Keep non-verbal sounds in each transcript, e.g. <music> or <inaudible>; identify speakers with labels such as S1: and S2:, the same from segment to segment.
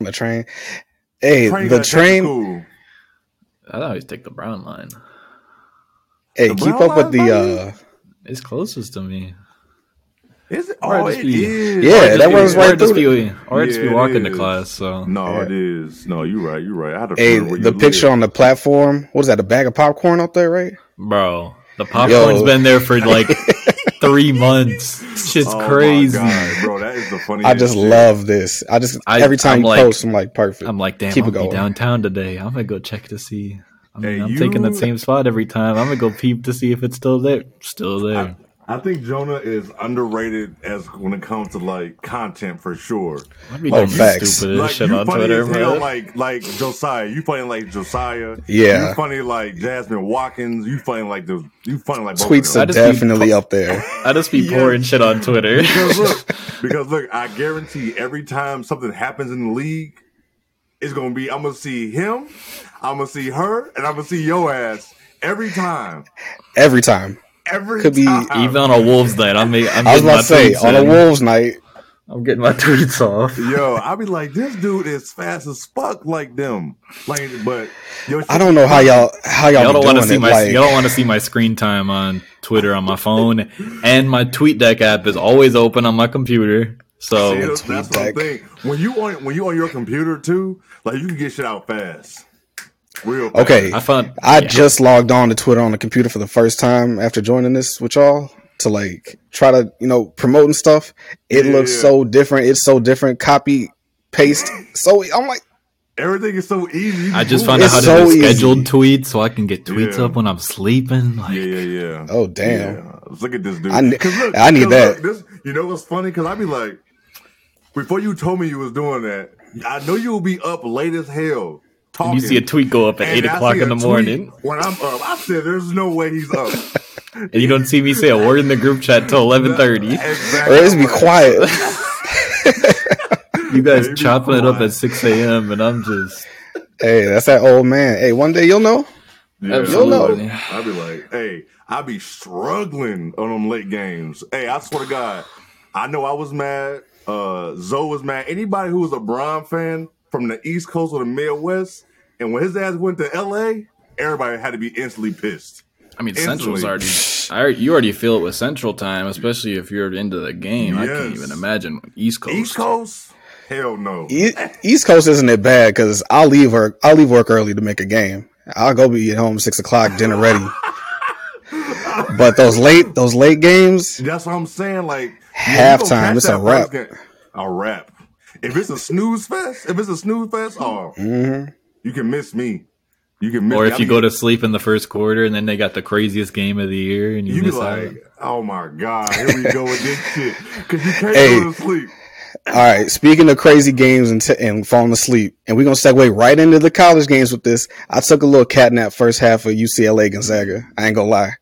S1: The train. Hey,
S2: Train
S1: the
S2: gotta take
S1: train.
S2: Cool.
S3: I'd always take the brown line.
S1: Hey,
S2: The
S1: keep
S2: brown
S1: up with
S2: line,
S1: the.
S2: buddy?
S1: uh
S3: It's closest to me.
S2: Is it?
S3: Or
S2: Oh,
S3: just
S2: it
S3: be-
S2: is.
S1: Yeah,
S3: Or it'd just
S1: that
S3: be-
S1: one's
S3: or
S1: right
S3: it'd just
S1: through
S3: be, or it'd just be
S2: Yeah, it
S3: walking to
S2: is.
S3: class. So
S2: No,
S1: Yeah.
S2: it is. No, you're right. You're right. I had a
S1: Hey,
S2: friend where
S1: the
S2: you
S1: picture
S2: lived.
S1: on the platform. What is that? A bag of popcorn up there, right?
S3: Bro, the popcorn's
S1: Yo.
S3: been there for like
S1: <laughs>
S3: three months. Shit's
S2: Oh my
S3: crazy.
S2: God, bro. That is the funniest.
S1: I just
S2: shit.
S1: love this. I just
S3: I-
S1: every time
S3: I'm
S1: you
S3: like-
S1: post, I'm like perfect.
S3: I'm like, damn,
S1: Keep
S3: I'm
S1: it
S3: be
S1: going.
S3: downtown today. I'm gonna go check to see. I mean,
S2: Hey,
S3: I'm taking
S2: you-
S3: that same spot every time. I'm gonna go peep to see if it's still there. Still there.
S2: I think Jonah is underrated as when it comes to like content for sure.
S3: I, would be
S1: Oh,
S3: doing
S1: facts.
S3: stupid
S2: Like
S3: as shit
S2: you
S3: on
S2: funny
S3: Twitter,
S2: as hell,
S3: bro.
S2: like like Josiah. You funny like Josiah.
S1: Yeah.
S2: You funny like Jasmine Watkins. You funny like the. You funny like both of
S1: Tweets
S2: them.
S1: are
S3: I just be
S1: definitely up there.
S3: <laughs> I just be
S2: Yes.
S3: pouring shit on Twitter.
S2: because look, <laughs> because look, I guarantee every time something happens in the league, it's gonna be I'm gonna see him, I'm gonna see her, and I'm gonna see your ass every time.
S1: Every time.
S2: Every
S1: Could be-
S2: time.
S3: <laughs> Even on a Wolves night, I'm, ma- I'm
S1: I was about
S3: getting my
S1: to say
S3: tweets
S1: on a
S3: in.
S1: Wolves night.
S3: I'm getting my <laughs> tweets off.
S2: Yo, I be like, this dude is fast as fuck like them. Like, but yo,
S1: I don't know how y'all how y'all, be
S3: Y'all don't want to
S1: doing
S3: see
S1: it,
S3: my
S1: like-
S3: y'all don't want to see my screen time on Twitter on my phone, and my TweetDeck app is always open on my computer.
S2: See,
S3: So
S2: that's, that's what I'm
S1: Tweetback.
S2: thinking. When you on when you on your computer too, like you can get shit out fast. Real fast.
S1: Okay,
S3: I found
S1: I
S3: yeah.
S1: just logged on to Twitter on the computer for the first time after joining this with y'all to like try to you know promote and stuff. It
S2: Yeah,
S1: looks
S2: yeah.
S1: so different. It's so different. Copy paste. So I'm like,
S2: Everything is so easy. You
S3: I
S2: can Google
S3: just found out
S1: It's
S3: how to
S1: so
S3: do
S1: easy.
S3: scheduled tweets so I can get tweets
S2: Yeah.
S3: up when I'm sleeping. Like,
S2: Yeah, yeah, yeah.
S1: oh damn.
S2: Yeah. Look at this dude.
S1: I ne-
S2: 'Cause look-
S1: I need
S2: 'cause
S1: that.
S2: look, this, you know what's funny? Because I'd be like, before you told me you was doing that, I know you'll be up late as hell talking.
S3: and you see a tweet go up at eight
S2: and I
S3: o'clock
S2: see
S3: in
S2: a
S3: the
S2: tweet
S3: morning,
S2: When I'm up, I said, there's no way he's up.
S3: and you don't see me say a word in the group chat till eleven <laughs> thirty.
S1: Or
S2: exactly.
S1: it's be
S2: <laughs>
S1: quiet.
S3: You guys
S2: Baby,
S3: chopping it up
S2: quiet.
S3: at six a.m. and I'm just
S1: hey, that's that old man. Hey, one day you'll know.
S2: Yeah. I'd be
S3: Absolutely.
S2: like- I'd be like, hey, I'd be struggling on them late games. Hey, I swear to God, I know I was mad. Uh, Zoe was mad. Anybody who was a Bron fan from the East Coast or the Midwest, and when his ass went to LA, everybody had to be instantly pissed.
S3: I mean,
S2: Instantly.
S3: Central's already. I already- you already feel it with Central time, especially if you're into the game. I can't
S2: Yes.
S3: even imagine East Coast.
S2: East Coast? Hell no.
S1: E- East Coast isn't it bad because I'll leave her. I'll leave work early to make a game. I'll go be at home six o'clock, dinner
S2: <laughs>
S1: ready. but those late those late games,
S2: That's what I'm saying. Like yeah, you gonna
S1: Halftime,
S2: catch
S1: it's
S2: that
S1: a wrap.
S2: first game- A wrap. If it's a snooze fest, if it's a snooze fest, oh,
S1: mm-hmm.
S2: you can miss me. You can miss
S3: Or
S2: me.
S3: if
S2: I
S3: you
S2: be-
S3: go to sleep in the first quarter and then they got the craziest game of the year and you,
S2: You be
S3: miss
S2: like,
S3: out.
S2: oh my god, here we go with this
S3: <laughs>
S2: shit. Because you can't
S1: Hey.
S2: go to sleep.
S1: all right. Speaking of crazy games and, t- and falling asleep, and we're gonna segue right into the college games with this. I took a little cat nap first half of UCLA Gonzaga. I ain't gonna lie.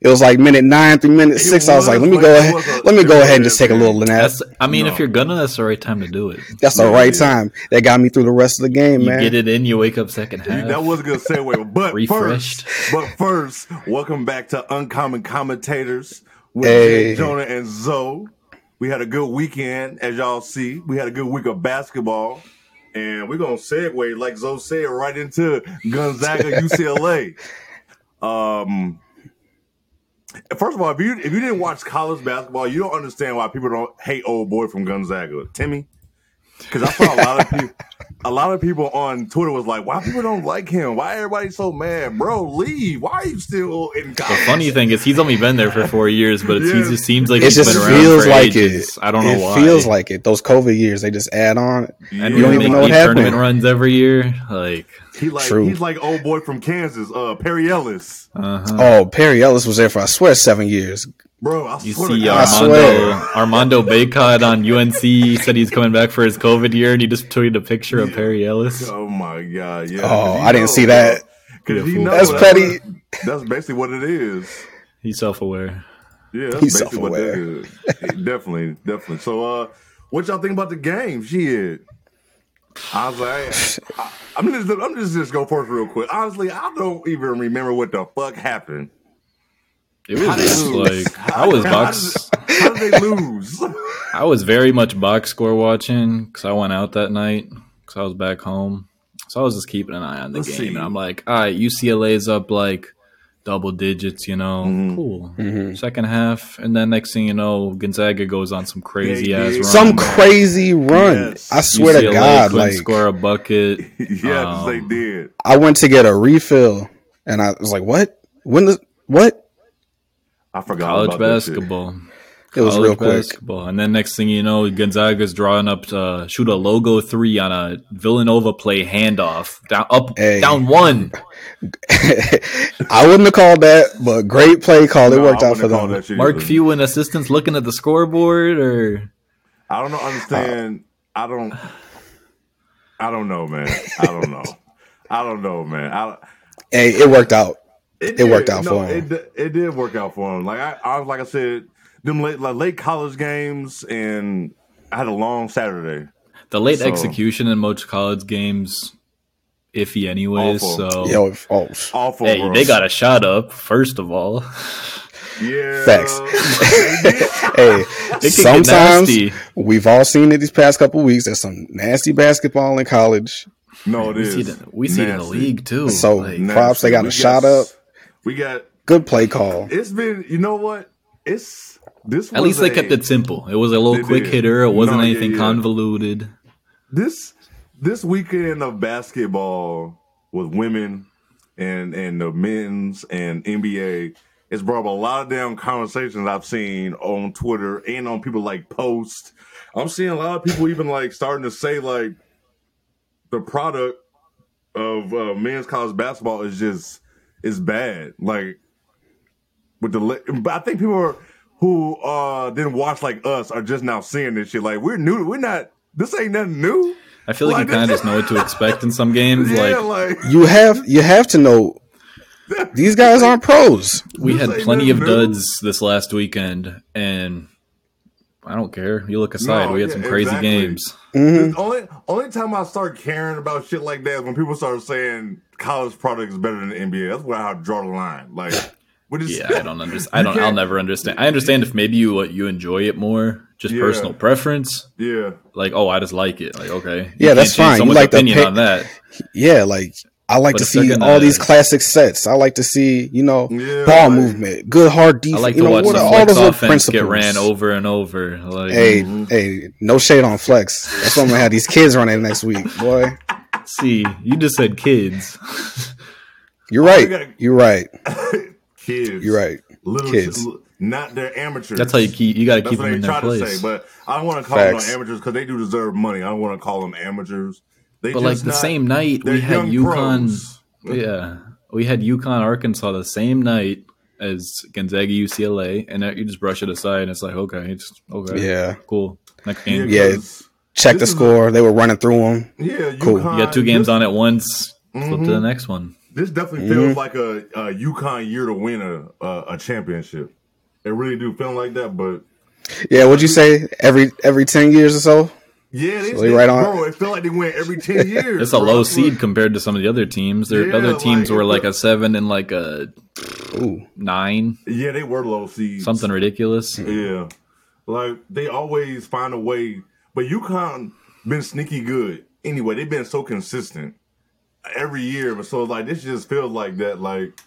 S1: It was like minute nine through minute six. I was like, let
S2: was,
S1: me
S2: but
S1: go
S2: it
S1: ahead.
S2: was a-
S1: Let me
S2: it
S1: go
S2: was
S1: ahead
S2: a
S1: and just take a
S2: big-
S1: little nap.
S3: That's I mean, if you're gonna, that's the right time to do it.
S1: That's the
S2: Yeah,
S1: right
S2: yeah.
S1: time. That got me through the rest of the game,
S3: You
S1: man.
S3: get it in, you wake up second
S2: You-
S3: half.
S2: that was a good segue. But
S3: Refreshed.
S2: first, but first, welcome back to Uncommon Commentators with
S1: Hey.
S2: Jay, Jonah and Zoe. We had a good weekend, as y'all see. We had a good week of basketball. And we're gonna segue, like Zoe said, right into
S1: <laughs>
S2: Gonzaga UCLA. Um First of all, if you if you didn't watch college basketball, you don't understand why people don't hate old boy from Gonzaga, Timmy. Because I saw a
S1: <laughs>
S2: lot of people, a lot of people on Twitter was like, "Why people don't like him? Why everybody so mad, bro? Leave! Why are you still in
S3: the
S2: college?"
S3: funny thing is, he's only been there for four years, but it's,
S2: Yeah.
S3: he just seems like
S1: it
S3: he's
S1: just
S3: been around
S1: feels
S3: for
S1: like
S3: ages.
S1: it.
S3: I don't know
S1: it
S3: why.
S1: feels like it. Those COVID years, they just add on.
S2: Mm-hmm.
S3: and
S1: you don't
S3: we
S1: even
S3: make
S1: know what
S3: deep tournament
S1: happened.
S3: runs every year. Like,
S2: He like
S1: True.
S2: he's like old boy from Kansas, uh, Perry Ellis,
S3: uh-huh.
S1: Oh, Perry Ellis was there for I swear seven years.
S2: bro. I
S3: you
S2: swear to
S3: see uh,
S2: God,
S1: I
S3: Armando
S1: swear.
S3: Armando Baycott on UNC he said he's coming back for his COVID year, and he just tweeted a picture of Perry Ellis.
S2: Oh my god! Yeah.
S1: Oh, I didn't see that.
S2: Because he
S3: Yeah, fool.
S2: knows
S1: That's petty.
S2: That's basically what it is.
S3: He's self-aware.
S2: Yeah, that's
S1: He's
S2: basically what that
S1: self-aware.
S2: is. <laughs> definitely, definitely. So, uh, what y'all think about the game? Shit. I was like, I, I'm just, I'm just, just go first real quick. Honestly, I don't even remember what the fuck happened.
S3: It was just
S2: How did-
S3: like I was box.
S2: How did, How did they lose? <laughs>
S3: I was very much box score watching because I went out that night because I was back home. So I was just keeping an eye on the
S2: Let's
S3: game.
S2: see.
S3: And I'm like, all right, UCLA's up like double digits, you know,
S2: Mhm.
S3: cool.
S1: Mhm.
S3: Second half, and then next thing you know, Gonzaga goes on some crazy
S2: Yeah,
S3: ass
S2: yeah.
S3: run.
S1: Some
S2: man.
S1: crazy run.
S2: Yes.
S1: I swear to
S3: UCLA
S1: God,
S3: couldn't
S1: like
S3: score
S1: <laughs>
S3: a bucket.
S2: yes, they
S3: Um,
S2: did.
S1: I went to get a refill, and I was like, "What? When? The, what?"
S2: I forgot
S3: College
S2: about that shit.
S3: basketball.
S1: It was
S3: College
S1: real quick.
S3: basketball. And then next thing you know, Gonzaga's drawing up to shoot a logo three on a Villanova play handoff. Down up
S1: Hey.
S3: down one.
S1: <laughs> I wouldn't have called that, but great play call. It
S2: No,
S1: worked
S2: I
S1: out for
S2: wouldn't call
S1: them.
S2: that shit
S3: Mark
S2: either.
S3: Few in assistance looking at the scoreboard or
S2: I don't know- understand. I don't. I don't know, man. I don't know. I don't know, man. I,
S1: Hey, it worked out.
S2: it,
S1: It worked out for
S2: It, di- it did work out for him. Like I, I, like I said, them late, like late college games, and I had a long Saturday.
S3: the late
S2: So-
S3: execution in most college games iffy anyways.
S2: Awful.
S3: So
S1: Yo, if-
S3: <laughs>
S1: oh, sh-
S2: Awful.
S3: hey,
S2: bro.
S3: they got a shot up, first of all. <laughs>
S2: yeah.
S1: Facts.
S2: They did.
S1: hey,
S3: They kicked it
S1: sometimes
S3: nasty.
S1: we've all seen it these past couple weeks. There's some nasty basketball in college.
S2: <laughs> no, it
S3: We
S2: is.
S3: see it in, we see it in the
S2: Nasty.
S3: league too.
S1: So-
S3: like,
S2: Nasty.
S1: Props, they got
S2: We
S1: a shot up.
S2: We got.
S1: Good play call.
S2: It's been. You know what? It's this.
S3: at
S2: was
S3: least they
S2: a-
S3: kept it simple. It was a little
S2: They
S3: quick
S2: did.
S3: hitter. It wasn't
S2: No, yeah,
S3: anything
S2: yeah.
S3: convoluted.
S2: this this weekend of basketball with women and and the men's and NBA it's brought up a lot of damn conversations I've seen on Twitter and on people like post. I'm seeing a lot of people even like starting to say like the product of uh, men's college basketball is just is bad. Like with the, li- but I think people are, who uh didn't watch like us are just now seeing this shit. Like we're new. We're not. This ain't nothing new.
S3: I feel like
S2: Why
S3: you kind of
S2: did-
S3: just know
S2: <laughs>
S3: what to expect in some games.
S2: Yeah,
S3: like
S2: like,
S3: <laughs>
S1: You have you have to know these guys aren't pros.
S3: we
S2: this
S3: had
S2: ain't
S3: plenty of
S2: nothing new.
S3: duds this last weekend, and I don't care. You look aside,
S2: No,
S3: we had
S2: yeah,
S3: some crazy
S2: exactly.
S3: games.
S1: Mhm.
S2: The only only time I start caring about shit like that is when people start saying college product is better than the NBA. That's where I draw the line. Like, what <laughs> is
S3: Yeah, I don't understand. I don't. I'll
S2: can't-
S3: never understand. I understand if maybe you uh, you enjoy it more, just
S2: Yeah.
S3: personal preference.
S2: Yeah,
S3: Like, oh, I just like it. Like, okay, You
S1: Yeah,
S3: can't
S1: that's
S3: change
S1: fine. You
S3: Someone's
S1: like the
S3: opinion
S1: pick-
S3: on that.
S1: Yeah, like I like
S3: But
S1: to
S3: if they're
S1: see
S3: gonna-
S1: all these classic sets. I like to see you know
S2: Yeah,
S1: ball
S2: like-
S1: movement, good hard
S3: I
S1: defense.
S3: like to
S1: you know,
S3: watch
S1: what
S3: the
S1: are
S3: flex offense get ran over and over. Like,
S1: Hey, hey, no shade on flex. That's why I'm gonna have these kids running next week, boy.
S3: see, you just
S2: <laughs>
S3: said kids.
S1: You're
S2: we
S1: right.
S2: gotta-
S1: You're right.
S2: kids.
S1: You're right.
S2: Little
S1: Kids.
S2: not they're amateurs.
S3: That's how you keep. You got to
S2: That's
S3: keep
S2: what
S3: them
S2: they
S3: in their
S2: try to
S3: place.
S2: say, but I don't want to call
S1: Facts.
S2: them no amateurs because they do deserve money. I don't want to call them amateurs. They
S3: But
S2: just
S3: like the
S2: not-
S3: same night
S2: they're
S3: we had
S2: young
S3: UConn.
S2: pros.
S3: Yeah, we had UConn, Arkansas the same night as Gonzaga, UCLA, and that, you just brush it aside and it's like, okay, it's okay,
S1: Yeah.
S3: cool. Next game,
S1: Yeah.
S2: 'cause-
S1: Check the
S2: This is a-
S1: score. they were running through them.
S2: yeah,
S1: Cool.
S2: UConn,
S3: you got two games
S2: this,
S3: on at once. Flip
S2: Mhm.
S3: to the next one.
S2: This definitely
S3: Mm-hmm.
S2: feels like a, a UConn year to win a, a a championship. It really do feel like that, but
S1: Yeah. What'd you say? Every every ten years or so.
S2: yeah, they,
S1: So they right on-
S2: bro. It feel like they win every
S3: <laughs>
S2: ten years.
S3: It's a
S2: bro.
S3: low
S2: That's what-
S3: seed compared to some of the other teams. Their
S2: Yeah,
S3: other teams
S2: like-
S3: were like a seven and like a
S1: Ooh.
S3: nine,
S2: Yeah, they were low seed.
S3: something
S2: <laughs>
S3: ridiculous.
S2: Yeah, like they always find a way. But UConn been sneaky good anyway. They've been so consistent every year, but so like this just feels like that. Like,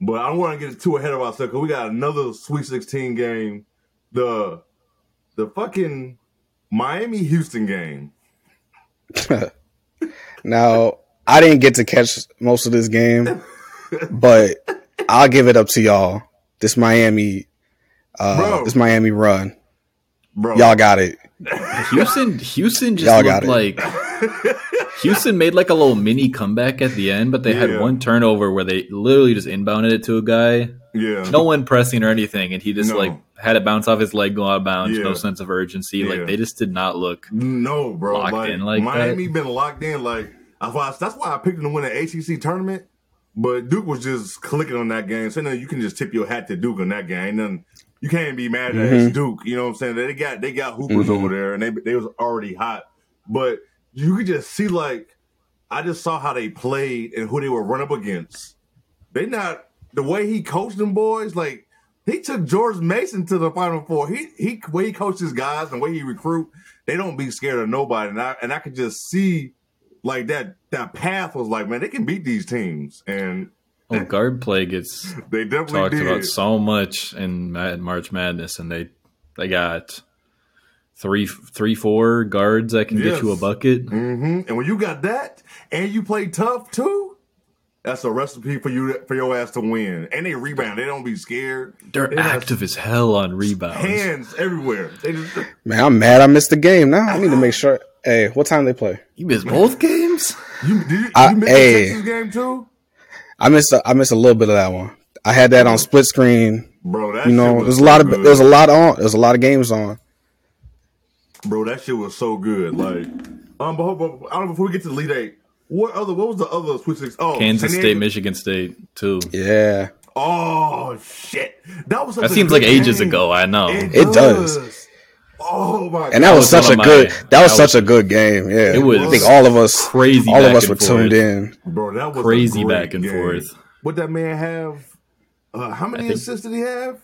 S2: but I don't want to get too ahead of ourselves because we got another Sweet Sixteen game. The the fucking Miami Houston game.
S1: Now I didn't get to catch most of this game, but I'll give it up to y'all. This Miami, uh,
S2: Bro.
S1: this Miami run.
S2: Bro, <laughs>
S1: Y'all got it.
S3: Houston, Houston just
S1: Y'all got
S3: looked like Houston made like a little mini comeback at the end, but they
S2: Yeah.
S3: had one turnover where they literally just inbounded it to a guy,
S2: yeah,
S3: no one pressing or anything, and he just
S2: No.
S3: like had it bounce off his leg, go out of bounds,
S2: Yeah.
S3: no sense of urgency.
S2: Yeah.
S3: Like they just did not look.
S2: No, bro.
S3: Locked
S2: like,
S3: in like
S2: Miami been locked in. Like that's why. That's why I picked them to win the ACC tournament. But Duke was just clicking on that game. So now you can just tip your hat to Duke on that game. And you can't be mad at it's Duke. You know what I'm saying? They got they got hoopers
S3: Mm-hmm.
S2: over there, and they they was already hot. But you could just see like I just saw how they played and who they were run up against. They not the way he coached them boys. Like He took George Mason to the Final Four. He he way he coaches guys and way he recruit, they don't be scared of nobody. And I and I could just see like that that path was like, man, they can beat these teams. And
S3: Oh, guard play gets
S2: they definitely
S3: talked
S2: did.
S3: about so much in Ma- March Madness, and they they got three three four guards that can
S2: Yes.
S3: get you a bucket.
S2: hmm
S1: Mm-hmm.
S2: And when you got that, and you play tough too, that's a recipe for you for your ass to win. And they rebound. They don't be scared.
S3: They're
S2: They got
S3: active as hell on rebounds.
S2: Hands everywhere. They just,
S1: Man, I'm mad I missed the game. Now I need to make sure. Hey, what time they play?
S3: You missed both games.
S2: you, did you,
S1: I-
S2: you miss
S1: hey.
S2: the Texas game too,
S1: I missed. A, I missed a little bit of that one. I had that on split screen.
S2: bro. That
S1: You
S2: shit
S1: know,
S2: was
S1: there's a
S2: so
S1: lot of
S2: good.
S1: there's a lot on. There's a lot of games on.
S2: bro. That shit was so good. Like, um, but, but, I don't know. Before we get to the lead eight, what other? What was the other Sweet Six? Oh,
S3: Kansas
S2: San
S3: State,
S2: Diego-
S3: Michigan State, too.
S1: Yeah,
S2: Oh shit, that was. such
S3: That
S2: a
S3: seems
S2: good
S3: like ages
S2: game.
S3: ago. I know.
S2: It,
S3: It,
S1: It
S2: does.
S1: does.
S2: Oh my!
S1: and that was
S3: was
S1: such a
S3: one of my-
S1: good. That was
S3: that
S1: such
S3: was-
S1: a good game. Yeah,
S3: was
S1: I think all of us,
S3: crazy.
S1: all of
S3: back
S1: us
S3: and
S1: were
S3: forth.
S1: tuned in.
S2: Bro, that was a
S3: Crazy
S2: great
S3: back and
S2: game.
S3: forth.
S2: What that man have? Uh, how many
S3: think-
S2: assists did he have?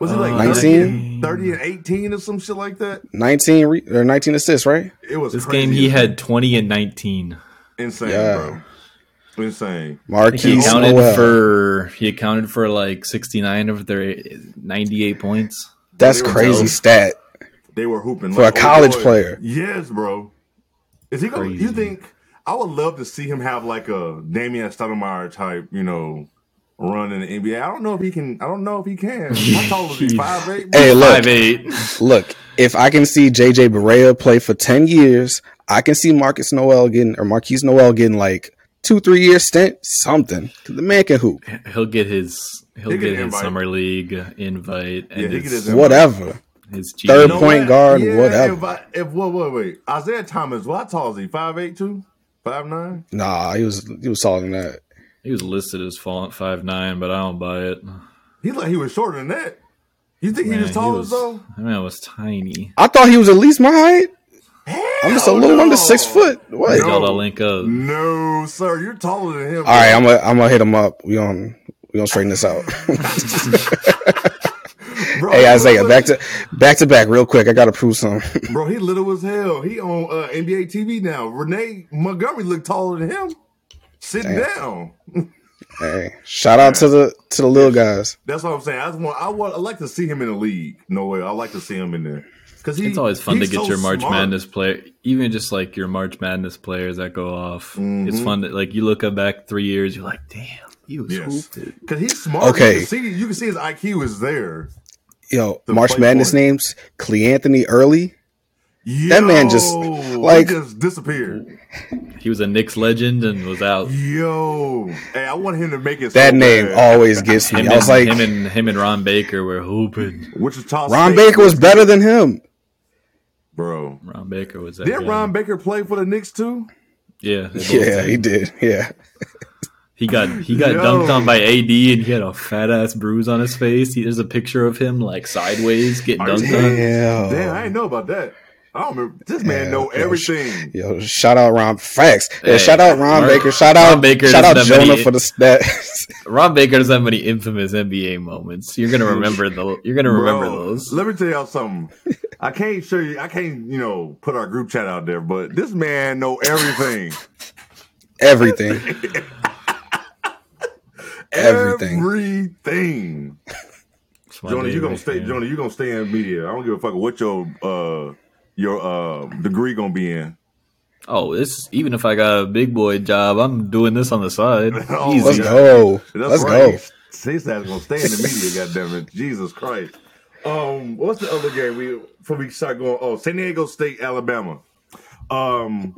S2: Was it like
S3: Uh,
S2: 30 and,
S3: 19?
S2: 30 and 18 or some shit like that?
S1: 19 re- or 19 assists, right?
S2: It was
S3: This
S2: crazy.
S3: game, he had twenty and nineteen.
S2: insane,
S1: Yeah.
S2: bro. Insane.
S3: He
S1: Marquise
S3: accounted
S1: Noel.
S3: for he accounted for like sixty nine of their ninety eight points.
S1: That's
S2: They were
S1: crazy
S2: dope.
S1: stat.
S2: They were hooping
S1: For a college player.
S2: Yes, bro. Is he going? to
S3: Crazy.
S2: You think? I would love to see him have like a Damian Stoudemire type, you know, run in the NBA. I don't know if he can. I don't know if he can. How tall
S3: <laughs>
S2: is he? Five eight.
S1: Hey, look,
S3: Five eight.
S1: look. If I can see JJ Barea play for 10 years, I can see Marcus Noel getting or Marquise Noel getting like two, three year stint, something. 'Cause the man can hoop,
S3: He'll get his he'll
S2: He'll get
S3: get,
S2: an
S3: his
S2: invite.
S3: summer league invite and
S2: Yeah, he get
S3: his,
S2: his
S3: his,
S2: invite.
S1: whatever.
S3: G
S1: Third
S2: know
S1: point
S2: what?
S1: guard,
S2: yeah,
S1: whatever.
S2: If I, if wait, wait, wait, Isaiah Thomas, what tall is he? Five eight two, five nine.
S1: Nah, he was he was taller than that.
S3: He was listed as falling five nine, but I don't buy it.
S2: He like he was shorter than that. You think
S3: Man,
S2: he was taller
S3: was,
S2: though?
S3: that man was tiny.
S1: I thought he was at least my height. I'm just a
S2: Hell
S1: little
S2: no.
S1: under six foot. What?
S3: He's
S2: No.
S3: got a link up.
S2: No, sir, you're taller than him.
S1: All right, I'm gonna I'm gonna hit him up. We on we gonna straighten this
S2: <laughs>
S1: out. <laughs>
S2: bro,
S1: hey
S2: he
S1: Isaiah,
S2: little-
S1: back to back to back real quick. I gotta prove something. <laughs>
S2: bro. He little as hell. He on uh, NBA TV now. Renee Montgomery looked taller than him. Sitting down.
S1: hey, shout out to the to the little guys.
S2: That's what I'm saying. I just want. I want. I like to see him in the league. No way. I like to see him in there. Cause he,
S3: It's always fun to
S2: he's
S3: get
S2: so
S3: your March
S2: smart.
S3: Madness player, even just like your March Madness players that go off. It's
S1: Mm-hmm.
S2: Mhm.
S3: fun to like you look up back three years, you're like, damn, you was
S2: Yes.
S3: hooped.
S2: Cause he's smart.
S1: Okay.
S2: You can see, you can see his IQ is there.
S1: Yo,
S2: The
S1: March
S2: play
S1: Madness
S2: point.
S1: names, Clee Anthony Early.
S2: Yo,
S1: man just,
S2: he
S1: like-
S2: just disappeared.
S3: He was a Knicks legend and was out.
S2: Yo, hey, I want him to make it.
S1: That
S2: so
S1: name
S2: bad.
S3: <laughs>
S1: always gets me.
S3: Oh, Him
S1: I was
S3: and,
S1: like,
S3: him and him and Ron Baker were hooping.
S2: Wichita
S1: Ron
S2: State,
S1: Baker was better than him.
S2: bro.
S3: Ron Baker was that.
S2: Did
S3: guy.
S2: Ron Baker play for the Knicks too?
S3: Yeah, they
S1: <laughs>
S3: both
S1: Yeah,
S3: did.
S1: he did. Yeah.
S3: He got he got
S2: Yo.
S3: dunked on by AD, and he had a fat ass bruise on his face. He, there's a picture of him like sideways getting
S2: Are you
S3: dunked on.
S2: serious?
S1: Damn.
S2: Damn, I didn't know about that. I don't remember. This man
S1: Yeah,
S2: know
S1: yeah,
S2: everything.
S1: Yo, shout out Ron Facts. Yeah,
S3: Hey,
S1: shout out Ron
S3: Ron-
S1: Baker. Shout
S3: Ron
S1: out
S3: Baker
S1: Shout
S3: doesn't
S1: out
S3: have any-
S1: Jonah for the stats.
S3: Ron Baker doesn't have many infamous NBA moments. You're gonna remember the you're gonna remember
S2: Bro,
S3: those.
S2: Let me tell y'all something. I can't show you. I can't, you know, put our group chat out there. But this man know everything.
S1: <laughs> Everything. <laughs> Everything.
S2: Everything.
S3: It's my
S2: Jonah, you
S3: favorite
S2: gonna stay.
S3: game.
S2: Jonah, you gonna stay in media. I don't give a fuck what your uh your uh degree gonna be in.
S3: Oh, this even if I got a big boy job, I'm doing this on the side.
S2: <laughs> Oh,
S3: Easy.
S1: Let's
S2: Yeah.
S1: go.
S2: That's
S1: Let's
S2: right.
S1: go.
S2: His ass gonna stay in the media.
S1: <laughs>
S2: goddamn it, Jesus Christ. Um, what's the other game we before we start going? Oh, San Diego State, Alabama. Um,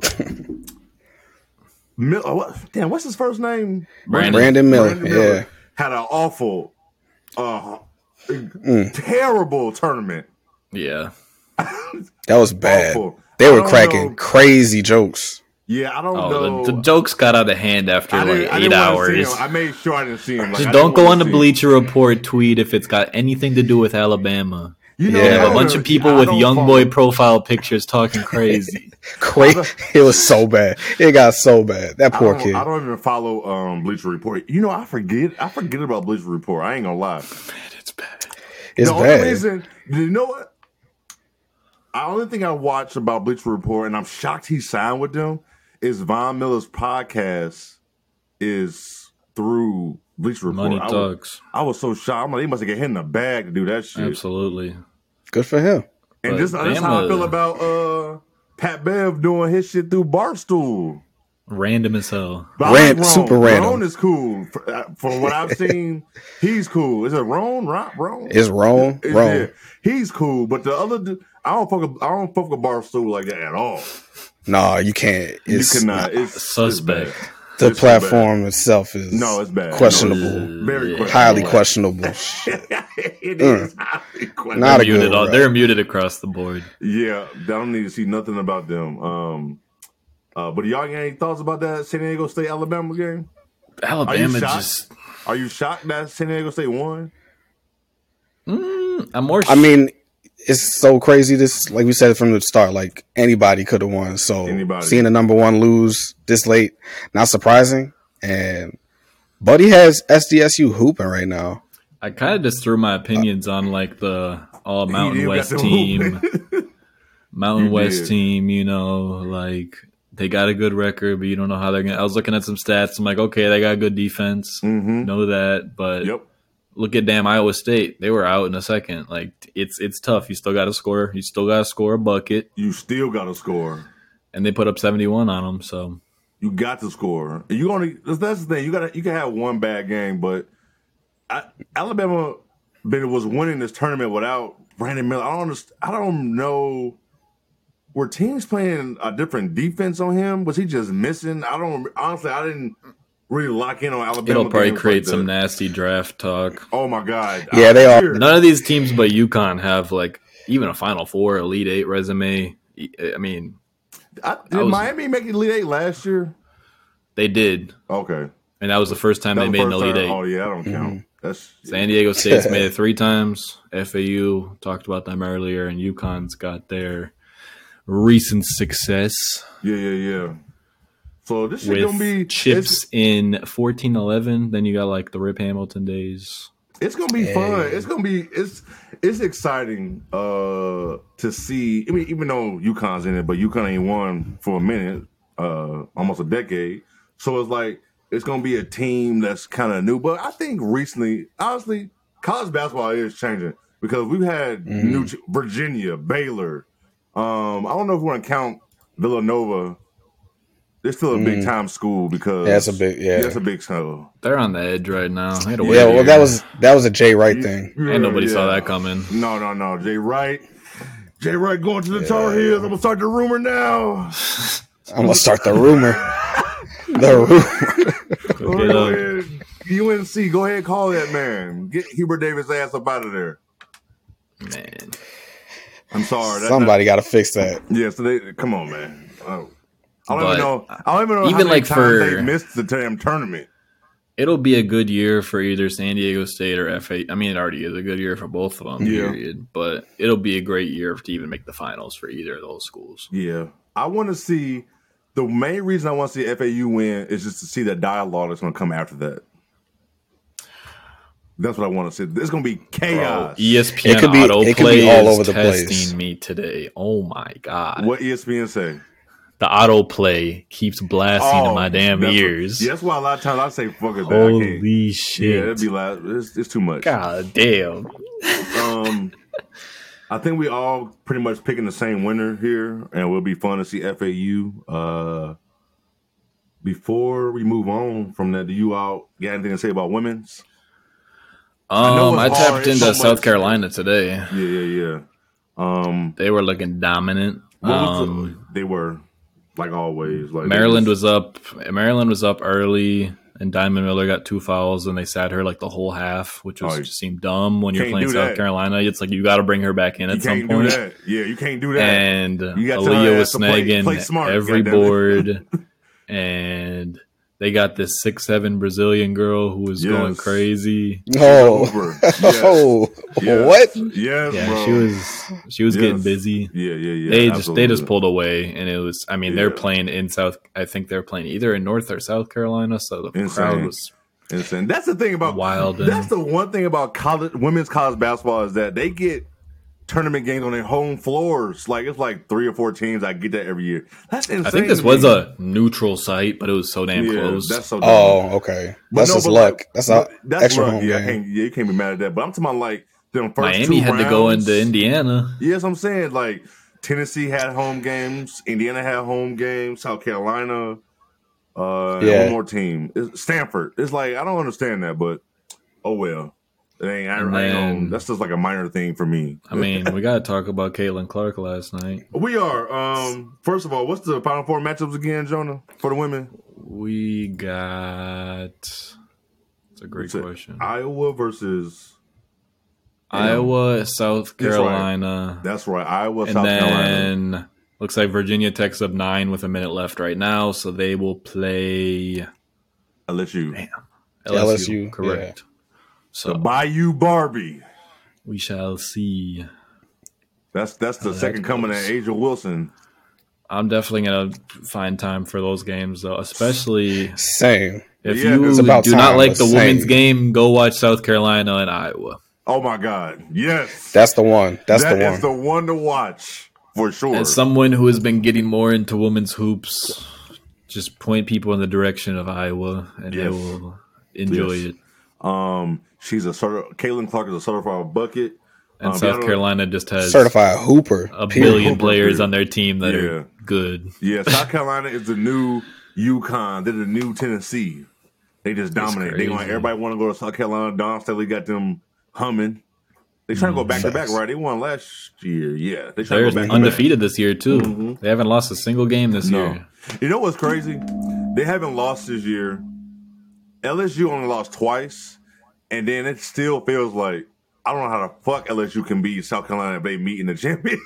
S2: Mil- oh, what, damn, what's his first name?
S3: Brandon.
S1: Brandon Miller. Yeah.
S2: had an awful, uh,
S1: Mm.
S2: terrible tournament.
S3: Yeah.
S1: That was bad.
S2: Awful.
S1: They
S2: I
S1: were
S2: don't
S1: cracking
S2: know.
S1: crazy jokes.
S2: Yeah, I don't know.
S3: Oh, the, the jokes got out of hand after
S2: I didn't-
S3: like
S2: I
S3: eight
S2: didn't wanna see
S3: hours.
S2: him. I made sure I didn't see him. Like, I
S3: Just
S2: didn't
S3: don't go
S2: wanna
S3: on the
S2: see him.
S3: Bleacher Report tweet if it's got anything to do with Alabama.
S2: You
S1: Yeah.
S3: You
S1: I
S3: have
S1: don't
S3: a bunch of people
S2: I
S3: with
S2: don't
S3: young
S2: follow-
S3: boy profile pictures talking
S2: <laughs>
S3: crazy.
S1: <laughs> Quake, it was so bad. It got so bad. That
S2: I
S1: poor
S2: don't-
S1: kid.
S2: I don't even follow um, Bleacher Report. You know, I forget. I forget about Bleacher Report. I ain't gonna lie.
S3: it's bad.
S1: It's
S2: the
S1: bad.
S2: only reason, you know what? I only thing I watched about Bleacher Report, and I'm shocked he signed with them, is Von Miller's podcast is through Bleacher Report.
S3: Money
S2: I, was,
S3: talks.
S2: I was so shocked. I'm like, they must have got hit in the bag to do that shit.
S3: Absolutely.
S1: Good for him.
S2: And this,
S3: But
S2: that's how I
S3: Bama-
S2: feel about uh, Pat Bev doing his shit through Barstool.
S3: Random as hell.
S2: But I
S1: Ran-
S2: like Ron.
S1: super random.
S2: Ron is cool. For- uh, From
S1: <laughs>
S2: what I've seen, he's cool. Is it Ron? Ron? Ron?
S1: It's wrong,
S2: Is
S1: wrong.
S2: it- He's cool, but the other, du- I don't fuck. With, I don't fuck with Barstool like that at all.
S1: Nah, you can't. It's
S2: you cannot. It's
S3: Suspect.
S2: it's bad.
S1: the
S2: it's so bad.
S1: platform itself is
S2: No, it's bad.
S1: questionable,
S2: Very questionable.
S1: highly questionable.
S2: <laughs> it is highly questionable.
S1: Mm. Not a good
S3: muted. all-
S1: rep.
S3: They're muted across the board.
S2: Yeah, I don't need to see nothing about them. Um, uh, but y'all got any thoughts about that San Diego State Alabama game?
S3: Alabama
S2: shocked?
S3: just.
S2: Are you shocked that San Diego State won?
S3: Mm, I'm more.
S1: I mean, it's so crazy. This, like we said from the start, like anybody could have won. So
S2: Anybody.
S1: seeing the number one lose this late, not surprising. And Buddy has SDSU hooping right now.
S3: I kind of just threw my opinions on like the all
S2: You
S3: Mountain
S2: got
S3: West
S2: them <laughs>
S3: team. <laughs>
S2: hooping.
S3: Mountain
S2: You
S3: West
S2: did.
S3: team, you know, like they got a good record, but you don't know how they're gonna. I was looking at some stats. I'm like, okay, they got good defense,
S1: Mm-hmm.
S2: Mhm.
S3: know that, but
S2: Yep.
S3: look at damn Iowa State. They were out in a second. Like it's it's tough. You still got to score. You still got to score a bucket,
S2: You still got to score.
S3: and they put up 71 on them. So
S2: You got to score. You only that's, that's the thing. You got to you can have one bad game, but I, Alabama been, was winning this tournament without Brandon Miller. I don't underst- I don't know. Were teams playing a different defense on him? Was he just missing? I don't honestly. I didn't really lock in on Alabama.
S3: it'll probably
S2: games
S3: create
S2: like
S3: some
S2: that.
S3: nasty draft talk.
S2: Oh my god!
S1: Yeah,
S2: I'm
S1: they are.
S2: here.
S3: None of these teams but UConn have like even a Final Four, Elite Eight resume. E, I mean,
S2: I, did
S3: I was-
S2: Miami make the Elite Eight last year?
S3: they did,
S2: Okay,
S3: and that was the first time
S2: That
S3: they
S2: was
S3: made an
S2: first
S3: Elite
S2: time-
S3: Eight.
S2: Oh yeah, I don't count. That's
S3: San Diego State's made
S2: <laughs>
S3: it three times. FAU talked about them earlier, and UConn's got their recent success
S2: yeah, yeah, yeah. So this shit
S3: with
S2: gonna be
S3: chips
S2: It's,
S3: in fourteen eleven. Then you got like the Rip Hamilton days.
S2: it's gonna be fun.
S1: Hey.
S2: It's gonna be it's it's exciting uh to see. I mean, even though UConn's in it, but UConn ain't won for a minute, uh, almost a decade. So it's like it's gonna be a team that's kind of new. But I think recently, honestly, college basketball is changing because we've had
S1: Mm-hmm.
S2: new Virginia, Baylor. Um, I don't know if we want to count Villanova. They're still a big time school because
S1: Yeah, Mm. that's a big- yeah.
S2: that's a big school.
S3: They're on the edge right now. They had a
S1: yeah,
S3: weird
S1: well,
S3: year.
S1: that was that was a Jay Wright thing.
S3: and nobody
S2: Yeah,
S3: saw
S2: yeah.
S1: <laughs>
S3: that coming.
S2: No, no, no. Jay Wright. Jay Wright going to the Tar Heels. I'm gonna start the rumor now.
S1: I'm gonna start the
S2: <laughs>
S1: rumor. the rumor.
S3: Go get
S2: Go
S3: up.
S2: ahead. UNC, go ahead and call that man. Get Hubert Davis ass up out of there.
S3: Man,
S2: I'm sorry. that's
S1: Somebody got to fix that.
S2: Not, yeah, so they come on, man. Oh. I don't
S3: But-
S2: even know. I don't even know
S3: even
S2: how many
S3: like
S2: times
S3: for-
S2: they missed the damn tournament.
S3: it'll be a good year for either San Diego State or FA. I mean, it already is a good year for both of them.
S2: Yeah.
S3: Period. But it'll be a great year to even make the finals for either of those schools.
S2: Yeah, I want to see. The main reason I want to see FAU win is just to see the dialogue that's going to come after that. That's what I want to see. There's going to be chaos.
S3: ESPN
S1: It could be-
S3: autoplay
S1: it could be all
S3: is
S1: over the
S3: testing
S1: place.
S3: me today. Oh my god!
S2: What E ESPN say?
S3: The autoplay keeps blasting in my damn
S2: that's-
S3: ears.
S2: Oh, yeah, that's why a lot of times I say fuck it. man. I can't.
S3: Holy
S2: yeah,
S3: shit!
S2: that'd be like it's, it's too much.
S3: god damn!
S2: Um, I think we all pretty much picking the same winner here, and it will be fun to see FAU. Uh, before we move on from that, do you all got anything to say about women's? know
S3: Um, I
S2: it's hard,
S3: tapped
S2: it's so
S3: into South
S2: much.
S3: Carolina today.
S2: Yeah, yeah, yeah. Um,
S3: They were looking dominant.
S2: what was the-
S3: Um,
S2: they were like always. Like
S3: Maryland was up. Maryland was up early, and Diamond Miller got two fouls, and they sat her like the whole half, which was
S2: Oh, you
S3: just seemed dumb when you're
S2: can't
S3: playing
S2: do
S3: South
S2: that.
S3: Carolina. It's like you got to bring her back in
S2: You
S3: at some
S2: can't do
S3: point.
S2: that. Yeah, you can't do that.
S3: and
S2: You got to learn
S3: Aaliyah
S2: how
S3: was
S2: to play-
S3: snagging
S2: play smart,
S3: every
S2: goddamn it. <laughs>
S3: board, and they got this six seven Brazilian girl who was going
S2: Yes.
S3: crazy.
S1: Oh,
S2: over. Yes.
S1: <laughs> oh,
S2: Yes.
S1: what?
S2: Yes,
S3: Yeah,
S2: bro.
S3: she was she was getting
S2: Yes.
S3: busy.
S2: Yeah, yeah, yeah.
S3: they just they
S2: absolutely.
S3: just pulled away, and it was. I mean, they're
S2: Yeah.
S3: playing in South. I think they're playing either in North or South Carolina, so the
S2: Insane.
S3: crowd was
S2: And so- and that's the thing about
S3: Wild.
S2: That's the one thing about college women's college basketball is that they get tournament games on their home floors. Like it's like three or four teams. I get that every year. That's insane.
S3: I think this
S2: to
S3: was
S2: me.
S3: a neutral site, but it was so damn
S2: yeah,
S3: close.
S2: That's so. dumb.
S1: Oh, okay.
S2: But
S1: That's
S2: no,
S1: just
S2: but
S1: luck.
S2: like-
S1: that's not
S2: but that's
S1: extra
S2: luck.
S1: home
S2: yeah, I
S1: game.
S2: can't, yeah, you can't be mad at that. But I'm talking about like them first two
S3: Miami had to go
S2: rounds.
S3: into Indiana.
S2: Yes, I'm saying like Tennessee had home games, Indiana had home games, South Carolina, uh, and
S1: Yeah.
S2: one more team, it's Stanford. It's like I don't understand that, but oh well. It ain't, I,
S3: And
S2: I ain't
S3: then-
S2: on- that's just like a minor thing for me. <laughs>
S3: I mean, we got to talk about Caitlin Clark last night.
S2: We are. Um, first of all, what's the final four matchups again, Jonah, for the women?
S3: We got. It's a great
S2: It's a-
S3: question.
S2: Iowa versus.
S3: Iowa, South
S2: That's right.
S3: Carolina,
S2: That's right, Iowa,
S3: and
S2: South Carolina.
S3: then looks like Virginia Tech's up nine with a minute left right now, so they will play
S2: LSU,
S3: LSU.
S1: LSU,
S3: correct. So
S2: the Bayou Barbie.
S3: we shall see.
S2: That's that's the
S3: Oh, that's
S2: second coming of
S3: close.
S2: Angel Wilson.
S3: I'm definitely gonna find time for those games though, especially
S1: Same.
S3: if
S2: Yeah,
S3: you
S2: it's
S3: do
S1: about
S3: not
S1: time,
S3: like
S1: but
S3: the women's
S1: same.
S3: game. Go watch South Carolina and Iowa,
S2: Oh my God! Yes,
S1: That's the one. That's
S2: That
S1: the
S2: is
S1: one.
S2: the one to watch for sure.
S3: and someone who has been getting more into women's hoops, just point people in the direction of Iowa, and they
S2: Yes.
S3: will enjoy
S2: Yes.
S3: it.
S2: um, she's a certi- Caitlin Clark is a certified bucket.
S3: And
S2: Um, yeah, I
S3: South
S2: don't-
S3: Carolina just has
S1: Certified hooper.
S3: a
S1: period.
S3: billion players
S2: period.
S3: on their team that
S2: Yeah.
S3: are good.
S2: Yeah, South
S3: <laughs>
S2: Carolina is the new UConn. They're the new Tennessee. They just dominate. They want
S3: crazy.
S2: everybody want to go to South Carolina. Don Staley got them humming. They trying to go back to back,
S1: Facts.
S2: right? They won last year. Yeah, they trying
S3: Mm, They're
S2: to go back
S3: undefeated this year too. They haven't lost a single game this
S2: Mm-hmm. No.
S3: year.
S2: You know what's crazy? They haven't lost this year. LSU only lost twice, and then it still feels like I don't know how the fuck LSU can beat South Carolina if they meet in the <laughs> championship.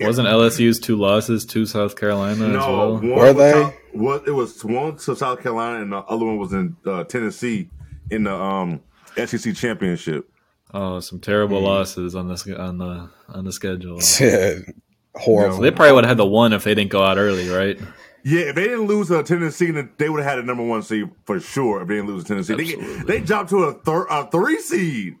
S3: Wasn't LSU's two losses to South Carolina as
S2: no,
S3: well?
S2: one
S1: Were
S2: was
S1: they?
S2: South- was- it was one to South Carolina, and the other one was in uh, Tennessee in the um, SEC championship.
S3: Oh, some
S2: Mm-hmm.
S3: terrible losses on this on the on the schedule.
S1: <laughs>
S3: So
S1: Yeah. Horrible.
S3: they probably would have had the one if they didn't go out early, right?
S2: Yeah, if they didn't lose to Tennessee, then they would have had a number one seed for sure. If they didn't lose to Tennessee, they, get-
S3: Absolutely.
S2: they dropped to a, thir- a three seed.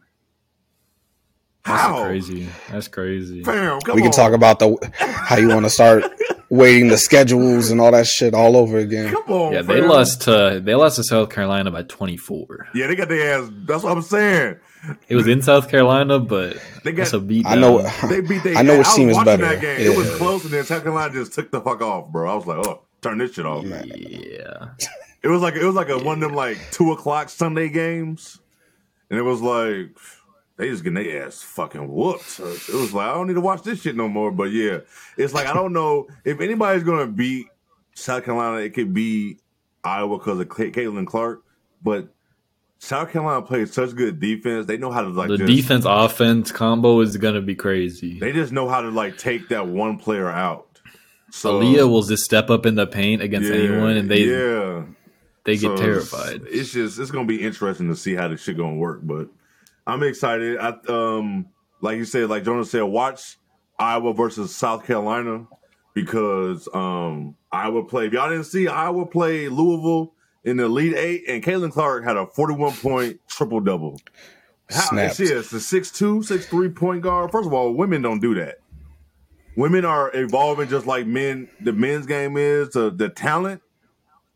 S3: That's
S2: How?
S3: crazy. That's crazy.
S2: Fam, come
S1: we can
S2: on.
S1: talk about the how you want to start waiting the schedules and all that shit all over again.
S2: Come on,
S3: Yeah, they
S2: fam.
S3: lost to they lost to South Carolina by twenty four.
S2: Yeah, they got their ass. That's what I'm saying.
S3: It was in South Carolina, but
S2: They got-
S3: that's a beat.
S1: I know.
S2: They beat their
S1: I know
S2: ass.
S1: what
S2: was
S1: team is
S2: watching
S1: better.
S2: That game. It
S1: Yeah.
S2: was close, and then South Carolina just took the fuck off, bro. I was like, oh, turn this shit off.
S3: Yeah.
S2: It was like it was like a one of them like two o'clock Sunday games, and it was like they just getting their ass fucking whooped. It was like I don't need to watch this shit no more. But yeah, it's like I don't know if anybody's gonna beat South Carolina. It could be Iowa because of Cla- Caitlin Clark, but South Carolina plays such good defense. They know how to like
S3: The
S2: just,
S3: defense offense combo is gonna be crazy.
S2: They just know how to like take that one player out. So
S3: Aaliyah will just step up in the paint against
S2: yeah,
S3: anyone, and they
S2: yeah.
S3: they get
S2: So it's-
S3: terrified.
S2: It's, just it's gonna be interesting to see how this shit gonna work, but I'm excited. I um like you said, like Jonah said, watch Iowa versus South Carolina because um Iowa played. If y'all didn't see Iowa play Louisville in the Elite Eight, and Caitlin Clark had a 41 point triple double. How
S1: Snapped.
S2: she is the 6'2", 6'3" point guard. First of all, women don't do that. Women are evolving just like men. The men's game is the, the talent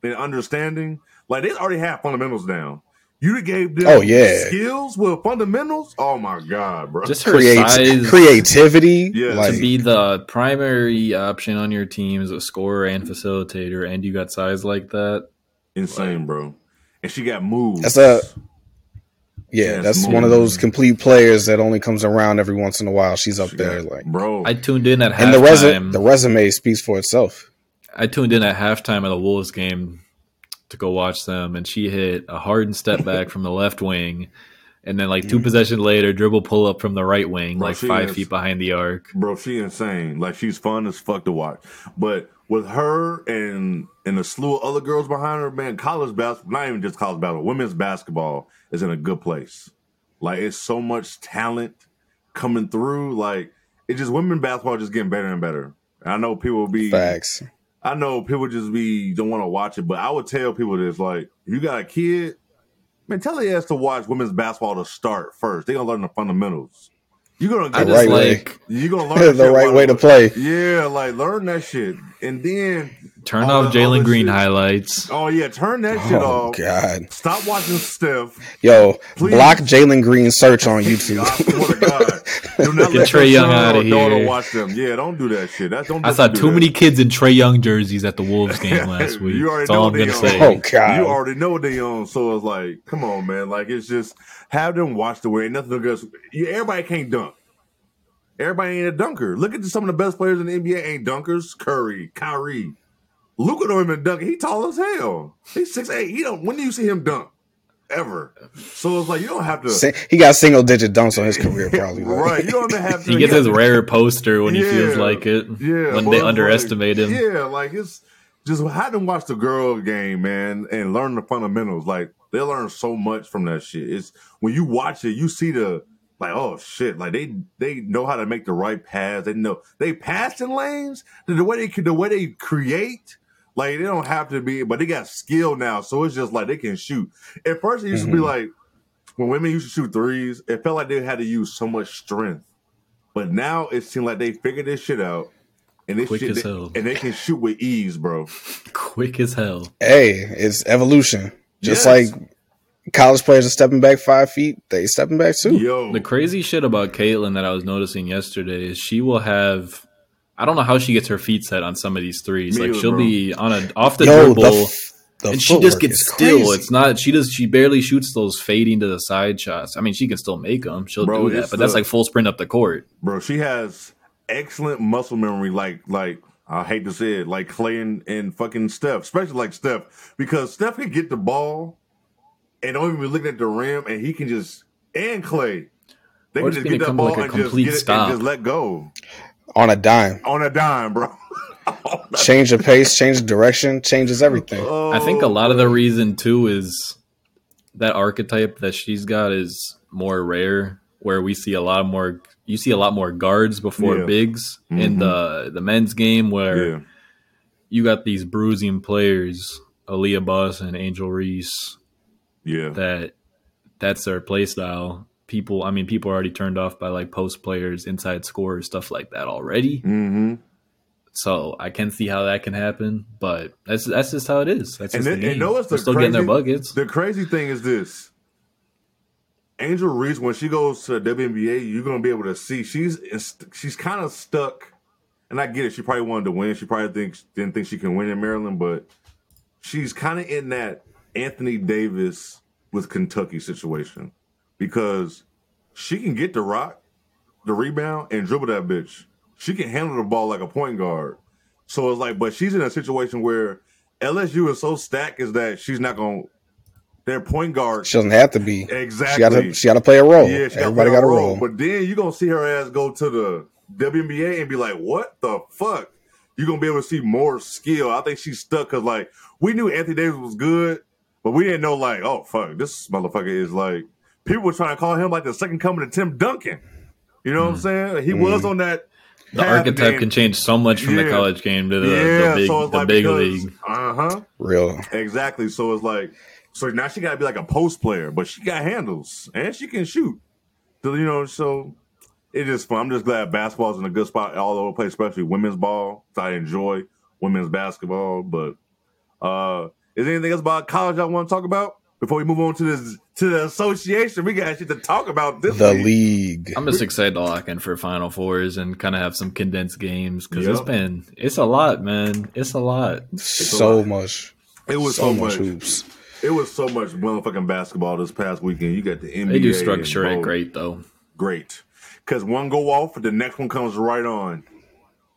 S2: and understanding. Like they already have fundamentals down. You gave them
S1: Oh, yeah.
S2: skills with fundamentals. Oh my god, bro.
S3: Just her
S1: Create
S3: size
S1: creativity.
S2: Yeah.
S1: like,
S3: to be the primary option on your team as a scorer and facilitator, and you got size like that.
S2: insane, bro. And she got moves.
S1: That's a- yeah,
S2: Yes,
S1: that's
S2: more
S1: one of
S2: than-
S1: those complete players that only comes around every once in a while. She's up there, like,
S2: bro.
S3: I tuned in at
S1: and the resume
S3: halftime.
S1: the resume speaks for itself.
S3: I tuned in at halftime of the Wolves game to go watch them, and she hit a
S1: <laughs>
S3: hardened step back from the left wing, and then like two possessions later, dribble pull up from the right wing,
S2: Bro,
S3: like
S2: she
S3: five
S2: is-
S3: feet behind the arc.
S2: bro, she insane. Like she's fun as fuck to watch. But with her and and a slew of other girls behind her, man, college basketball, not even just college basketball, women's basketball is in a good place. Like it's so much talent coming through. Like it's just women basketball just getting better and better. I know people will be
S1: Facts. <laughs>
S2: I know people just be don't want to watch it, but I would tell people this: like, if you got a kid, Man, tell their ass to watch women's basketball to start first. They're gonna learn the fundamentals. You're gonna
S3: I
S1: The
S3: just
S1: right way.
S3: like
S2: you're
S1: <laughs>
S2: gonna learn that
S1: the
S2: shit
S1: right
S2: while-
S1: way to play.
S2: <laughs> Yeah, like learn that shit. And then
S3: turn
S2: All
S3: off
S2: the- all
S3: Jalen
S2: the
S3: Green
S2: shit.
S3: highlights.
S2: oh yeah, turn that shit
S1: Oh
S2: off.
S1: God,
S2: Stop watching Steph.
S1: yo,
S2: Please.
S1: block Jalen Green search
S2: <laughs>
S1: on YouTube.
S2: I swear to God. Do not
S3: Get
S2: let
S3: Trae
S2: your
S3: Young
S2: son
S3: outta
S2: or daughter
S3: here.
S2: watch them. Yeah, don't do that shit. That, don't
S3: I
S2: just
S3: saw
S2: do
S3: too
S2: that.
S3: many kids in Trey Young jerseys at
S2: <laughs>
S3: the Wolves game last week.
S2: You already
S3: That's all I'm
S2: know
S3: gonna
S2: they
S3: say.
S2: are.
S1: oh God,
S2: You already know they on, so it's like, come on, man. Like it's just have them watch the way. Nothing against you. Everybody can't dunk. Everybody ain't a dunker. Look at some of the best players in the NBA ain't dunkers. Curry, Kyrie, Luka don't even dunk. He tall as hell. He's six eight. He don't. When do you see him dunk? Ever. So it's like you don't have to. <laughs>
S1: Sing- he got single digit dunks on his career probably. though.
S2: right. You don't even
S3: <laughs>
S2: have to.
S3: He
S2: <laughs>
S3: gets his rare poster when he feels
S2: Yeah.
S3: like it.
S2: Yeah,
S3: when
S2: but
S3: they
S2: it's like-
S3: underestimate him.
S2: Yeah, like it's just have them watch the girl game, man, and learn the fundamentals. Like they learn so much from that shit. It's when you watch it, you see the like, oh shit, like they they know how to make the right pass. They know they pass in lanes. The, the way they could- the way they create. Like they don't have to be, but they got skill now, so it's just like they can shoot. At first, it used to be
S3: Mm-hmm.
S1: Mhm.
S2: like when women used to shoot threes, it felt like they had to use so much strength. But now it seems like they figured this shit out, and this
S3: Quick
S2: shit,
S3: as hell.
S2: and they can shoot with ease, bro.
S3: Quick as hell.
S1: Hey, it's evolution. Just
S2: Yes.
S1: like college players are stepping back five feet, they stepping back too.
S2: Yo,
S3: The crazy shit about Caitlin that I was noticing yesterday is she will have. I don't know how she gets her feet set on some of these threes.
S2: Me
S3: like
S2: either,
S3: she'll
S2: bro.
S3: be on a off the
S1: Yo,
S3: dribble,
S1: the, f- the
S3: and she just
S1: footwork
S3: gets
S1: is
S3: still.
S1: crazy.
S3: It's not. She does. She barely shoots those fading to the side shots. I mean, she can still make them. She'll
S2: Bro,
S3: do that,
S2: it's
S3: but that's
S2: the-
S3: like full sprint up the court.
S2: bro, she has excellent muscle memory. Like, like I hate to say it, like Clay and, and fucking Steph, especially like Steph, because Steph can get the ball and don't even be looking at the rim, and he can just and Clay. They
S3: Or
S2: can
S3: just
S2: just
S3: gonna
S2: get that
S3: come to,
S2: ball
S3: like, a
S2: and just
S3: complete
S2: get it
S3: stop.
S2: and just let go
S1: on a dime.
S2: on a dime, bro.
S1: Change of pace, change of direction, changes everything.
S2: Uh,
S3: I think
S2: Oh,
S3: a lot of the reason too is that archetype that she's got is more rare. Where we see a lot more, you see a lot more guards before
S2: Yeah.
S3: bigs in
S2: Mhm.
S3: the the men's game. Where
S2: Yeah.
S3: you got these bruising players, Aaliyah Buss and Angel Reese.
S2: Yeah.
S3: That that's their play style. People, I mean, people are already turned off by like post players, inside scorers, stuff like that already.
S2: Mm-hmm.
S3: So I can see how that can happen, but that's that's just how it is. That's
S2: And
S3: just
S2: then-
S3: the
S2: and
S3: game.
S2: know what's
S3: They're
S2: the
S3: still getting their
S2: crazy-
S3: buckets.
S2: The crazy thing is this. Angel Reese, when she goes to WNBA, you're gonna be able to see she's she's kind of stuck, and I get it. She probably wanted to win. She probably thinks didn't think she can win in Maryland, but she's kind of in that Anthony Davis with Kentucky situation because she can get the rock, the rebound, and dribble that bitch. She can handle the ball like a point guard. So it's like, but she's in a situation where LSU is so stacked is that she's not going. to Their point guard
S1: She doesn't have to be. She got
S2: exactly.
S1: to. She got to play a role.
S2: yeah, she
S1: Everybody
S2: got
S1: got a
S2: a role.
S1: role.
S2: But then you are gonna see her ass go to the WNBA and be like, "What the fuck?" You're gonna be able to see more skill. I think she's stuck because like we knew Anthony Davis was good, but we didn't know like, oh fuck, this motherfucker is like. People were trying to call him like the second coming to Tim Duncan. You know what I'm saying? He was on that.
S3: Mm. the archetype can change so much from the
S2: Yeah.
S3: college game to the,
S2: yeah,
S3: the big,
S2: so it's
S3: the
S2: like
S3: big
S2: because,
S3: league.
S2: Uh huh.
S1: Real.
S2: Exactly. So it's like, so now she got to be like a post player, but she got handles and she can shoot. So, you know, so it is fun. I'm just glad basketball's in a good spot all over the place, especially women's ball. So I enjoy women's basketball. But uh is there anything else about college I want to talk about before we move on to this to the association? We got shit to talk about this
S1: The
S2: week.
S1: league.
S3: I'm just excited to lock in for Final Fours and kind of have some condensed games because it's
S2: Yep.
S3: been it's a lot, man. It's a lot.
S1: so
S2: lot.
S1: much.
S2: It was
S1: so
S2: so, much.
S1: hoops.
S2: It was so much motherfucking basketball this past weekend. You got the NBA.
S3: They do
S2: and
S3: structure it
S2: both.
S3: great though.
S2: great. Cause one go off, the next one comes right on.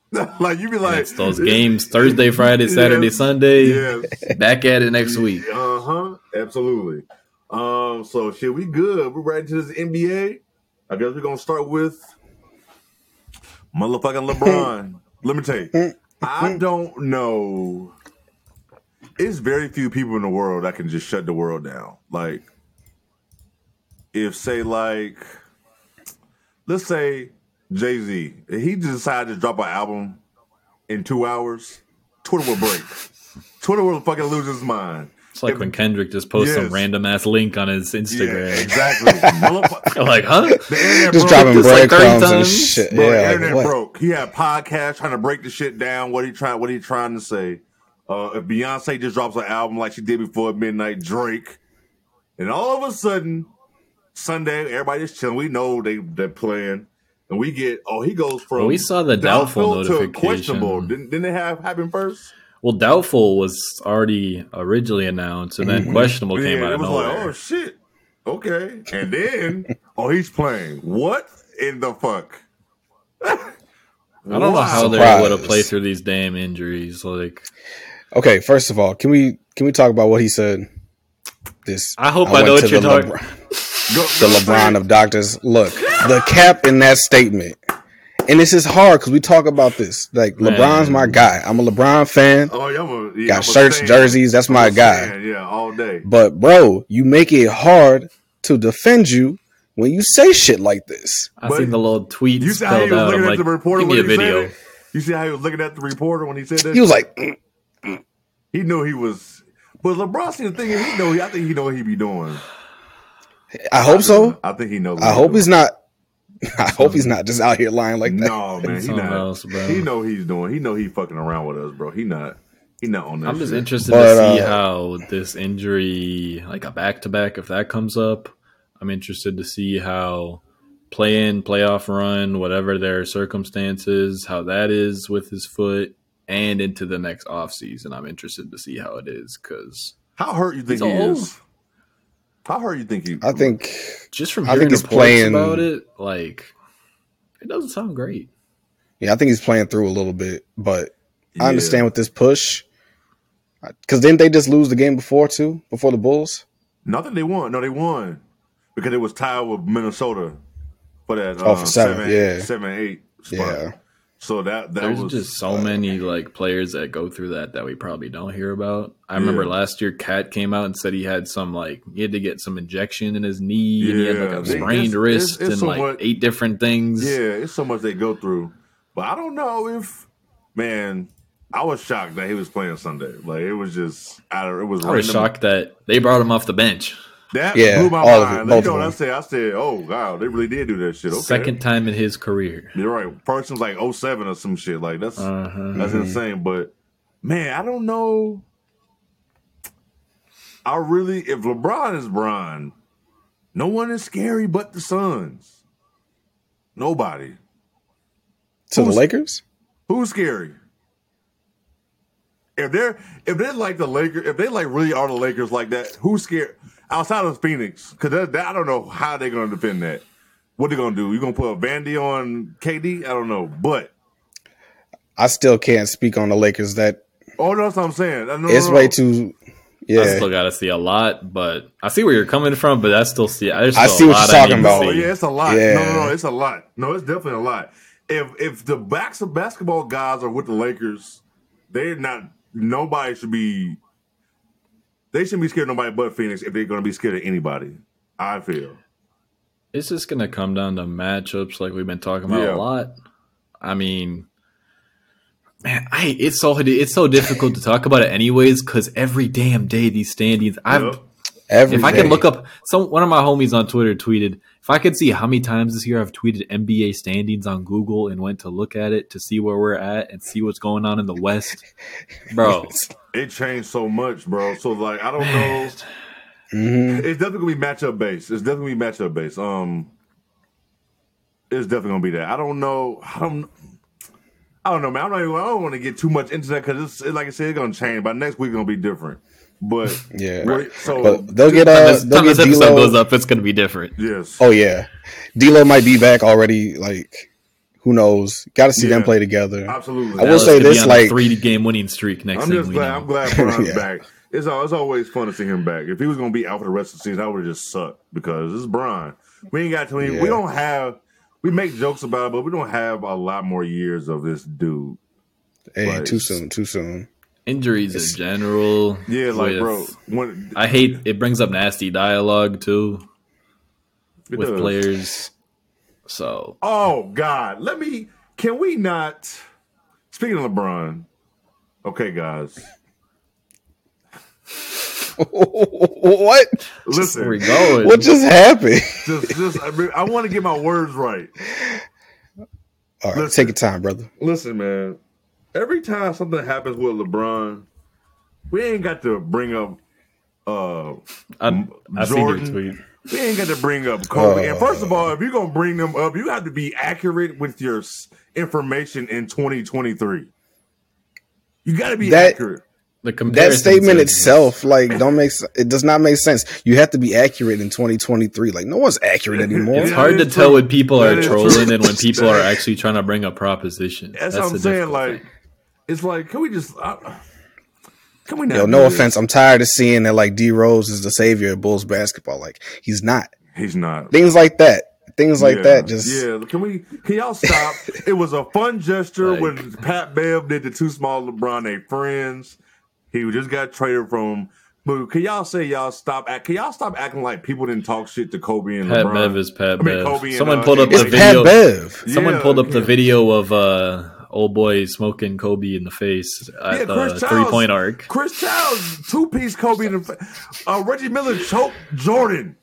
S2: <laughs> like you be like <laughs>
S3: It's those games Thursday, Friday, Saturday,
S2: Yes.
S3: Sunday.
S2: <laughs> Yes.
S3: Back at it next week.
S2: Uh huh. Absolutely. Um. So shit, we good. We're right into this NBA. I guess we're gonna start with motherfucking LeBron. Let me tell you, I don't know. It's very few people in the world that can just shut the world down. Like, if say like, let's say Jay Z, he decided to drop an album in two hours, Twitter will break. Twitter will fucking lose his mind.
S3: It's like when Kendrick just posts some
S2: Yes.
S3: random ass link on his
S2: Yeah,
S3: Instagram.
S1: <laughs>
S3: <laughs>
S2: exactly. Motherfu-
S3: You're like, huh?
S2: the
S1: Just
S2: internet broke.
S1: dropping
S3: Just like 30
S1: breadcrumbs and
S3: times.
S1: shit.
S2: Bro,
S1: yeah,
S2: the
S1: like,
S2: internet
S1: what?
S2: broke. He had a podcast trying to break the shit down. What he trying? What he trying to say? Uh, if Beyonce just drops an album like she did before midnight, Drake, and all of a sudden Sunday, everybody's chilling. We know they they're playing, and we get oh he goes from
S3: Well, we saw the doubtful
S2: to
S3: notification.
S2: questionable. Didn't didn't it have happen first?
S3: Well, doubtful was already originally announced, and then questionable came
S2: Mm-hmm.
S3: out
S2: it
S3: of
S2: was
S3: nowhere.
S2: like oh shit, okay, and then oh he's playing. What in the fuck?
S3: I don't know how they
S1: Surprise.
S3: were able to play through these damn injuries. Like,
S1: Okay, first of all, can we can we talk about what he said? This
S3: I hope I know
S1: went to
S3: what you're
S1: the
S3: talking-
S1: LeBron-
S2: Go-
S1: the
S2: go say it.
S1: LeBron of doctors. Look, the cap in that statement, and this is hard because we talk about this. Like
S3: Man.
S1: LeBron's my guy. I'm a LeBron fan.
S2: Oh, yeah, I'm a, yeah,
S1: Got
S2: I'm a
S1: shirts,
S2: fan.
S1: jerseys. That's my
S2: I'm a
S1: guy.
S2: fan, Yeah, all day.
S1: But bro, you make it hard to defend you when you say shit like this.
S3: I
S2: But
S3: seen the little tweet
S2: You see how he
S3: spelled
S2: was
S3: out.
S2: looking
S3: I'm
S2: at
S3: like,
S2: the reporter
S3: give
S2: when
S3: me
S2: he
S3: a video.
S2: said it. You see how he was looking at the reporter when he said that.
S1: He was like, mm,
S2: he knew he was. But LeBron, see the thing is, he know. I think he know what he be doing.
S1: I hope so.
S2: I think he knows. what
S1: I
S2: he
S1: hope
S2: doing.
S1: he's not. <laughs> I hope he's not just out here lying like that.
S2: No man, he
S3: Something
S2: not.
S3: else, bro.
S2: He know he's doing. He know he fucking around with us, bro. He not. He not on that.
S3: I'm just
S2: shit.
S3: interested
S1: But,
S3: to see
S1: uh,
S3: how this injury, like a back to back, if that comes up, I'm interested to see how play in, playoff run, whatever their circumstances, how that is with his foot and into the next offseason. I'm interested to see how it is because
S2: How hurt you think
S3: He's
S2: he
S3: old.
S2: is? How hurt you think he?
S1: I think
S3: just from
S1: I think
S3: hearing
S1: he's
S3: reports
S1: playing-
S3: about it, like, it doesn't sound great.
S1: yeah, I think he's playing through a little bit, but I
S2: Yeah.
S1: understand with this push. Because didn't they just lose the game before too? Before the Bulls?
S2: Not that they won. No, they won because it was tied with Minnesota for that.
S1: Oh,
S2: uh,
S1: for seven, yeah.
S2: seven, eight spot.
S1: Yeah.
S2: So that that
S3: There's
S2: was
S3: just so many like players that go through that that we probably don't hear about. I remember
S2: Yeah.
S3: last year, Cat came out and said he had some like he had to get some injection in his knee and he had like
S2: Yeah,
S3: a
S2: they-
S3: sprained
S2: it's-
S3: wrist
S2: it's- it's
S3: and
S2: so
S3: like
S2: much-
S3: eight different things.
S2: yeah. It's so much they go through, but I don't know if man. I was shocked that he was playing Sunday. Like it was just out of it was
S3: I was
S2: random.
S3: shocked that they brought him off the bench.
S2: That
S1: Yeah,
S2: blew my
S1: all of it,
S2: mind.
S1: both
S2: you know
S1: of
S2: what I
S1: them.
S2: said? I said, "Oh wow, they really did do that shit." Okay.
S3: Second time in his career.
S2: you're right. Person's like 07 or some shit. Like that's
S3: Uh-huh.
S1: Mm-hmm.
S2: That's insane. But man, I don't know. I really, if LeBron is Bron, no one is scary but the Suns. Nobody.
S1: To the
S2: Who's-
S1: Lakers?
S2: Who's scary? If they're if they like the Lakers, if they like really are the Lakers like that, who's scared outside of Phoenix? Because that, that, I don't know how they're going to defend that. What they going to do? You going to put a Vandy on KD? I don't know, but
S1: I still can't speak on the Lakers. That
S2: oh, that's what I'm saying. No, no,
S1: it's
S2: no.
S1: way too.
S3: I
S1: Yeah,
S3: still gotta see a lot, but I see where you're coming from, but I still see I,
S1: I see what you're talking about.
S2: Oh yeah, it's a lot. No, no, no,
S1: Yeah.
S2: it's a lot. No, it's definitely a lot. If if the backs of basketball guys are with the Lakers, they're not. Nobody should be. They shouldn't be scared of nobody but Phoenix if they're going to be scared of anybody. I feel.
S3: It's just gonna come down to matchups, like we've been talking about
S2: Yeah.
S3: a lot. I mean, man, I it's so it's so difficult to talk about it, anyways, because every damn day these standings. I've
S2: Yep.
S1: every
S3: if I could
S1: day.
S3: look up some one of my homies on Twitter tweeted if I could see how many times this year I've tweeted NBA standings on Google and went to look at it to see where we're at and see what's going on in the
S1: <laughs>
S3: West, bro.
S2: It changed so much, bro. So like, I don't know.
S1: Mhm.
S2: It's definitely gonna be matchup based. It's definitely gonna be matchup based. Um, it's definitely gonna be that. I don't know. I don't. I don't know, man. I'm not even, I don't want to get too much into that because it's it- like I said, it's gonna change. By next week, it's gonna be different. But
S1: <laughs> Yeah,
S2: what- so
S1: but they'll get uh,
S3: This-
S1: they'll
S3: time
S1: get
S3: this episode goes
S1: D'Lo.
S3: up, it's gonna be different.
S2: yes,
S1: Oh yeah, D'Lo might be back already. Like, who knows? Got to see them
S2: Yeah.
S1: play together.
S2: absolutely.
S1: I will
S3: Dallas
S1: say
S3: could be
S1: this,
S3: on a
S1: like-
S3: three game winning streak next.
S2: I'm
S3: thing
S2: just
S3: we
S2: glad.
S3: know.
S2: I'm glad
S1: <laughs>
S2: Bron's
S1: Yeah.
S2: back. It's al- it's always fun to see him back. If he was gonna be out for the rest of the season, I would have just sucked because it's Bron. We ain't got too many. We
S1: Yeah.
S2: don't have. We make jokes about it, but we don't have a lot more years of this dude.
S1: Hey,
S2: Right.
S1: too soon, too soon. <laughs>
S3: injuries in general.
S2: <laughs> Yeah, like
S3: with-
S2: bro, when
S3: I hate it brings up nasty dialogue too
S2: it
S3: with
S2: does.
S3: players. So
S2: Oh God, let me. Can we not?
S3: <laughs>
S2: Speaking of LeBron, okay, guys.
S1: what?
S2: Listen,
S3: We're going.
S1: What just happened? <laughs>
S2: just, just I, mean, I want to get my words right.
S1: All right,
S2: Listen.
S1: take your time, brother.
S2: Listen, man. Every time something happens with LeBron, we ain't got to bring up. Uh,
S3: I, I seen your
S2: Jordan.
S3: tweet.
S2: we ain't got to bring up Kobe. and first of
S1: Uh.
S2: all, if you're gonna bring them up, you have to be accurate with your s- information in 2023. You got to be
S1: That-
S2: accurate.
S3: The
S1: That
S3: comparison
S1: statement
S3: to-
S1: itself, like, don't make s- it does not make sense. You have to be accurate in 2023. Like, no one's accurate anymore.
S3: <laughs> It's
S2: Yeah,
S3: hard
S2: that
S3: to
S2: is
S3: tell
S2: true.
S3: when people
S2: That
S3: are
S2: is
S3: trolling
S2: true. <laughs>
S3: and when people are actually trying to bring a proposition.
S2: That's,
S3: the
S2: what I'm saying.
S3: difficult
S2: Like,
S3: thing.
S2: it's like, can we just? I, can we not?
S1: Yo,
S2: do
S1: no
S2: this?
S1: offense. I'm tired of seeing that like D Rose is the savior of Bulls basketball. Like, he's not.
S2: He's not.
S1: Things like that. Things like
S2: Yeah,
S1: that. Just
S2: yeah. Can we? Can
S1: <laughs>
S2: y'all stop? it was a fun gesture
S3: Like-
S2: when Pat Bev did the two small LeBron. They friends. He just got traded from. But can y'all say y'all stop? Act, can y'all stop acting like people didn't talk shit to Kobe and
S3: Pat
S2: LeBron?
S3: Bev is Pat
S2: I mean,
S3: Bev.
S2: Kobe and,
S3: Someone
S2: uh,
S3: pulled up
S2: It's
S3: the
S1: it's
S3: video.
S1: Pat Bev.
S3: Someone
S2: Yeah,
S3: pulled up the
S2: yeah.
S3: video of uh, old boy smoking Kobe in the face
S2: Yeah,
S3: at
S2: Chris
S3: the
S2: Childs.
S3: three point arc.
S2: Chris Childs two piece Kobe and uh, Reggie Miller choked Jordan.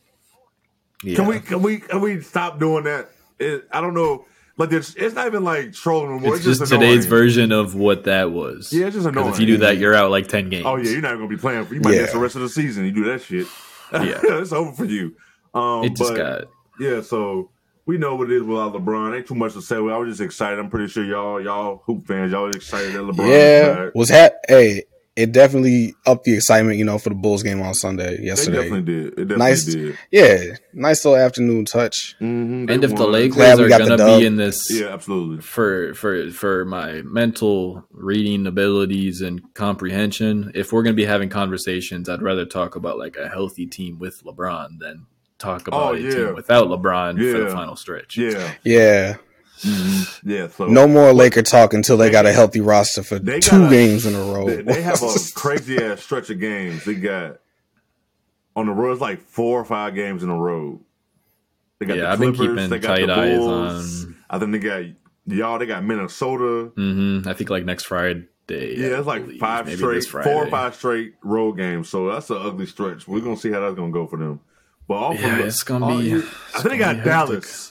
S3: Yeah.
S2: Can we can we can we stop doing that? It, I don't know. Like it's, it's not even like trolling anymore.
S3: It's,
S2: It's,
S3: just,
S2: annoying.
S3: today's version of what that was.
S2: Yeah, it's just
S3: 'Cause
S2: annoying.
S3: If you do that, you're out like ten games.
S2: Oh yeah, you're not gonna be playing. For, you might
S1: Yeah.
S2: miss the rest of the season. You do that shit. <laughs>
S3: Yeah.
S2: it's over for you. Um,
S3: it just
S2: but,
S3: got
S2: yeah. So we know what it is without LeBron. Ain't too much to say. I was just excited. I'm pretty sure y'all, y'all hoop fans, y'all excited that LeBron.
S1: Yeah, was hap Hey, it definitely upped the excitement, you know, for the Bulls game on Sunday
S2: they
S1: yesterday.
S2: definitely did. It definitely
S1: Nice.
S2: did.
S1: Yeah, nice little afternoon touch.
S2: Mm-hmm,
S3: and if the
S1: Glad
S3: Lakers
S1: we
S3: are
S1: got the
S3: gonna
S1: dub.
S3: be in this
S2: yeah, absolutely.
S3: for for for my mental reading abilities and comprehension if we're going to be having conversations i'd rather talk about like a healthy team with lebron than talk about
S2: Oh,
S3: a
S2: yeah.
S3: team without lebron for
S2: Yeah.
S3: the final stretch
S2: Yeah,
S1: Yeah,
S2: Mhm.
S3: Mm-hmm.
S2: yeah. So
S1: no more Laker talk until they got a healthy roster for
S2: They
S1: two
S2: got a-
S1: games in a row.
S2: They,
S1: <laughs>
S2: they have a crazy ass stretch of games. They got on the road. It's like four or five games in a row. They got
S3: Yeah,
S2: the
S3: I've been
S2: Clippers.
S3: keeping
S2: they got
S3: tight
S2: the
S3: eyes
S2: Bulls.
S3: on-
S2: I think they got y'all. They got Minnesota.
S3: hmm i think like next friday
S2: Yeah,
S3: I
S2: it's like
S3: believe,
S2: five
S3: maybe
S2: straight,
S3: this
S2: four or
S3: Friday.
S2: five straight road games. So that's an ugly stretch. We're gonna see how that's gonna go for them. But all
S3: yeah
S2: from the-
S3: it's gonna
S2: all
S3: be
S2: you-
S3: it's
S2: I think they
S3: gonna
S2: got
S3: be hectic.
S2: Dallas.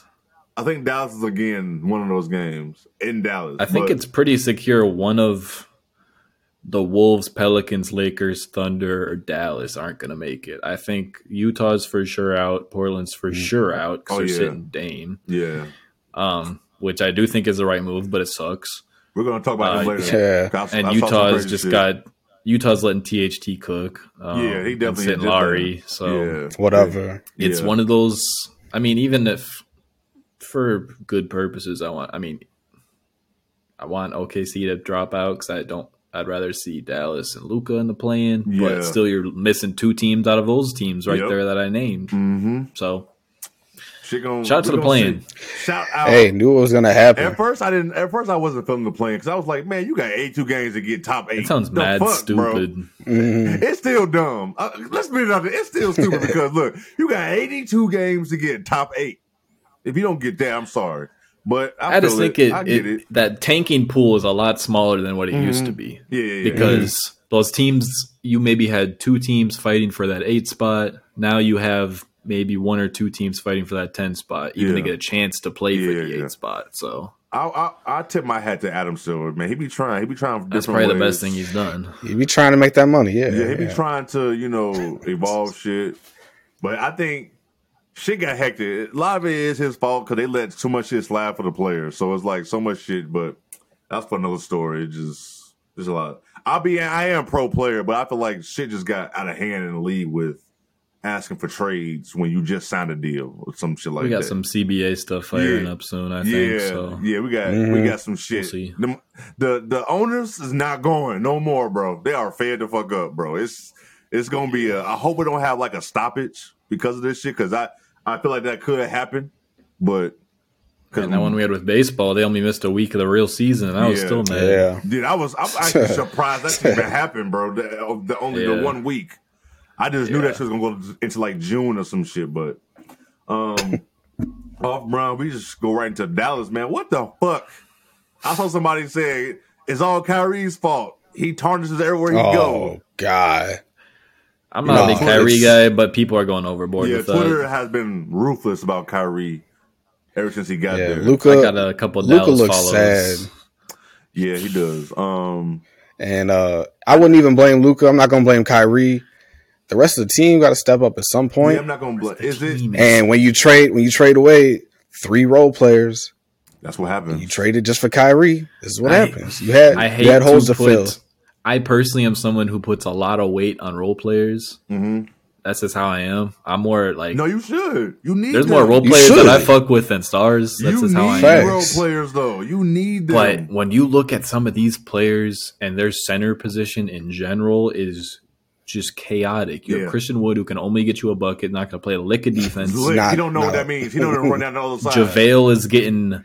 S2: I think Dallas is again one of those games in Dallas.
S3: i think
S2: but-
S3: it's pretty secure one of the Wolves, Pelicans, Lakers, Thunder, or Dallas aren't going to make it. I think Utah's for sure out. Portland's for sure out because
S2: Oh,
S3: they're
S2: yeah.
S3: sitting Dame.
S2: yeah.
S3: um, which I do think is the right move, but it sucks.
S2: We're gonna talk about
S3: Uh,
S2: it later.
S1: yeah,
S2: I- I saw
S3: And
S2: some
S3: Utah's
S2: crazy
S3: just
S2: shit.
S3: got Utah's letting THT cook. Um,
S2: Yeah, he
S3: and
S2: definitely
S3: sitting
S2: did
S3: Lowry.
S2: that.
S3: So
S1: whatever.
S3: it's
S2: Yeah.
S3: one of those. I mean, even if for good purposes, I want. I mean, I want OKC to drop out because I don't. I'd rather see Dallas and Luca in the play-in,
S2: Yeah.
S3: but still, you're missing two teams out of those teams right
S2: Yep.
S3: there that I named.
S2: Mm-hmm.
S3: So
S2: She going
S3: shout out to the play-in.
S2: Shout out.
S1: Hey, knew it was gonna happen.
S2: At first, I didn't. At first, I wasn't feeling the plan because I was like, "Man, you got eighty-two games to get top eight.
S3: It sounds
S2: The
S3: mad
S2: fuck, bro?
S3: stupid.
S1: Mhm.
S2: It's still dumb. Uh, let's be honest. It's still stupid because look, you got eighty-two games to get top eight. If you don't get that, I'm sorry. But I,
S3: I, just
S2: feel
S3: think it,
S2: I
S3: it,
S2: get it.
S3: that tanking pool is a lot smaller than what it used to be
S2: Yeah, yeah, yeah.
S3: because those teams you maybe had two teams fighting for that eight spot. Now you have maybe one or two teams fighting for that ten spot, even to
S2: Yeah.
S3: get a chance to play for
S2: Yeah,
S3: the eight
S2: yeah.
S3: spot. So
S2: I, I I tip my hat to Adam Silver. Man, he be trying. He be trying. Different
S3: that's probably the
S2: ways.
S3: best thing he's done.
S1: You be trying to make that money, yeah.
S2: Yeah, he be
S1: yeah.
S2: trying to,
S1: <laughs>
S2: you know, evolve shit. But I think shit got hectic. A lot of it is his fault because they let too much shit slide for the players. So it's like so much shit, but that's for another story. It just there's a lot. I'll be I am pro player, but I feel like shit just got out of hand in the league with asking for trades when you just signed a deal or some shit like
S3: we got
S2: that.
S3: some CBA stuff firing
S2: Yeah.
S3: up soon, I
S2: yeah,
S3: think. So
S2: yeah, we got we
S1: Mhm.
S2: got some shit.
S3: see.
S2: Them- the the owners is not going no more, bro. They are fed the fuck up, bro. It's it's gonna be. A, I hope it don't have like a stoppage because of this shit. Because I I feel like that could happen, but
S3: and that one we had with baseball, they only missed a week of the real season, and I was
S2: Yeah.
S3: still mad.
S1: Yeah.
S2: dude, I was I'm
S1: <laughs>
S2: actually surprised that even happened, bro. The, uh, the only the
S3: Yeah.
S2: one week. I just knew
S3: Yeah.
S2: that shit was gonna go into like June or some shit, but
S1: <laughs>
S2: um off Brown, we just go right into Dallas, man. What the fuck? I saw somebody say it's all Kyrie's fault. He tarnishes everywhere he
S1: Oh
S2: goes.
S1: God.
S3: I'm not
S1: No.
S3: a big Kyrie guy, but people are going overboard
S2: Yeah,
S3: with
S2: Twitter
S3: that.
S2: has been ruthless about Kyrie ever since he got
S1: Yeah,
S2: there.
S1: Luca
S3: I got a couple
S1: Luka
S3: Dallas
S1: looks
S3: follows.
S1: sad.
S2: Yeah, he does. Um,
S1: and uh, I wouldn't even blame Luca. I'm not gonna blame Kyrie. The rest of the team got to step up at some point.
S2: yeah, I'm not gonna. Bl-
S3: The
S2: is it?
S3: team is-
S1: And when you trade, when you trade away three role players,
S2: That's what
S1: you
S2: happened.
S1: traded just for Kyrie. This is what
S3: I-
S1: happens. You had
S3: I hate
S1: you had holes to
S3: to put,
S1: fill.
S3: I personally am someone who puts a lot of weight on role players.
S2: hmm
S3: That's just how I am. I'm more like
S2: No, you should. You need.
S3: there's
S2: them.
S3: more role
S1: You
S3: players that
S1: should.
S3: I fuck with than stars. That's
S2: You
S3: just how I
S2: need
S1: Facts.
S3: am.
S2: role players though. You need them.
S3: But when you look at some of these players and their center position in general is just chaotic. You
S2: Yeah.
S3: have Christian Wood who can only get you a bucket, not going to play a lick
S2: <laughs>
S3: of defense.
S2: Look,
S1: not-
S2: he don't know
S1: no.
S2: what that means. He don't even run down the other side.
S3: <laughs> JaVale is getting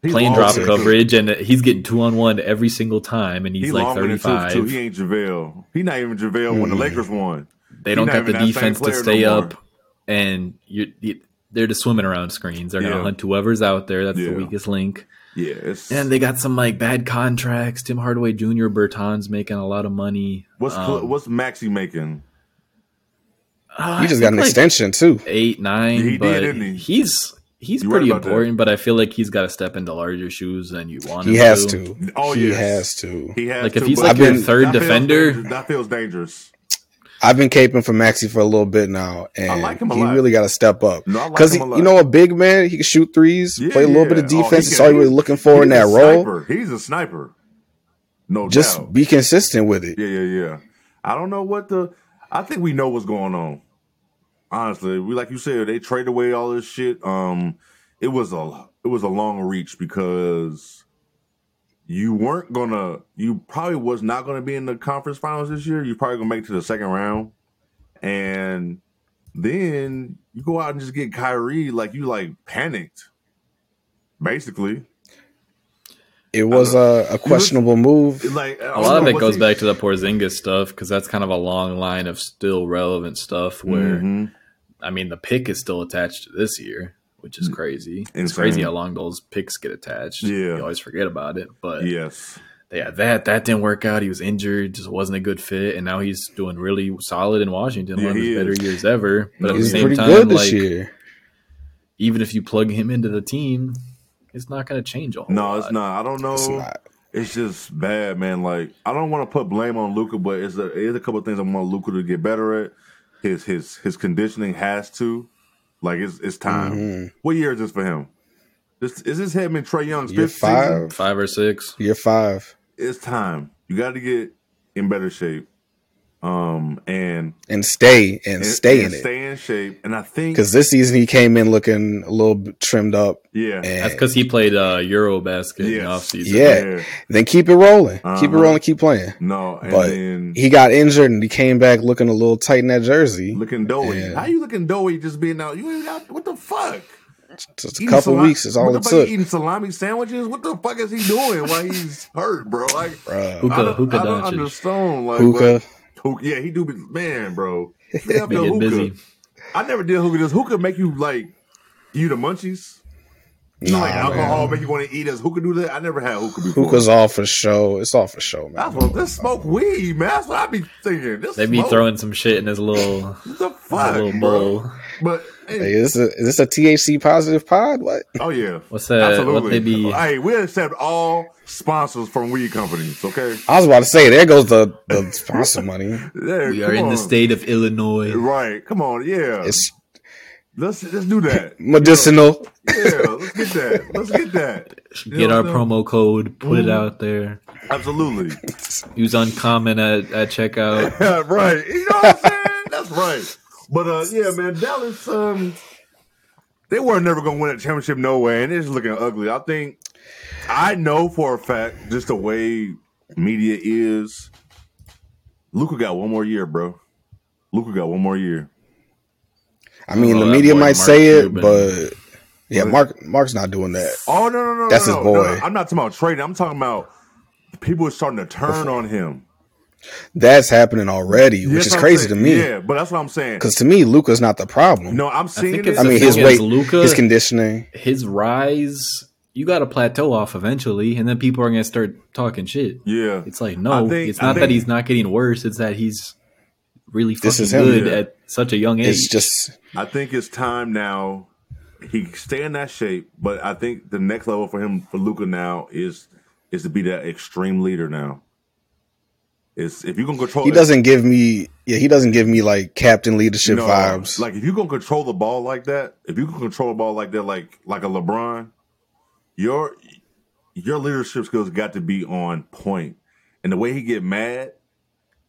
S2: He
S3: plane
S2: long
S3: drop
S2: with the tooth.
S3: coverage and he's getting two on one every single time and he's
S2: He
S3: like Mm-hmm.
S2: long with the tooth,
S3: 35.
S2: too. He ain't JaVale. He not even JaVale when the
S1: Mm.
S2: Lakers won.
S3: they don't
S2: not
S3: got the
S2: even that same
S3: defense to
S2: player no
S3: stay
S2: more.
S3: up and you're, you, they're just swimming around screens. They're going
S2: Yeah.
S3: to hunt whoever's out there. That's
S2: Yeah.
S3: the weakest link.
S2: Yeah, it's,
S3: And they got some like bad contracts. Tim Hardaway Jr., Bertans making a lot of money.
S2: what's
S3: Um,
S2: Cl- what's Maxi making?
S3: Uh,
S1: You
S3: I
S1: just got
S3: think,
S1: an
S3: like,
S1: extension too.
S3: Eight nine,
S2: He did,
S3: but
S2: didn't he?
S3: he's he's
S2: You right
S3: pretty
S2: about that.
S3: important. But I feel like he's got to step into larger shoes than you want.
S1: He
S3: him
S1: has to.
S2: Oh,
S1: he
S2: yes.
S1: has to.
S2: He has
S3: Like, if
S2: to,
S3: he's
S2: but-
S1: like I've your been-
S3: third
S2: that feels
S3: defender-
S2: dangerous. that feels dangerous.
S1: I've been caping for Maxi for a little bit now, and
S2: like him a
S1: he
S2: lot.
S1: really got to step up.
S2: No, I like
S1: Because
S2: him a lot.
S1: you know, a big man, he can shoot threes,
S2: Yeah,
S1: play a little bit of
S2: yeah. Oh, he
S1: defense. That's
S2: can-
S1: all you're really looking for in
S2: He's
S1: that
S2: a
S1: role.
S2: sniper. He's a sniper. No
S1: Just
S2: doubt.
S1: be consistent with it.
S2: Yeah, yeah, yeah. I don't know what the. I think we know what's going on. Honestly, we like you said, they traded away all this shit. Um, it was a it was a long reach because you weren't gonna. You probably was not gonna be in the conference finals this year. You probably gonna make it to the second round, and then you go out and just get Kyrie. Like you like panicked, basically.
S1: It was a, a questionable move.
S2: Like
S3: A lot of it goes back to the Porzingis stuff because that's kind of a long line of still relevant stuff. Where
S2: Mm-hmm.
S3: I mean, the pick is still attached to this year, which is crazy. It's
S2: Mm. Insane.
S3: crazy how long those picks get attached.
S2: Yeah.
S3: you always forget about it. But
S2: yes.
S3: they had that that didn't work out. He was injured, just wasn't a good fit, and now he's doing really solid in Washington.
S2: Yeah,
S3: one of
S2: he
S3: his better
S2: is.
S3: years ever. But at
S2: He's
S3: the
S1: He's
S3: same
S1: pretty
S3: time,
S1: good this
S3: like,
S1: year.
S3: even if you plug him into the team, it's not going to change a whole
S2: No,
S3: lot.
S2: it's not. I don't know.
S1: It's
S2: It's,
S1: not.
S2: just bad, man. Like I don't want to put blame on Luca, but it's a, it's a couple of things I want Luca to get better at. His his his conditioning has to. Like it's it's time.
S1: Mhm.
S2: What year is this for him? This is this him and Trey Young's
S1: Year
S2: fifth season.
S1: five.
S3: Five or six.
S1: Year five.
S2: It's time. You got to get in better shape. Um and
S1: And stay and, stay in it.
S2: Stay in shape. And I think
S1: Because this season he came in looking a little bit trimmed up.
S2: yeah.
S1: And
S3: That's because he played uh, Eurobasket in
S2: Yes.
S3: the offseason.
S1: Yeah. then keep it rolling. Keep it
S2: Uh-huh.
S1: rolling. Keep playing.
S2: No, and
S1: But
S2: then
S1: He got injured and he came back looking a little tight in that jersey.
S2: looking doughy.
S1: Yeah.
S2: How you looking doughy just being out? You ain't out what the fuck?
S1: Just a
S2: Eating
S1: couple
S2: salami-
S1: weeks is all
S2: what
S1: it
S2: the fuck
S1: took.
S2: he Eating salami sandwiches. What the fuck is he doing while he's hurt, bro? Like
S1: Bruh.
S3: Hookah,
S2: I don't,
S3: hookah
S2: I don't
S3: Doncic.
S2: understand. Like
S1: Hookah.
S2: but- hookah. Yeah, he do. Be,
S1: <laughs>
S2: man, bro. Stay up
S3: Been
S2: to
S3: getting
S2: hookah.
S3: busy.
S2: I never did hookah. Does hookah make you like you the munchies? You know, like
S1: Nah,
S2: alcohol
S1: man.
S2: make you want to eat? Does hookah do that? I never had hookah before.
S1: Hookah's all for show. It's all for show, man.
S2: That's what. This smoke weed, man. That's what I be thinking. This
S3: They be
S2: smoke,
S3: throwing some shit in his little,
S2: what the
S3: his
S2: fuck,
S3: little
S2: bro.
S3: bowl.
S2: But
S1: Hey, is this a, is this a THC positive pod? What?
S2: Oh yeah,
S3: What's that- uh, what they be-
S2: Hey, we accept all sponsors from weed companies. Okay,
S1: I was about to say, there goes the, the
S2: <laughs>
S1: sponsor money.
S2: Yeah,
S3: We
S2: come
S3: are in
S2: on.
S3: the state of Illinois.
S2: Right? Come on, yeah.
S1: It's
S2: let's let's do that.
S1: medicinal.
S2: Yeah, let's get that. Let's get that. You
S3: Get
S2: know
S3: our
S2: what I'm
S3: promo code, put
S2: Mm.
S3: it out there.
S2: saying?
S3: <laughs>
S2: Absolutely.
S3: Use uncommon at, at checkout.
S2: Yeah, right. You know what I'm saying? That's right. But uh, yeah, man, Dallas. Um, they were never gonna win a championship, no way, and it's looking ugly. I think I know for a fact just the way media is. Luca got one more year, bro. Luca got one more year.
S1: I mean,
S3: Oh,
S1: the
S3: that
S1: media
S3: boy
S1: might
S3: Mark
S1: say
S3: Cuban.
S1: it, but yeah, Mark Mark's not doing that.
S2: Oh no, no, no,
S1: That's
S2: no,
S1: his
S2: no, no,
S1: boy.
S2: I'm not talking about trading. I'm talking about people are starting to turn on him,
S1: That's happening already, which
S2: Yes,
S1: is
S2: I'm
S1: crazy
S2: saying-
S1: to me.
S2: Yeah, but that's what I'm saying.
S1: Because to me, Luca's not the problem.
S2: No, I'm seeing
S3: think
S2: it.
S3: it's
S1: I mean,
S3: the
S1: his
S3: thing
S1: weight,
S3: is Luka-
S1: his conditioning.
S3: His rise, you got to plateau off eventually, and then people are going to start talking shit.
S2: yeah,
S3: It's like no,
S2: I think-
S3: it's
S2: I
S3: not that
S2: think-
S3: he's not getting worse. It's that he's really
S1: This
S3: fucking
S1: is him.
S3: good
S2: Yeah.
S3: at such a young age.
S1: It's just
S2: I think it's time now. He can stay in that shape, but I think the next level for him for Luca now is is to be that extreme leader now. Is if you can control
S1: he doesn't give me yeah he doesn't give me like captain leadership
S2: No,
S1: vibes.
S2: Like if you can control the ball like that, if you can control the ball like that, like like a LeBron, your your leadership skills got to be on point. And the way he get mad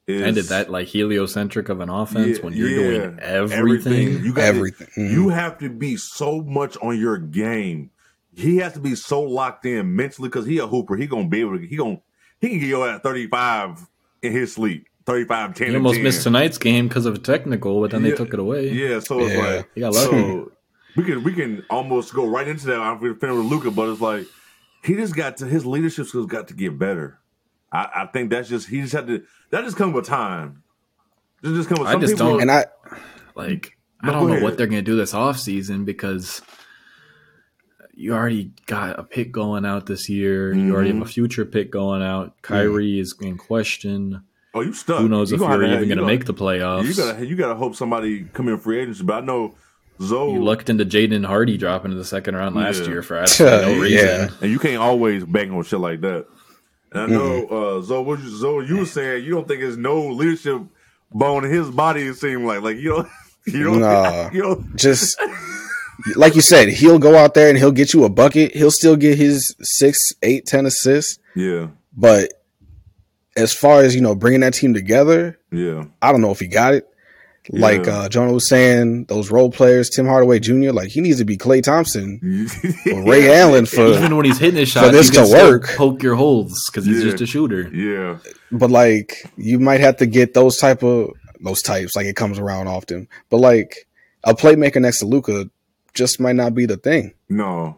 S2: is
S3: and at that like heliocentric of an offense
S2: Yeah,
S3: when you're
S2: yeah.
S3: doing everything.
S2: You got to-
S1: everything. Mhm.
S2: You have to be so much on your game. He has to be so locked in mentally because he a hooper. He gonna be able to. He gonna he can get your ass thirty five in his sleep. 35, 10,
S3: He
S2: and
S3: almost
S2: 10.
S3: missed tonight's game because of a technical, but then
S2: Yeah,
S3: they took it away.
S2: Yeah, so it's
S1: Yeah.
S2: like
S3: He got lucky.
S2: so we can we can almost go right into that. I'm gonna finish with Luca, but it's like he just got to his leadership skills got to get better. I, I think that's just he just had to that just come with time. This just come with
S3: I
S2: some
S3: just
S2: people.
S3: don't-
S1: Mm-hmm. and I
S3: Like
S2: No,
S3: I don't
S2: go
S3: know
S2: ahead.
S3: what they're gonna do this offseason because you already got a pick going out this year. You already
S2: Mm-hmm.
S3: have a future pick going out. Kyrie is in question.
S2: oh, you stuck.
S3: Who knows
S2: You
S3: if you're
S2: have
S3: even
S2: have-
S3: gonna,
S2: you
S3: make the playoffs?
S2: You gotta you gotta hope somebody come in free agency. But I know Zoe
S3: You lucked into Jaden Hardy dropping in the second round last
S2: Oh. Yeah.
S3: year
S1: <laughs>
S3: for absolutely no
S1: Yeah.
S3: reason.
S2: and you can't always bang on shit like that. And I know uh, Zoe, what you, Zoe, you were saying you don't think there's no leadership bone in his body. It seemed like like you don't <laughs> you don't
S1: Nah.
S2: you don't
S1: just like you said, he'll go out there and he'll get you a bucket. He'll still get his six, eight, ten assists.
S2: yeah
S1: But as far as you know, bringing that team together,
S2: yeah
S1: I don't know if he got it. Like
S2: Yeah.
S1: uh, Jonah was saying, those role players, Tim Hardaway Jr. Like he needs to be Clay Thompson
S2: <laughs>
S1: or Ray Allen for.
S3: even when he's hitting his shots,
S1: this
S3: you can
S1: to
S3: still
S1: work.
S3: poke your holes because he's
S2: Yeah.
S3: just a shooter.
S2: yeah
S1: But like you might have to get those type of those types. Like it comes around often. But like a playmaker next to Luca just might not be the thing.
S2: no.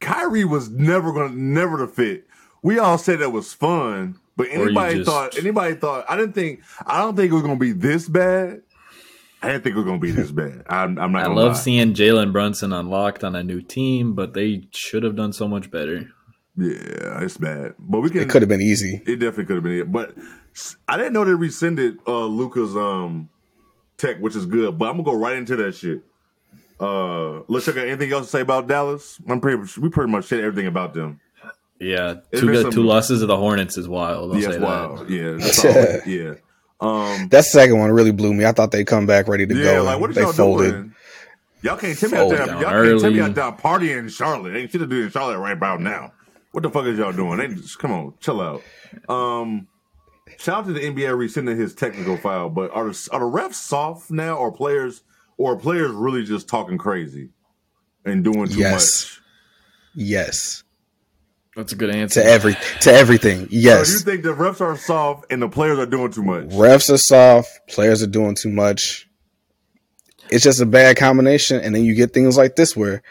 S2: Kyrie was never gonna never to fit. We all said that was fun, but
S3: you
S2: anybody
S3: just-
S2: thought anybody thought I didn't think I don't think it was gonna be this bad. I didn't think it was gonna be this bad. I'm, I'm not.
S3: I
S2: gonna
S3: love
S2: lie.
S3: seeing Jalen Brunson unlocked on a new team, but they should have done so much better.
S2: Yeah, it's bad, but we can.
S1: It could have been easy.
S2: It definitely could have been it, but I didn't know they rescinded uh, Luca's um, tech, which is good. But I'm gonna go right into that shit. Uh, let's check out anything else to say about Dallas. I'm pretty. We pretty much said everything about them.
S3: Yeah,
S2: It's
S3: two
S2: been
S3: good,
S2: some-
S3: two losses of the Hornets is wild. I'll
S2: yes,
S3: say
S2: wow.
S3: that.
S2: Yeah, that's all- yeah. Um,
S1: That second one really blew me. I thought they'd come back ready to
S2: yeah.
S1: go.
S2: Like,
S1: and
S2: what are
S1: they
S2: y'all
S1: folded.
S2: doing? Y'all can't tell me out
S1: Folded
S2: there.
S3: down
S2: Y'all can't tell me
S3: early.
S2: out there partying in Charlotte. Ain't shit to do in Charlotte right about now. What the fuck is y'all doing? They just come on, chill out. Um, shout out to the NBA rescinding his technical foul. But are the, are the refs soft now, or players, or are players really just talking crazy and doing too
S1: Yes. Yes.
S3: That's a good
S1: To
S3: answer.
S1: every to everything.
S2: much? So you
S1: Yes.
S2: think the refs are soft and the players are doing too much?
S1: Refs are soft, players are doing too much. It's just a bad combination. And then you get things like this where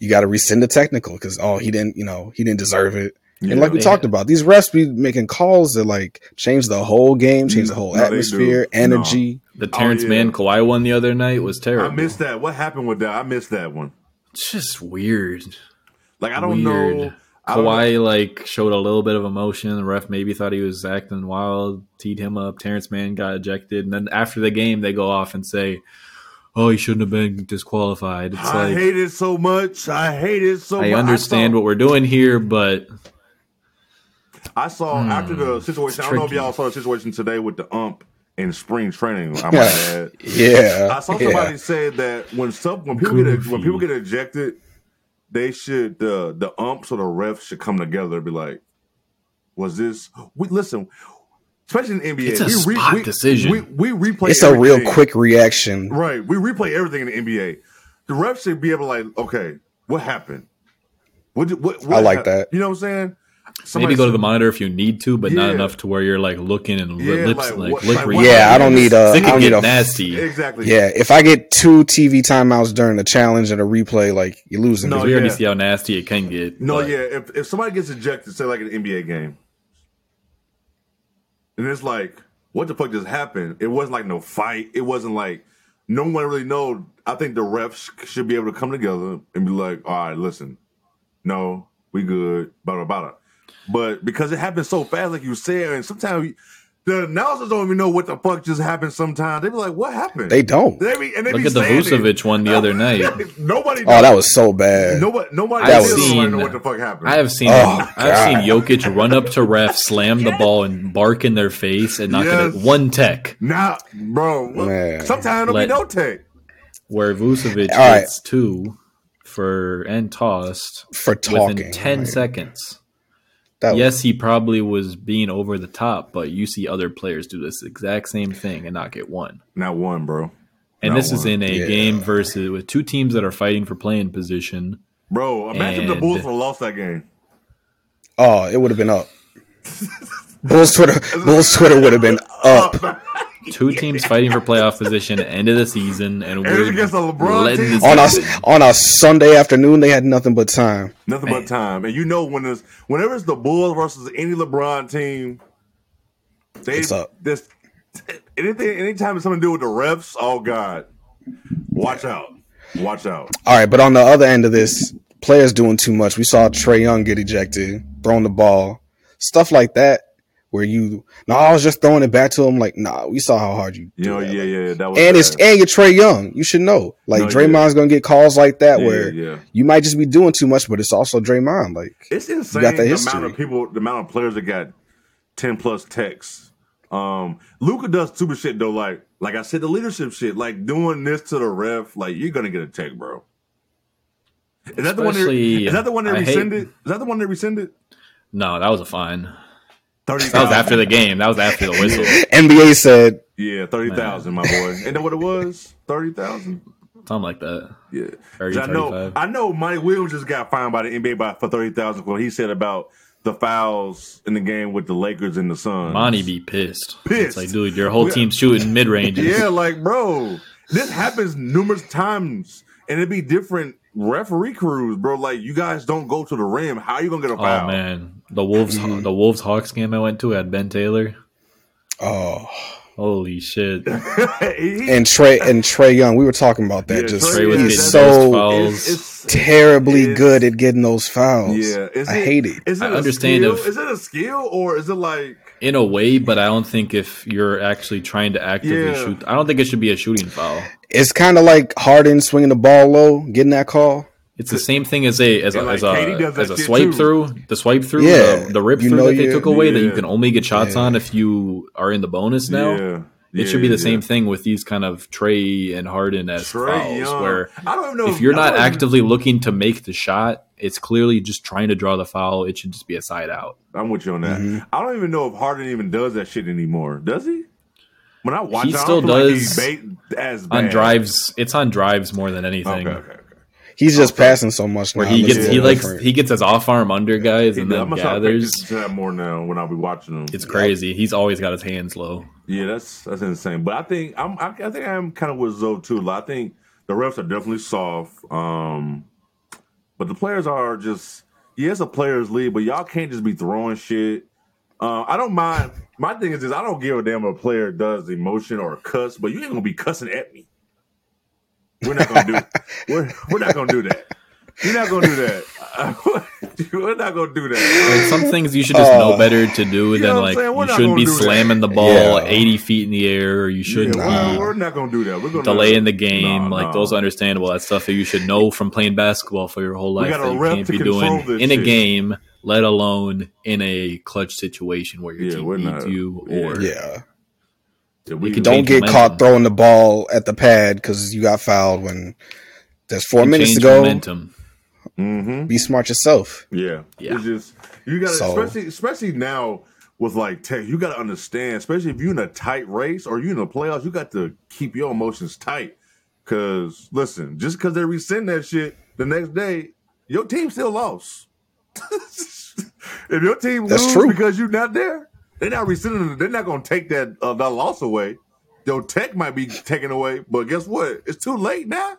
S1: you gotta rescind the technical because oh he didn't, you know, he didn't deserve it.
S2: Yeah.
S1: and like we
S3: they-
S1: talked about, these refs be making calls that like change the whole game, change the whole
S2: No, they do.
S1: atmosphere,
S2: No.
S1: energy.
S3: the Terrence
S2: yeah.
S3: Mann Kawhi one the other night was
S2: I
S3: terrible.
S2: missed that. What happened with that? I missed that one.
S3: it's just weird.
S2: Like I don't
S3: Weird.
S2: know. I don't know.
S3: Kawhi like showed a little bit of emotion. The ref maybe thought he was acting wild, teed him up. Terrence Mann got ejected, and then after the game, they go off and say, "Oh, he shouldn't have been disqualified." It's
S2: I
S3: like
S2: hate it so much. I hate it so much.
S3: I understand
S2: saw-
S3: what we're doing here, but
S2: I saw after the situation. I don't know if
S3: Hmm, tricky.
S2: y'all saw the situation today with the ump in spring training. I might add.
S1: Yeah.
S2: I saw
S1: yeah.
S2: somebody say that when some when people get
S3: Goofy.
S2: when people get ejected, they should the the umps or the refs should come together and be like, "Was this? We listen." Especially in the NBA,
S3: It's a
S2: we
S3: spot decision.
S2: We, we replay.
S1: It's a real
S2: everything.
S1: quick reaction.
S2: Right. We replay everything in the NBA. The refs should be able to like, okay, what happened? What, did- what, what
S1: I like
S2: hap-
S1: that.
S2: You know what I'm saying?
S3: maybe go to the monitor if you need to, but
S2: Yeah.
S3: not enough to where you're like looking and li-
S2: Yeah,
S3: lips
S2: like,
S3: like,
S2: what-
S3: lip
S2: like,
S3: reading.
S2: what-
S1: Yeah, I don't need a.
S3: They
S1: I
S3: can
S1: don't need
S3: get
S1: a
S3: nasty.
S2: exactly.
S1: Yeah, if I get two TV timeouts during the challenge and a replay, like you losing.
S2: No,
S1: me.
S3: we already
S2: Oh, yeah.
S3: see how nasty it can get.
S2: No,
S3: but
S2: yeah. If if somebody gets ejected, say like an NBA game, and it's like, what the fuck just happened? It wasn't like no fight. It wasn't like no one really know. I think the refs should be able to come together and be like, all right, listen, no, we good, blah blah blah. But because it happens so fast, like you said, and sometimes The announcers don't even know what the fuck just happened. Sometimes they be like, "What happened?"
S1: They don't.
S2: They be, and they
S3: Look
S2: be
S3: at the
S2: standing.
S3: Vucevic one the
S2: <laughs>
S3: other night.
S2: nobody.
S1: Oh, that was so bad.
S2: nobody. Nobody.
S1: That
S2: still
S1: was-
S2: don't even
S3: seen-
S2: know what the fuck happened.
S3: I have seen
S1: Oh,
S3: I've seen Jokic run up to ref, slam the ball, and bark in their face and not
S2: Yes.
S3: get it. one tech.
S2: Nah, bro. look,
S1: Man.
S2: Sometimes it'll
S3: Let-
S2: be no take.
S3: Where Vucevic
S1: All right.
S3: gets two for and tossed
S1: For talking. Oh.
S3: within ten
S1: like,
S3: seconds.
S1: that was-
S3: Yes, he probably was being over the top, but you see other players do this exact same thing and not get one.
S2: Not one, bro.
S3: And
S2: Not
S3: this is
S2: one.
S3: in a
S1: Yeah.
S3: game versus with two teams that are fighting for playing position.
S2: Bro, imagine if the
S3: And-
S2: Bulls would have lost that game.
S1: Oh, it would have been
S2: <laughs>
S1: up. Bulls Twitter, Bulls Twitter would have been up.
S3: Two teams fighting for playoff position end of the season, and
S2: it's
S3: we're
S2: against the LeBron
S3: letting
S2: team.
S3: this-
S1: On us on a Sunday afternoon, they had nothing but time.
S2: Nothing but time. And you know when it's whenever it's the Bulls versus any LeBron team, they
S1: It's up.
S2: this anything anytime it's something to do with the refs, oh god. Watch out. Watch out.
S1: All right, but on the other end of this, players doing too much. We saw Trey Young get ejected, throwing the ball, stuff like that. Where you, no, I was just throwing it back to him. Like, nah, we saw how hard you.
S2: You
S1: do
S2: know,
S1: that.
S2: yeah, yeah, that was
S1: and it's
S2: bad.
S1: and you're Trey Young. You should know. Like
S2: No, yeah.
S1: Draymond's gonna get calls like that
S2: yeah,
S1: where
S2: yeah.
S1: you might just be doing too much, but it's also Draymond. Like
S2: It's insane
S1: got the
S2: the, amount
S1: history.
S2: of people, the amount of players that got ten plus texts. Um, Luca does stupid shit though, like like I said, the leadership shit, like doing this to the ref, like you're gonna get a tech, bro. Is that the one? That,
S3: Especially-
S2: is that the one that
S3: I hate-
S2: rescinded? Is that the one that rescinded?
S3: No, that was a fine.
S2: Thirty
S3: That was
S2: thousand.
S3: after the game. That was after the whistle.
S1: NBA said,
S2: yeah, thirty thousand, my boy. Ain't that what it was? Thirty thousand.
S3: Something like that.
S2: Yeah.
S3: 30,
S2: 'Cause I know
S3: 35.
S2: I know Mike Williams just got fined by the NBA by for thirty thousand for what he said about the fouls in the game with the Lakers and the Suns.
S3: Monty be pissed.
S2: Pissed.
S3: It's like, dude, your whole
S2: We-
S3: team's shooting mid range. <laughs>
S2: Yeah, like bro, this happens numerous times, and it be different referee crews, bro. Like you guys don't go to the rim. How you gonna get a
S3: Oh
S2: foul?
S3: man, the Wolves,
S2: Mm-hmm.
S3: the Wolves Hawks game I went to had Ben Taylor.
S1: "Oh."
S3: Holy shit!
S2: <laughs> He-
S1: And Trey and Trey Young, we were talking about that.
S2: Yeah,
S1: just
S2: Trey
S3: Trey was
S2: yeah,
S1: he's
S3: getting
S2: that's-
S1: so
S3: those fouls.
S2: it's, it's-
S1: terribly
S2: it's-
S1: good at getting those fouls.
S2: Yeah, is
S1: I hate it.
S2: Is it
S3: I
S2: a
S3: understand
S2: skill?
S3: if-
S2: is it a skill or is it like
S3: In a way, but I don't think if you're actually trying to actively
S2: Yeah.
S3: shoot, I don't think it should be a shooting foul.
S1: It's kind of like Harden swinging the ball low, getting that call.
S3: It's the same thing as a as a
S2: And, like,
S3: as
S2: KD
S3: a,
S2: does that
S3: as a
S2: shit,
S3: swipe
S2: too.
S3: through. The swipe through,
S1: Yeah.
S3: the, the rip
S1: You
S3: through
S1: know
S3: that they
S1: you're-
S3: took away that you
S2: Yeah.
S3: can only get shots
S1: Yeah.
S3: on if you are in the bonus now.
S2: Yeah,
S3: It should be the
S2: yeah,
S3: same
S2: yeah.
S3: thing with these kind of Trey and Harden as
S2: Trey
S3: fouls,
S2: Young.
S3: where
S2: I don't know
S3: if you're
S2: I
S3: not
S2: don't-
S3: actively looking to make the shot, it's clearly just trying to draw the foul. It should just be a side out.
S2: I'm with you on that.
S1: Mhm.
S2: I don't even know if Harden even does that shit anymore. Does he? When I watch,
S3: He
S2: it, I
S3: still
S2: don't feel
S3: does
S2: like he's bait as
S3: On
S2: bad.
S3: drives, it's on drives more than anything.
S2: Okay, okay, okay.
S1: He's just passing so much now.
S3: Where he
S1: It looks
S3: gets
S1: a
S3: he
S1: little
S3: likes
S1: different.
S3: he gets his off arm under guys and
S2: Yeah,
S3: then
S2: I'm gonna start paying attention
S3: gathers.
S2: to that more now when I'll be watching them.
S3: It's crazy. He's always got his hands low.
S2: Yeah, that's that's insane. But I think I'm I, I think I'm kind of with Zoe too. Like, I think the refs are definitely soft. Um, but the players are just yeah, it's a players' league, but y'all can't just be throwing shit. Uh, I don't mind. My thing is this: I don't give a damn if a player does emotion or cuss, but you ain't gonna be cussing at me. We're not gonna do.
S3: <laughs>
S2: we're we're not gonna do that. You're not gonna do that. <laughs> we're not gonna do that. <laughs>
S3: Like some things you should just
S1: Oh.
S3: know better to do
S2: You know
S3: than
S2: what I'm
S3: like
S2: saying? We're
S3: you
S2: not
S3: shouldn't
S2: gonna
S3: be
S2: do that.
S3: slamming the ball
S1: Yeah.
S3: 80 feet in the air or you shouldn't
S2: Yeah,
S3: be
S2: we're, we're not gonna do that. We're gonna
S3: delay in the game.
S2: Nah,
S3: like
S2: nah.
S3: those are understandable. That's stuff that you should know from playing basketball for your whole
S2: We
S3: life
S2: got a
S3: that you
S2: rep
S3: can't
S2: to
S3: be
S2: control
S3: doing
S2: this
S3: in a
S2: shit.
S3: game, let alone in a clutch situation where your
S2: Yeah, we're
S3: team needs
S2: not-
S3: you
S2: yeah.
S3: or
S1: yeah.
S2: Yeah, we can
S3: You can
S1: Don't
S3: change
S1: get
S3: momentum.
S1: caught throwing the ball at the pad because you got fouled when there's four
S3: you
S1: minutes to
S3: change
S1: go.
S3: momentum.
S2: Mm-hmm.
S1: Be smart yourself.
S2: Yeah.
S3: Yeah.
S2: It's just you gotta
S1: So-
S2: especially especially now with like tech, you gotta understand, especially if you're in a tight race or you in the playoffs, you got to keep your emotions tight. Cause listen, just cause they resend that shit the next day, your team still lost. <laughs> if your team
S1: That's
S2: lose
S1: true.
S2: because you're not there, they're not resending it. They're not gonna take that uh, that loss away. Your tech might be taken away, but guess what? It's too late now.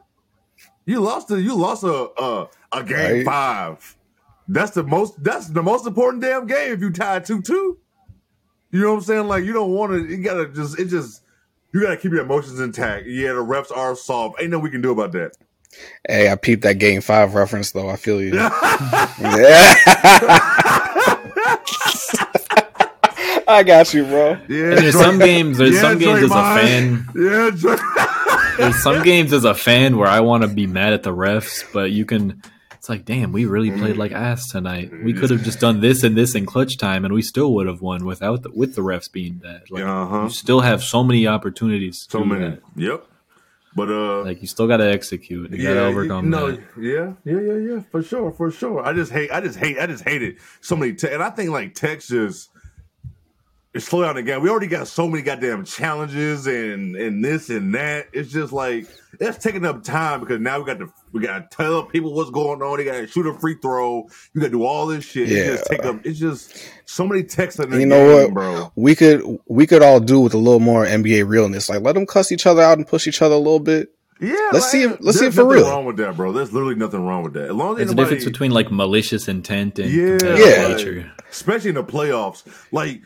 S2: You lost a you lost a a, a game
S1: Right.
S2: five. That's the most that's the most important damn game if you tie two two. You know what I'm saying? Like you don't want to you gotta just it just you gotta keep your emotions intact. Yeah, the reps are soft. Ain't nothing we can do about
S3: <laughs>
S2: that.
S1: Hey, I peeped that game five reference though. I feel you. <laughs>
S2: <laughs>
S1: yeah. I got you, bro.
S2: Yeah,
S3: And there's
S2: Dray-
S3: some games.
S2: <laughs>
S3: There's
S2: yeah,
S3: some games as a
S2: Draymond.
S3: fan.
S2: Yeah, Dray-
S3: There's some games as a fan where I want to be mad at the refs, but you can. It's like, damn, we really
S2: Mm-hmm.
S3: played like ass tonight. We could have just done this and this in clutch time, and we still would have won without the, with the refs being bad. Like,
S2: Uh-huh.
S3: you still have so many opportunities. to
S2: so
S3: do
S2: many.
S3: that.
S2: Yep. But uh,
S3: Like, you still got to execute. You got to overcome
S2: no,
S3: that.
S2: Yeah, yeah, yeah, yeah, for sure, for sure. I just hate, I just hate, I just hate it. So many, te- and I think like Texas, it's slow down the game. We already got so many goddamn challenges and and this and that. It's just like that's taking up time because now we got to we got to tell people what's going on. They got to shoot a free throw. You got to do all this shit. It just
S1: Yeah.
S2: take up. It's just so many texts in the
S1: And you
S2: game,
S1: know what?
S2: bro.
S1: We could we could all do with a little more NBA realness. Like let them cuss each other out and push each other a little bit.
S2: Yeah,
S1: Let's see if- let's see
S2: there's
S1: if for
S2: nothing
S1: real.
S2: Wrong with that, bro? There's literally nothing wrong with that. As long as
S3: There's a
S2: nobody-
S3: difference between like malicious intent and
S2: Yeah,
S3: competitive
S1: Yeah.
S3: nature.
S2: especially in the playoffs. Like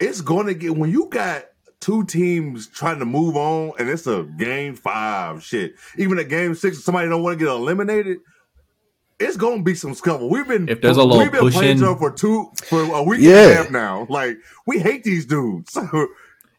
S2: it's going to get when you got two teams trying to move on, and it's a game five shit. Even a game six, if somebody don't want to get eliminated. It's gonna be some scuffle. We've been
S3: If there's a little
S2: we've been playing
S3: pushing-
S2: each other for two for a week and
S1: Yeah.
S2: a half now. Like we hate these dudes. <laughs> You know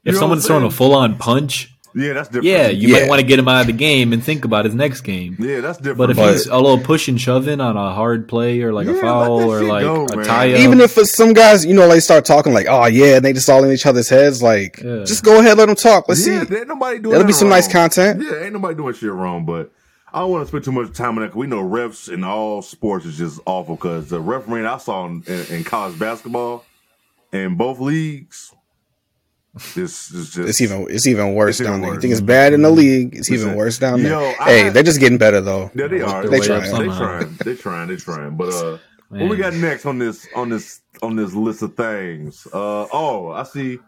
S3: If
S2: what
S3: someone's
S2: I'm
S3: throwing a
S2: saying?
S3: full on punch,
S2: yeah, that's different.
S3: yeah, you
S1: Yeah.
S3: might want to get him out of the game and think about his next game.
S2: yeah, that's different.
S3: But if
S1: But-
S3: he's a little push and shoving on a hard play or like
S2: Yeah,
S3: a
S2: let
S3: foul
S2: that
S3: or
S2: shit
S3: like
S2: go,
S3: a
S2: man.
S3: tie up,
S1: Even if for some guys, you know, they start talking like, "Oh yeah," and they just all in each other's heads. Like,
S3: Yeah.
S1: just go ahead, let them talk. Let's
S2: yeah,
S1: see.
S2: ain't nobody doing
S1: That'll be
S2: nothing
S1: some nice
S2: wrong.
S1: content.
S2: Yeah, ain't nobody doing shit wrong, but I don't want to spend too much time on that 'cause we know refs in all sports is just awful because the refereeing I saw in, in, in college basketball in both leagues this is just
S1: It's even it's even worse
S2: It's even
S1: down there. You
S2: worse. Mm-hmm.
S1: think it's bad in the league? It's even
S2: Listen,
S1: worse down there.
S2: yo, I-
S1: hey, they're just getting better though.
S2: yeah, they
S3: Work
S2: are
S3: their
S1: way
S2: they
S1: up
S2: trying they
S3: somehow.
S2: trying they trying they trying but uh what
S3: Man.
S2: we got next on this on this on this list of things uh oh I see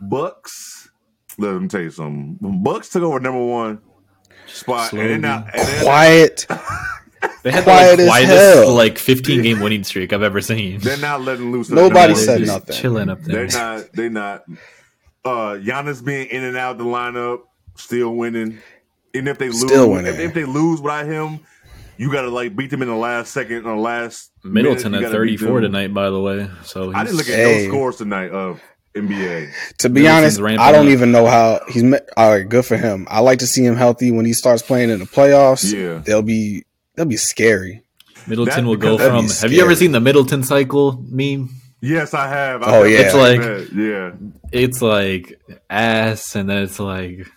S2: Bucks let me tell you something Bucks took over number one spot and they're not and they're not-
S1: Quiet.
S3: they had
S1: quiet
S3: the
S1: as
S3: like,
S1: hell.
S3: quietest like 15 game winning streak I've ever seen.
S2: They're not letting loose. of
S1: Nobody
S2: the Nuggets.
S3: They're
S1: said
S3: just
S1: nothing.
S3: Chilling up
S2: They're
S3: there.
S2: not. They're not. Uh, Giannis being in and out the lineup, still winning. And if they lose,
S1: Still winning.
S2: If, if they lose without him, you got to like beat them in the last second or last.
S3: Middleton
S2: minute, you
S3: at
S2: gotta beat
S3: 34
S2: them.
S3: tonight, by the way. So
S2: I
S3: he's,
S2: didn't look at
S1: Hey.
S2: no scores tonight of NBA.
S1: To be
S3: Middleton's
S1: honest,
S3: ramping
S1: I don't
S3: up.
S1: even know how he's. Me- all right, good for him. I like to see him healthy when he starts playing in the playoffs.
S2: Yeah.
S1: they'll be they'll be scary.
S3: Middleton
S2: that-
S3: will go
S2: because that'd
S1: be
S3: from. Have you ever
S1: scary.
S3: seen the Middleton cycle meme?
S2: Yes, I have. I
S1: Oh,
S2: have
S1: yeah. It's
S2: seen
S3: like-
S2: that. yeah.
S3: It's like ass, and then it's like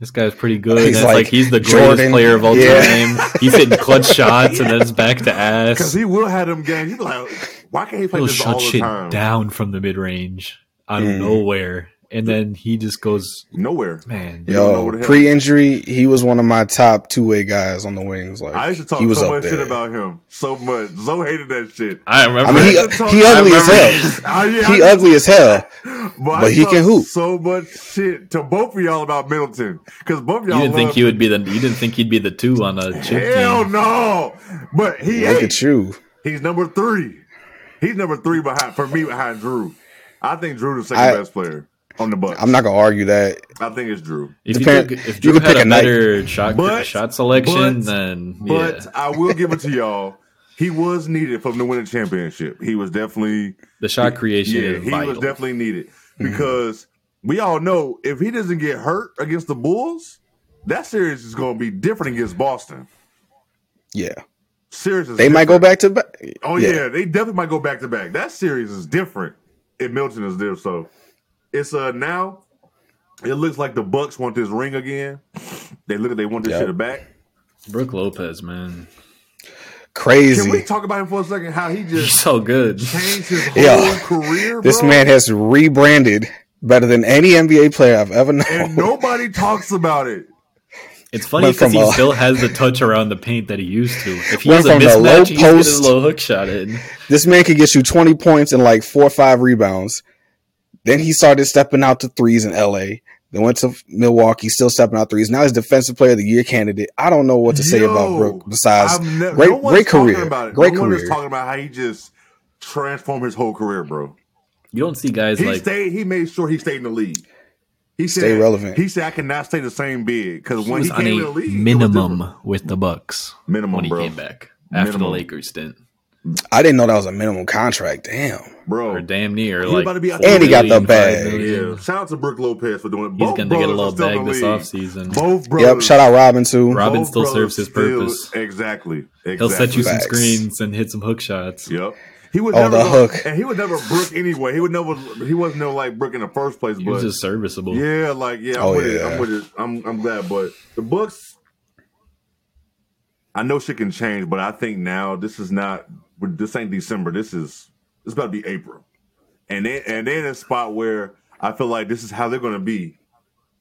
S3: this guy's pretty good.
S1: He's
S3: and it's like,
S1: like,
S3: he's the greatest
S1: Jordan.
S3: player of all
S1: Yeah.
S3: time. He's hitting clutch
S2: <laughs>
S3: shots, and then it's back to
S2: Because
S3: ass.
S2: he will have them games. He's like, why can't he play
S3: He'll
S2: this all
S3: shut
S2: the
S3: shit
S2: time?
S3: down from the mid range out of
S1: Mm.
S3: nowhere, and then he just goes,
S2: Nowhere.
S3: man.
S2: Yeah. don't know
S1: Yo,
S2: what the hell-
S1: pre-injury, he was one of my top two-way guys on the wings. Like
S2: I used to talk
S1: he was
S2: so
S1: up
S2: much
S1: there.
S2: shit about him. So much. Zoe hated that shit.
S3: I remember.
S1: I mean, he, uh,
S2: I used to talk-
S1: he
S2: I
S1: ugly as
S2: remember-
S1: hell.
S2: Oh, yeah,
S1: He
S2: I-
S1: ugly as hell.
S2: But,
S1: But
S2: I
S1: he
S2: talked
S1: can hoop.
S2: So much shit to both of y'all about Middleton because both of y'all.
S3: you didn't think
S2: love-
S3: he would be the. You didn't think he'd be the two on a chip
S2: Hell
S3: team.
S2: no! But he
S1: Look
S2: ain't.
S1: at you.
S2: He's number three. He's number three behind for me behind Drew. I think Drew the second
S1: I-
S2: best player on the Bucks.
S1: I'm not gonna argue that.
S2: I think it's Drew.
S3: If you,
S1: Depend-
S3: took, if
S1: you
S3: Drew
S1: could
S3: had
S1: pick
S3: a,
S1: a night.
S3: better shot
S2: But-
S3: shot selection,
S2: but-
S3: then yeah.
S2: But I will give it to y'all. He was needed from the winning championship. He was definitely
S3: the shot creation
S2: yeah.
S3: is
S2: He
S3: vital. Mm-hmm.
S2: was definitely needed because we all know if he doesn't get hurt against the Bulls, that series is going to be different against Boston.
S1: Yeah,
S2: Series is
S1: they might go back to back.
S2: Oh yeah. they definitely might go back to back. That series is different. If Milton is there, so it's uh now. It looks like the Bucks want this ring again. They look, they want this
S1: Yep.
S2: shit back.
S3: Brooke Lopez, man, <laughs>
S2: Can we
S1: crazy.
S2: talk about him for a second? How he
S3: he's
S2: just
S3: so good.
S2: changed his
S1: <laughs>
S2: whole
S1: Yeah.
S2: career,
S1: This
S2: bro?
S1: man has rebranded better than any NBA player I've ever known.
S2: and nobody talks about it.
S3: It's funny
S1: Went
S3: because
S1: from
S3: he
S1: a-
S3: still has the touch around the paint that he used to. If he
S1: Went
S3: has a
S1: from the low
S3: mismatch, he's getting his
S1: post-
S3: low hook shot in.
S1: This man could get you 20 points and like four or five rebounds. Then he started stepping out to threes in LA. Then went to Milwaukee, still stepping out threes. Now he's defensive player of the year candidate. I don't know what to say
S2: Yo,
S1: about Brooke besides
S2: I've nev-
S1: great-
S2: one's
S1: great
S2: talking
S1: career.
S2: About it.
S1: Great
S2: no one is
S1: career.
S2: talking about how he just transformed his whole career, bro.
S3: You don't see guys
S2: He
S3: like
S2: stayed. He made sure he stayed in the league. He
S1: Stay relevant.
S2: He said, "I cannot stay the same big because
S3: he
S2: when
S3: was
S2: he
S3: on
S2: came in the
S3: a
S2: league, it was
S3: minimum
S2: different.
S3: with the Bucks
S2: minimum,
S3: when he
S2: bro.
S3: came back after the
S2: Minimum.
S3: Lakers stint.
S1: I didn't know that was a minimum contract. Damn.
S3: or
S2: bro.
S3: damn near.
S2: He
S3: like
S2: about to be out-
S1: And he got the
S3: 4 million,
S1: bag.
S3: 5 million.
S2: Yeah, shout out to Brooke Lopez for doing it.
S3: He's
S2: Both
S3: going to get a
S2: brothers
S3: little
S2: are still in
S3: bag
S2: the
S3: this
S2: league.
S3: offseason.
S2: Both brothers.
S1: Yep. Shout out Robin too.
S3: Rob- Robin
S2: both
S3: still
S2: brothers
S3: serves his
S2: still-
S3: purpose.
S2: Exactly. exactly.
S3: He'll set you some
S1: Facts.
S3: screens and hit some hook shots.
S2: Yep. He was
S1: Oh,
S2: never
S1: the
S2: go-
S1: hook.
S2: and he was never Brook anyway. He would never. He wasn't no like Brook in the first place.
S3: He
S2: but
S3: was just serviceable.
S2: yeah, like yeah, I'm
S1: Oh,
S2: with it.
S1: yeah.
S2: I'm with it. I'm I'm glad. But the Bucks, I know shit can change, but I think now this is not. This ain't December. This is it's about to be April, and they and they're in a spot where I feel like this is how they're going to be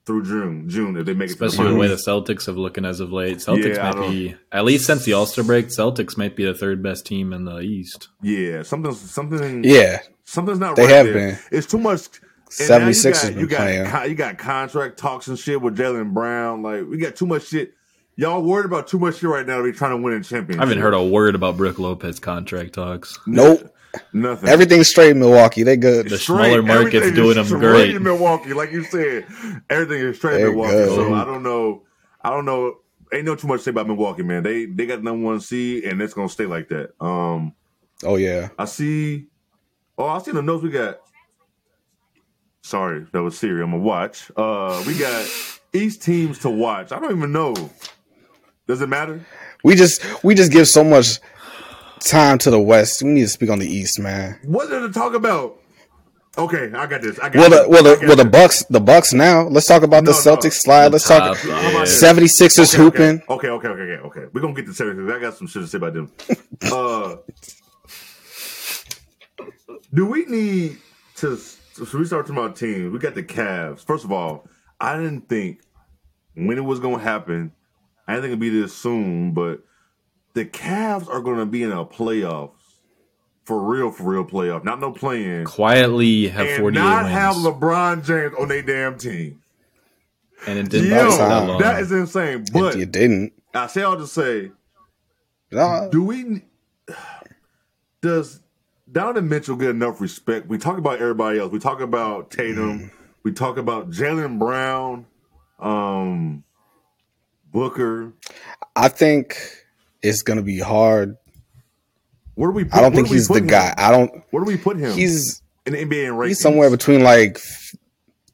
S2: through June. June if they make it to
S3: Especially the
S2: finals.
S3: way the Celtics have looking as of late. Celtics
S2: Yeah, I
S3: might be at least since the All Star break, Celtics might be the third best team in the East.
S2: Yeah, something's something.
S1: Yeah.
S2: something's not.
S1: They
S2: right
S1: have
S2: there.
S1: been.
S2: It's too much. and now
S1: 76 has been
S2: you got, you
S1: playing.
S2: got, con- you got contract talks and shit with Jalen Brown. Like we got too much shit. Y'all worried about too much shit right now to be trying to win a championship.
S3: I haven't heard a word about Brooke Lopez contract talks.
S1: Nope.
S2: <laughs> nothing.
S1: Everything's straight in Milwaukee. They good.
S3: The smaller market's
S2: everything
S3: doing
S2: is straight
S3: them great.
S2: in Milwaukee, like you said, everything is straight
S1: There
S2: in
S1: you
S2: Milwaukee.
S1: go.
S2: So I don't know. I don't know. Ain't no too much to say about Milwaukee, man. They they got number one seed, and it's gonna stay like that. Um,
S1: Oh yeah.
S2: I see. Oh, I see the notes we got. Sorry, that was Siri. I'm gonna watch. Uh, we got East teams to watch. I don't even know. Does it matter?
S1: We just we just give so much time to the West. We need to speak on the East, man.
S2: What did it talk about? Okay, I got this. I
S1: Well
S2: got this.
S1: the well
S2: I
S1: the
S2: got
S1: well the
S2: this.
S1: Bucks the Bucks now. Let's talk about the
S2: No, no.
S1: Celtics slide. Let's talk
S3: Top,
S2: How about
S3: yeah.
S2: this?
S1: 76ers
S2: Okay, okay.
S1: hooping.
S2: Okay, okay, okay, okay, okay. We're gonna get to Syracuse. I got some shit to say about them. Uh, do we need to? So we start talking about teams. We got the Cavs. First of all, I didn't think when it was gonna happen. I didn't think it'd be this soon, but the Cavs are gonna be in a playoffs for real, for real playoff. Not no playing.
S3: Quietly have
S2: And
S3: 48
S2: not
S3: wins,
S2: have LeBron James on their damn team.
S3: and it didn't
S2: Yo,
S1: last
S3: last that long.
S2: that is insane. But
S1: If you didn't.
S2: I say all to say
S1: No,
S2: Do we? Does Donovan Mitchell get enough respect? We talk about everybody else. We talk about Tatum.
S1: Mm-hmm.
S2: We talk about Jalen Brown, um, Booker.
S1: I think it's gonna be hard.
S2: Where do we? Put,
S1: I don't
S2: where
S1: think
S2: do we
S1: he's
S2: put
S1: the
S2: him?
S1: guy. I don't
S2: Where do we put him?
S1: he's
S2: in the NBA and
S1: he's somewhere between like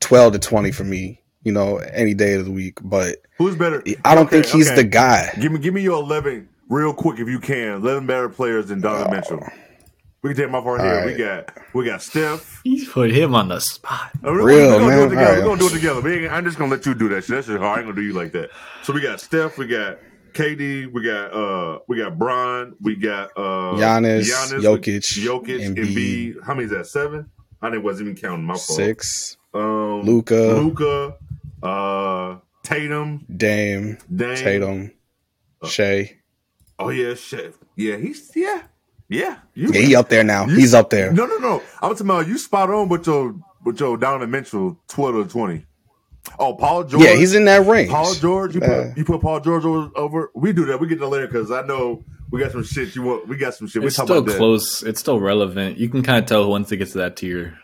S1: twelve to twenty for me, you know, any day of the week. But
S2: Who's better?
S1: I don't
S2: Okay,
S1: think he's
S2: okay.
S1: the guy.
S2: Give me, give me your eleven real quick if you can. Eleven better players than Donovan Mitchell. We can take him off our head. We got, we got Steph.
S3: He put him on the spot.
S2: Uh, we-
S1: Real,
S2: we gonna Do
S1: man.
S2: it together. We're
S1: All right.
S2: gonna do it together. We ain't- I'm just gonna let you do that shit. That's just hard. I ain't gonna do you like that. So we got Steph, we got KD, we got uh we got Bron, we got uh
S1: Giannis, Jokic,
S2: Jokic,
S1: Embiid.
S2: Embiid. How many is that? Seven? I didn't wasn't even counting my fault.
S1: Six,
S2: Um
S1: Luka.
S2: Luca, uh Tatum,
S1: Dame,
S2: Dame.
S1: Tatum, Shea.
S2: Oh yeah, shit. Yeah, he's yeah. Yeah. You
S1: Yeah, he up there now.
S2: you-
S1: He's up there.
S2: No, no, no. I was talking about you spot on with your with your Donovan Mitchell twelve to twenty. Oh, Paul George.
S1: Yeah, he's in that range.
S2: Paul George. You
S1: Yeah.
S2: put, you put Paul George over, over. We do that. We get to later because I know we got some shit. You want? We got some shit. We
S3: It's
S2: talk
S3: still
S2: about that.
S3: close. It's still relevant. You can kind of tell once it gets to that tier.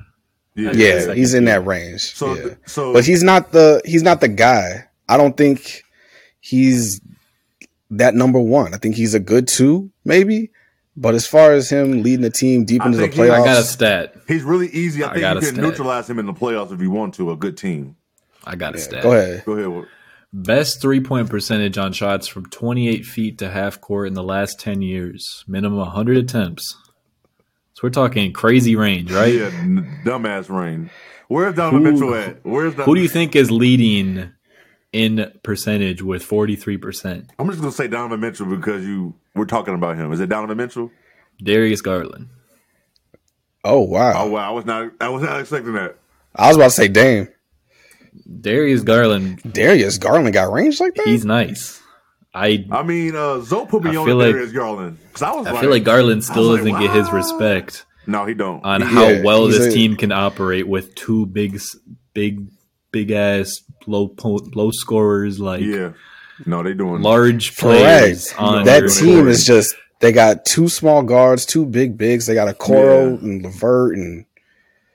S2: Yeah.
S1: Yeah, he's in that range.
S2: So,
S1: yeah.
S2: th- so
S1: But he's not the he's not the guy. I don't think he's that number one. I think he's a good two, maybe. But as far as him leading the team deep
S2: I
S1: into the
S2: think he- I
S3: I got a
S1: playoffs,
S3: stat.
S2: he's really easy. I
S3: I
S2: think you
S3: gotta
S2: can
S3: stay.
S2: neutralize him in the playoffs if you want to. A good team.
S3: I got a stat.
S1: go ahead.
S2: Go ahead. Will.
S3: Best three point percentage on shots from 28 feet to half court in the last 10 years. Minimum 100 attempts. So we're talking crazy range, right?
S2: Yeah, n- dumbass rain. Where's Donovan
S3: Who-
S2: Mitchell at? Where's Donovan?
S3: Who do you think is leading in percentage with 43%?
S2: I'm just gonna say Donovan Mitchell because you we're talking about him. Is it Donovan Mitchell?
S3: Darius Garland.
S1: Oh
S2: Oh
S1: wow.
S2: wow, I was not I was not expecting that.
S1: I was about to say, Dame.
S3: Darius Garland,
S1: Darius Garland got range like that?
S3: he's nice. I
S2: I mean, uh, Zoe put me
S3: I
S2: on
S3: feel
S2: to
S3: like-
S2: Darius Garland because I was
S3: I
S2: like,
S3: feel like Garland still
S2: I was
S3: doesn't
S2: like,
S3: get his
S2: "Wow."
S3: respect
S2: no, he don't.
S3: on
S1: Yeah,
S3: how well
S1: he's
S3: this
S1: a-
S3: team can operate with two big, s- big, big ass low po- low scorers like
S2: yeah, no, they doing
S3: large players
S1: Correct.
S3: on
S1: That
S3: your
S1: team
S3: court.
S1: is just they got two small guards, two big bigs. They got a Coro
S2: Yeah.
S1: and Levert, and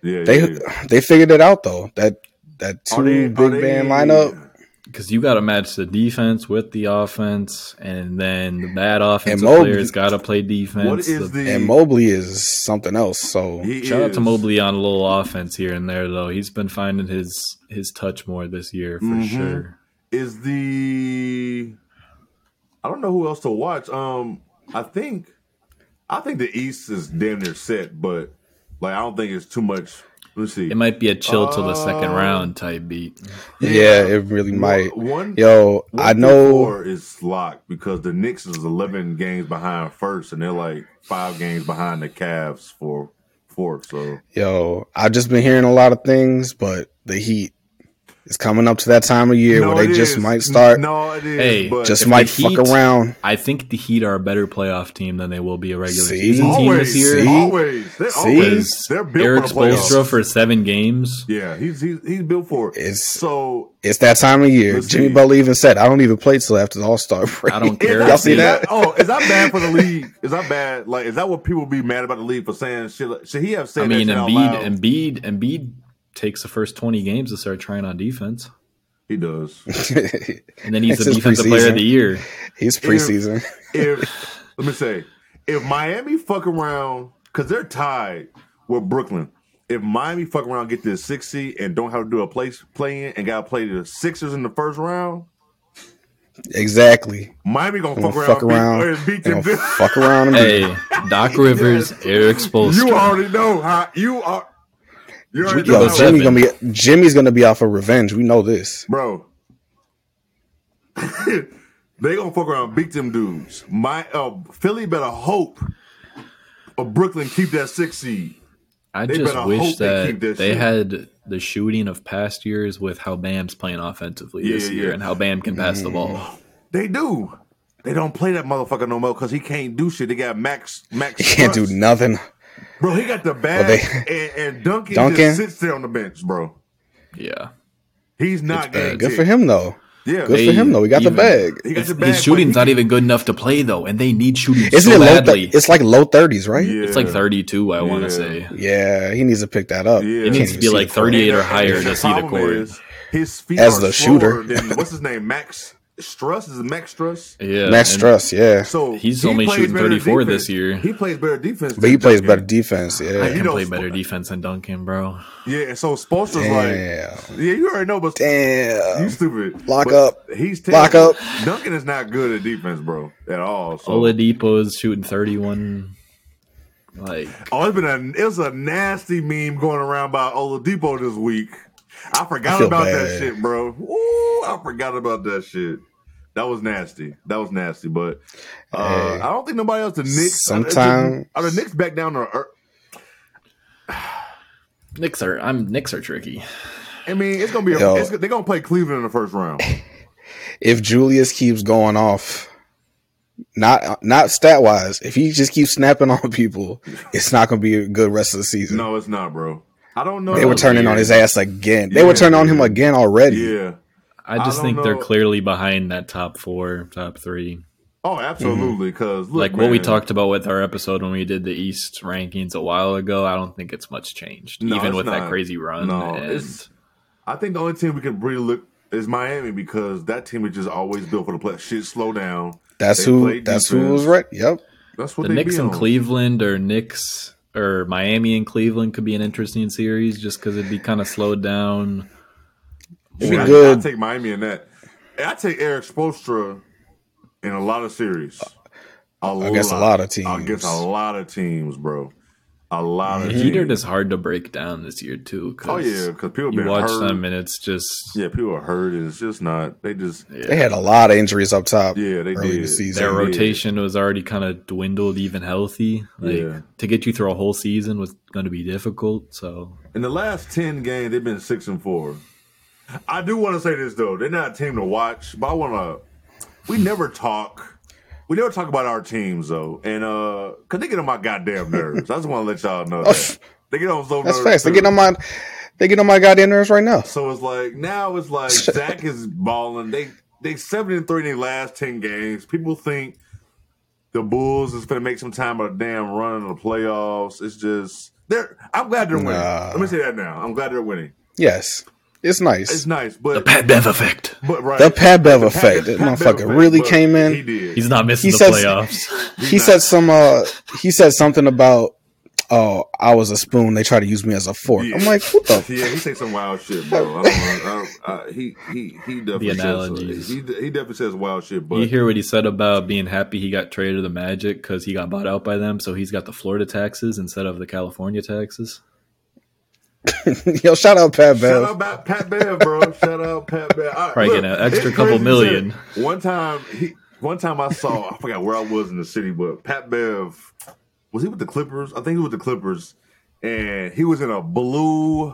S2: Yeah,
S1: they
S2: yeah.
S1: they figured it out though. That that
S2: Are
S1: two
S2: they- are
S1: big
S2: they-
S1: man lineup.
S3: because you got to match the defense with the offense, and then the bad offensive
S1: Mobley-
S3: players got to play defense.
S2: What is
S3: The-
S2: the?
S1: And Mobley is something else. So
S2: he
S3: Shout out
S2: is-
S3: to Mobley on a little offense here and there, though. He's been finding his his touch more this year for
S2: Mhm.
S3: sure.
S2: Is the? I don't know who else to watch. Um, I think, I think the East is damn near set, but like I don't think it's too much. Let's see.
S3: It might be a chill till the second
S2: Uh,
S3: round type beat.
S1: yeah, it really might.
S2: One, one-
S1: Yo,
S2: one
S1: I
S2: through
S1: know.
S2: four is locked because the Knicks is eleven games behind first, and they're like five games behind the Cavs for fourth. So
S1: Yo, I've just been hearing a lot of things, but the Heat is coming up to that time of year
S2: No,
S1: where they
S2: it
S1: just
S2: is.
S1: might start,
S2: No, it is.
S3: Hey,
S2: but
S1: just
S3: If
S1: might
S3: the
S1: fuck
S3: Heat-
S1: around.
S3: I think the Heat are a better playoff team than they will be a regular
S1: See?
S3: season team
S2: always,
S3: this year.
S1: See?
S2: always, they're
S1: See?
S2: always, they're built for
S3: Eric
S2: the playoffs.
S3: Spoelstra for seven games.
S2: Yeah, he's he's he's built for it.
S1: It's-
S2: so
S1: It's that time of year.
S2: Let's
S1: Jimmy
S2: see.
S1: Butler even said, "I don't even play till after the All Star break."
S3: I don't
S2: Is
S3: care.
S2: that-
S1: Y'all see that?
S2: Oh, is that bad for the league? Is that bad? Like, is that what people be mad about the league for saying shit? Like, should he have said
S3: I mean,
S2: that shit out
S3: Embiid,
S2: loud?
S3: Embiid, Embiid takes the first twenty games to start trying on defense,
S2: he does.
S3: and then he's
S1: It's
S3: the
S1: his
S3: defensive player
S1: preseason.
S3: of
S2: <laughs>
S3: the year.
S1: <laughs> He's preseason.
S2: if
S3: <laughs>
S2: let me say, if Miami fuck around, because they're tied with Brooklyn. If Miami fuck around, get this six seed and don't have to do a place play in and got to play the Sixers in the first round,
S1: exactly.
S2: Miami gonna
S1: Gonna
S2: fuck around,
S1: fuck
S2: and beat-
S1: around.
S2: and beat,
S1: They gonna
S2: <laughs> them.
S1: fuck around and beat
S3: Hey, Doc Rivers, Eric Spoelstra.
S2: You already know how you are. You already
S3: Yo,
S2: know,
S1: Yo,
S3: Go
S2: how-
S1: Jimmy
S3: seven.
S1: gonna be Jimmy's gonna be out for revenge. We know this.
S2: bro. <laughs> they gonna fuck around, and beat them dudes. My uh, Philly better hope, or Brooklyn keep that six seed.
S3: I
S2: They
S3: just
S2: better
S3: wish
S2: hope they
S3: that
S2: keep
S3: they,
S2: that shit.
S3: had the shooting of past years with how Bam's playing offensively
S2: Yeah,
S3: this
S2: yeah,
S3: year
S2: yeah. Mm.
S3: and how Bam can pass the ball.
S2: They do. They don't play that motherfucker no more because he can't do shit. They got Max.
S1: <laughs>
S2: Max
S1: He can't do
S2: Strus.
S1: nothing.
S2: Bro, he got the bag,
S1: they-
S2: and, and Duncan,
S1: Duncan?
S2: just sits there on the bench, bro.
S3: Yeah.
S2: He's not getting
S3: bad.
S1: Good for him though. Good
S2: Yeah,
S1: for
S3: They
S1: him though. He got
S3: even-
S1: the bag.
S2: he got
S3: His,
S2: the bag.
S3: his
S2: but
S3: shooting's
S2: he-
S3: not even good enough to play though, and they need shooting
S1: Isn't
S3: so
S1: it low?
S3: badly.
S1: it's like low thirties, right?
S2: Yeah.
S1: Yeah.
S3: It's like 32, I want
S2: Yeah.
S3: to say.
S1: he needs to pick that up.
S2: Yeah.
S1: He
S2: It
S1: can't
S2: needs
S3: to
S1: even
S3: be
S1: see
S3: like
S1: the court.
S3: 38 or
S2: And
S3: higher
S2: the
S3: to see the
S2: problem
S3: court.
S2: is, His feet
S1: As
S2: are
S1: the
S2: slower
S1: shooter.
S2: than- what's his name? Max Struss is it Max Struss.
S3: <laughs> Yeah.
S1: Max
S3: and
S1: Struss, yeah,
S2: So
S3: He's
S2: he
S3: only
S2: plays
S3: shooting
S2: better
S3: 34 this
S2: defense.
S3: year.
S2: He plays better defense,
S1: but he
S2: than
S1: plays better
S2: Duncan.
S1: defense.
S3: I
S1: Yeah,
S2: You
S3: can
S2: know,
S3: play better defense than Duncan, bro.
S2: Yeah, and so Spoelstra's like,
S1: damn,
S2: yeah, you already know, but you
S1: damn.
S2: stupid.
S1: Lock
S2: But
S1: up.
S2: He's
S1: Lock
S2: terrible.
S1: up.
S2: Duncan is not good at defense, bro, at all. So
S3: Oladipo is shooting 31. Like,
S2: oh, it's been a it's a nasty meme going around by Oladipo this week. I
S1: I
S2: forgot
S1: feel
S2: about
S1: bad.
S2: that shit, bro. Ooh, I forgot about that shit. That was nasty. That was nasty. But uh,
S1: Hey.
S2: I don't think nobody else. The Knicks. are-
S1: Sometime-
S2: are the Knicks back down to earth?
S3: Knicks are, I'm, Knicks are tricky.
S2: I mean, it's gonna be. A,
S1: Yo.
S2: it's, they're gonna play Cleveland in the first round.
S1: If Julius keeps going off, not not stat wise, if he just keeps snapping <laughs> on people, it's not gonna be a good rest of the season.
S2: No, it's not, bro. I don't know.
S1: They were turning on his ass again. They were
S2: Yeah.
S1: turning on him again already.
S2: Yeah.
S3: I
S2: I
S3: just
S2: don't
S3: think they're
S2: know.
S3: clearly behind that top four, top three.
S2: Oh, absolutely.
S1: Mm-hmm.
S2: Because
S3: like what we talked about with our episode when we did the East rankings a while ago, I don't think it's much changed,
S2: No,
S3: even
S2: it's
S3: with that
S2: not.
S3: crazy run.
S2: No,
S3: and
S2: it's- I think the only team we can really look is Miami because that team is just always built for the play. Shit, slow down.
S1: That's
S2: They
S1: who.
S2: played
S1: That's who
S2: defense.
S1: was right. Yep.
S2: That's what
S3: the
S2: they
S3: Knicks
S2: be
S3: and
S2: on.
S3: Cleveland or Knicks or Miami and Cleveland could be an interesting series just because it'd be kind of slowed down.
S1: It'd be
S2: I,
S1: good.
S2: I take Miami in that. And I take Eric Spoelstra in a lot of series. A
S1: Against a lot of teams.
S2: Against a lot of teams, bro. A lot of
S3: The Heat are
S2: teams.
S3: just hard to break down this year too.
S2: oh
S3: Cause
S2: yeah, because people
S3: you
S2: been
S3: watch
S2: hurt.
S3: them and it's just
S2: Yeah, people are hurt. and It's just not. They just
S1: They had a lot of injuries up top.
S2: Yeah, they
S1: early in
S2: did.
S1: the season.
S3: their
S2: Yeah.
S3: rotation was already kind of dwindled, even healthy. Like
S2: Yeah.
S3: to get you through a whole season was going to be difficult. So
S2: In the last ten games, they've been six and four. I do want to say this though; they're not a team to watch. But I want to. We never talk. We never talk about our teams though, and uh, cause they get on my goddamn nerves. I just want to let y'all
S1: <laughs>
S2: know that. they get on so
S1: That's
S2: nerves.
S1: facts. They
S2: too.
S1: getting on my. They getting on my goddamn nerves right now.
S2: So it's like now it's
S1: <laughs>
S2: like Zach is balling. They they seven and three in their last ten games. People think the Bulls is gonna make some time of a damn run in the playoffs. It's just they're I'm glad they're winning.
S1: Nah.
S2: Let me say that now. I'm glad they're winning.
S1: Yes. It's nice.
S2: It's nice, but
S3: The Pat Bev effect.
S2: but right,
S1: the Pat Bev
S2: The Pat-
S1: effect. That
S2: Pat Bev
S1: motherfucker
S2: effect,
S1: really
S2: but
S1: came in.
S2: He did.
S3: He's not missing
S1: He
S3: the
S1: says-
S2: <laughs>
S3: playoffs.
S1: he said some uh he said something about oh i was a spoon they try to use me as a fork i'm like what the <laughs>
S2: <laughs>
S1: f-?
S2: yeah, he say some wild shit, bro. I don't know. I don't, I, he he he definitely
S3: The
S2: says
S3: analogies.
S2: he, he definitely says wild shit,
S3: you
S2: but
S3: hear what he said about being happy he got traded to the Magic because he got bought out by them, so he's got the Florida taxes instead of the California taxes.
S1: yo shout out pat
S2: Shout
S1: bev
S2: out Pat, Pat Bev, bro. Shout out Pat Bev. All right,
S3: Probably getting an extra
S2: it's
S3: couple
S2: crazy
S3: million.
S2: shit. One time, he, one time I saw, I forgot where I was in the city, but Pat Bev was he with the Clippers? I think he was with the Clippers, and he was in a blue,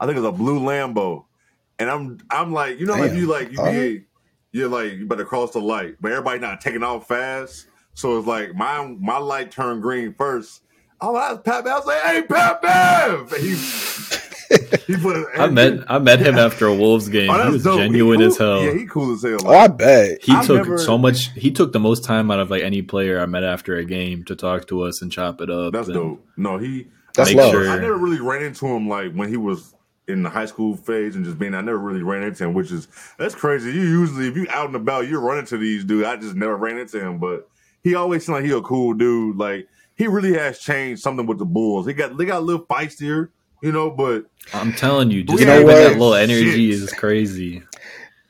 S2: I think it was a blue Lambo, and I'm, I'm like, you know, like
S1: Damn.
S2: you like you
S1: All right.
S2: be, you're like you better cross the light, but everybody not taking off fast, so it's like my my light turned green first. I was Pat Bev. I was like, "Hey, Pat Bev!" And he, he <laughs> put. his-
S3: I met I met him after a
S2: <laughs>
S3: Wolves game.
S2: Oh,
S3: he
S2: that's
S3: was
S2: dope. He
S3: genuine
S2: cool-
S3: as hell.
S2: Yeah, he cool as hell.
S1: oh i bet
S3: he
S2: I've
S3: took
S2: never-
S3: so much. He took the most time out of like any player I met after a game to talk to us and chop it up.
S2: that's
S3: and
S2: dope. No, he.
S1: That's
S2: I
S1: love.
S2: Never, I never really ran into him like when he was in the high school phase and just being. I never really ran into him, which is that's crazy. You usually if you out and about, you're running to these dudes. I just never ran into him, but he always seemed like he a cool dude. Like he really has changed something with the Bulls. He got they got a little feistier, you know. But
S3: I'm telling you, just
S2: You
S1: know
S3: having
S1: what?
S3: that little energy
S2: Shit.
S3: is crazy.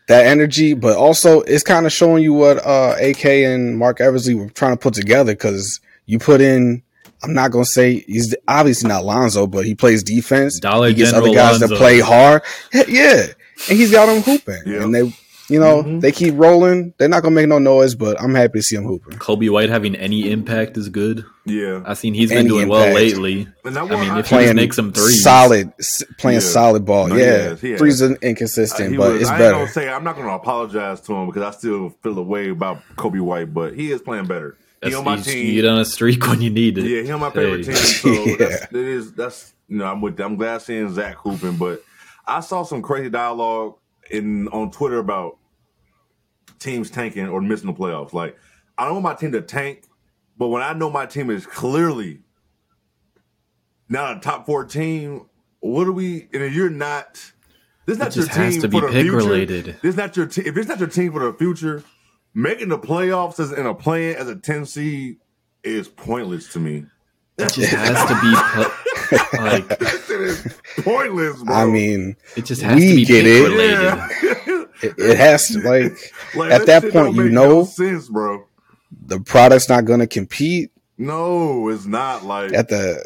S1: that energy but also it's kind of showing you what uh ak and mark eversley were trying to put together because you put in i'm not gonna say he's obviously not lonzo but he plays defense
S3: Dollar
S1: he gets
S3: General
S1: other guys
S3: Lonzo.
S1: to play hard yeah, yeah. and he's got them hooping
S2: Yeah.
S1: and they you know
S3: Mm-hmm.
S2: Mhm.
S1: they keep rolling they're not gonna make no noise but i'm happy to see them hooping
S3: Kobe White having any impact is good.
S2: yeah,
S3: I've seen he's
S1: Any
S3: been doing well
S1: impact.
S3: lately.
S2: and
S3: I mean, if he
S1: playing
S3: just makes some threes,
S1: solid, s- playing
S2: Yeah.
S1: solid ball.
S2: No, he
S1: yeah,
S2: is, he is.
S1: threes are
S2: Uh,
S1: inconsistent,
S2: he
S1: but
S2: was-
S1: it's
S2: I ain't
S1: better.
S2: gonna say I'm not gonna apologize to him because I still feel a way about Kobe White, but he is playing better. He
S3: That's-
S2: on my
S3: you,
S2: team.
S3: you get on a streak when you need it.
S2: yeah, he on my favorite
S3: Hey.
S2: team.
S3: <laughs>
S2: So
S1: Yeah.
S2: that's, it is that's you know I'm with I'm glad seeing Zach hooping, but I saw some crazy dialogue in on Twitter about teams tanking or missing the playoffs. Like I don't want my team to tank, but when I know my team is clearly not a top four team, what are we? And if you're not, this not
S3: just
S2: your team
S3: has to be
S2: for the
S3: pick
S2: future.
S3: related.
S2: This not your team. If it's not your team for the future, making the playoffs as in a plan as a ten seed is pointless to me.
S3: That just has to
S1: <laughs>
S3: be put, like
S2: This shit is pointless, bro.
S1: I mean,
S3: it just has
S1: We
S3: to be
S1: get
S3: pick
S1: it.
S3: related.
S2: yeah.
S1: it, it has to like
S2: <laughs> Like,
S1: At that
S2: shit
S1: point,
S2: don't
S1: you
S2: make
S1: know-
S2: no sense, bro.
S1: the product's not going to compete
S2: No, it's not like
S1: at the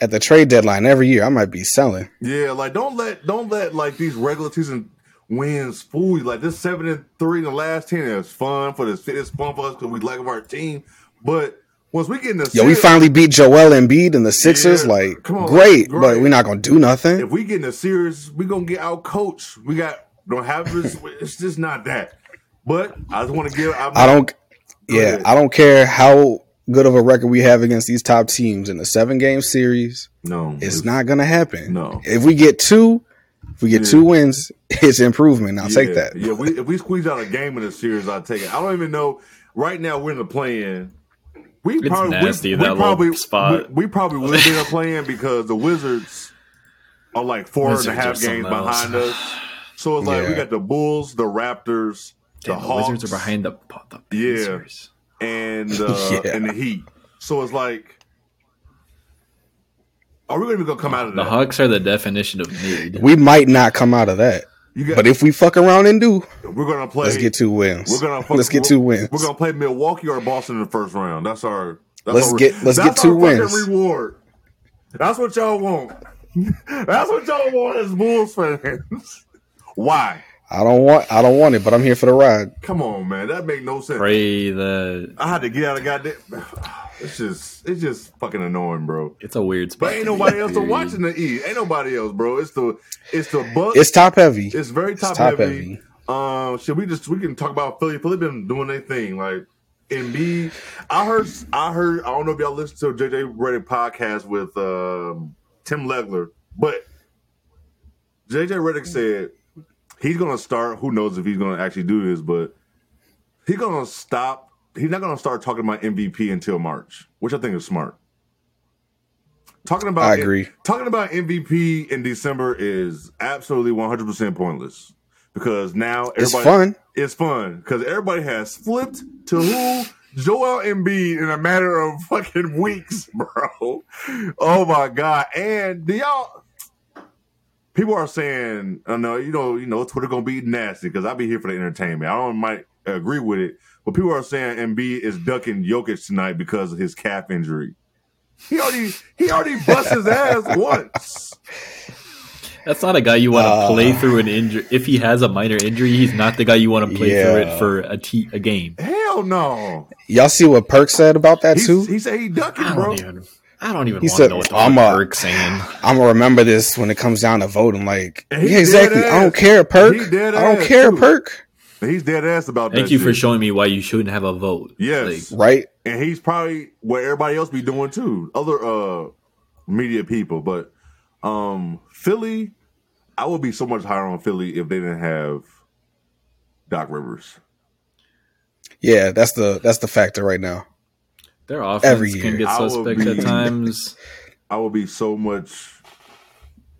S1: at the trade deadline every year. I might be selling.
S2: Yeah, like don't let don't let like these regular season wins fool you. Like this seven and three in the last ten is fun for the city. It's fun for us because we like of our team. But once we get in the
S1: Yo, we
S2: ser-
S1: finally beat Joel Embiid and the Sixers.
S2: Yeah.
S1: Like,
S2: Come on,
S1: great,
S2: great.
S1: but we're not going to do nothing.
S2: if we get in a series, we gonna get out coached. We got don't have this. it's just not that. But I just want to give. I'm,
S1: I don't.
S2: Go
S1: Yeah,
S2: ahead.
S1: I don't care how good of a record we have against these top teams in a seven game series.
S2: No,
S1: It's not going to happen.
S2: No.
S1: If we get two, if we get
S2: Yeah.
S1: two wins, <laughs> it's improvement. I'll take that.
S2: Yeah, we, if we squeeze out a game in the series, I'll take it. I don't even know. Right now, we're in the play-in. We
S3: It's
S2: probably,
S3: nasty,
S2: we,
S3: that
S2: we
S3: little
S2: probably,
S3: spot.
S2: We, we probably will be in the play-in because the Wizards are like four and a
S3: Wizards are
S2: half games
S3: something else.
S2: behind us. So it's like we
S1: Yeah.
S2: got the Bulls, the Raptors,
S3: Damn,
S2: the,
S3: the,
S2: Hawks,
S3: Wizards are behind the, the
S2: Yeah.
S3: Pacers. <laughs>
S2: and uh,
S1: Yeah.
S2: and the Heat. So it's like, are we even gonna come out of
S3: The
S2: that?
S3: Hawks are the definition of need.
S1: We might not come out of that,
S2: You got,
S1: but if we fuck around and do,
S2: we're gonna play.
S1: let's get two wins.
S2: We're gonna fuck-
S1: let's get
S2: we're-
S1: two wins.
S2: We're gonna play Milwaukee or Boston in the first round. That's our. That's
S1: Let's
S2: our,
S1: get- let's
S2: that's
S1: get two
S2: our fucking
S1: wins.
S2: Reward. That's what y'all want. <laughs> that's what y'all want as Bulls fans. <laughs> Why?
S1: I don't want. I don't want it, but I'm here for the ride.
S2: Come on, man. That make no sense.
S3: Pray that
S2: I had to get out of goddamn. <sighs> It's just, it's just fucking annoying, bro.
S3: it's a weird spot.
S2: But ain't
S3: to be
S2: nobody else to
S3: in.
S2: watch in the E. Ain't nobody else, bro. It's the, it's the Bucks.
S1: It's top heavy.
S2: It's very top,
S1: top
S2: heavy. Um, should we just we can talk about Philly? Philly been doing their thing. Like Embiid, I heard, I heard. I don't know if y'all listened to JJ Reddick podcast with um, Tim Legler, but JJ Reddick said he's gonna start. Who knows if he's gonna actually do this, but he's gonna stop. He's not gonna start talking about MVP until March, which I think is smart. Talking about
S1: I agree.
S2: talking about MVP in December is absolutely 100% pointless because now everybody
S1: It's fun.
S2: it's fun because everybody has flipped to who Joel Embiid in a matter of fucking weeks, <laughs> bro. Oh my god! And do y'all? People are saying, "I know you know you know Twitter gonna be nasty because I be here for the entertainment." I don't might agree with it, but people are saying Embiid is ducking Jokic tonight because of his calf injury. He already he already bust his ass
S3: <laughs>
S2: once.
S3: That's not a guy you want to
S1: Uh,
S3: play through an injury. If he has a minor injury, he's not the guy you want to play through
S1: Yeah.
S3: it for a, t- a game.
S2: Hell no!
S1: Y'all see what Perk said about that
S2: He,
S1: too?
S2: he said he ducking,
S3: I
S2: bro.
S3: don't even. I don't even
S1: He
S3: want
S1: said,
S3: to know what the
S1: "I'm a-
S3: fuck Burke's
S2: <laughs>
S3: saying.
S1: I'm gonna remember this when it comes down to voting. Like,
S2: And he
S1: yeah, exactly.
S2: dead
S1: I don't
S2: ass.
S1: care, Perk.
S2: He dead
S1: I don't
S2: ass,
S1: care,
S2: too.
S1: Perk.
S2: He's dead ass about that.
S3: Thank you for
S2: shit.
S3: showing me why you shouldn't have a vote.
S2: Yes.
S1: Right?
S2: and he's probably what everybody else be doing too, other uh media people. But um Philly, I would be so much higher on Philly if they didn't have Doc Rivers.
S1: Yeah, that's the that's the factor right now.
S3: Their offense
S1: Every
S3: can
S1: year.
S3: get
S2: I will
S3: suspect
S2: be- <laughs>
S3: at times.
S2: I would be so much.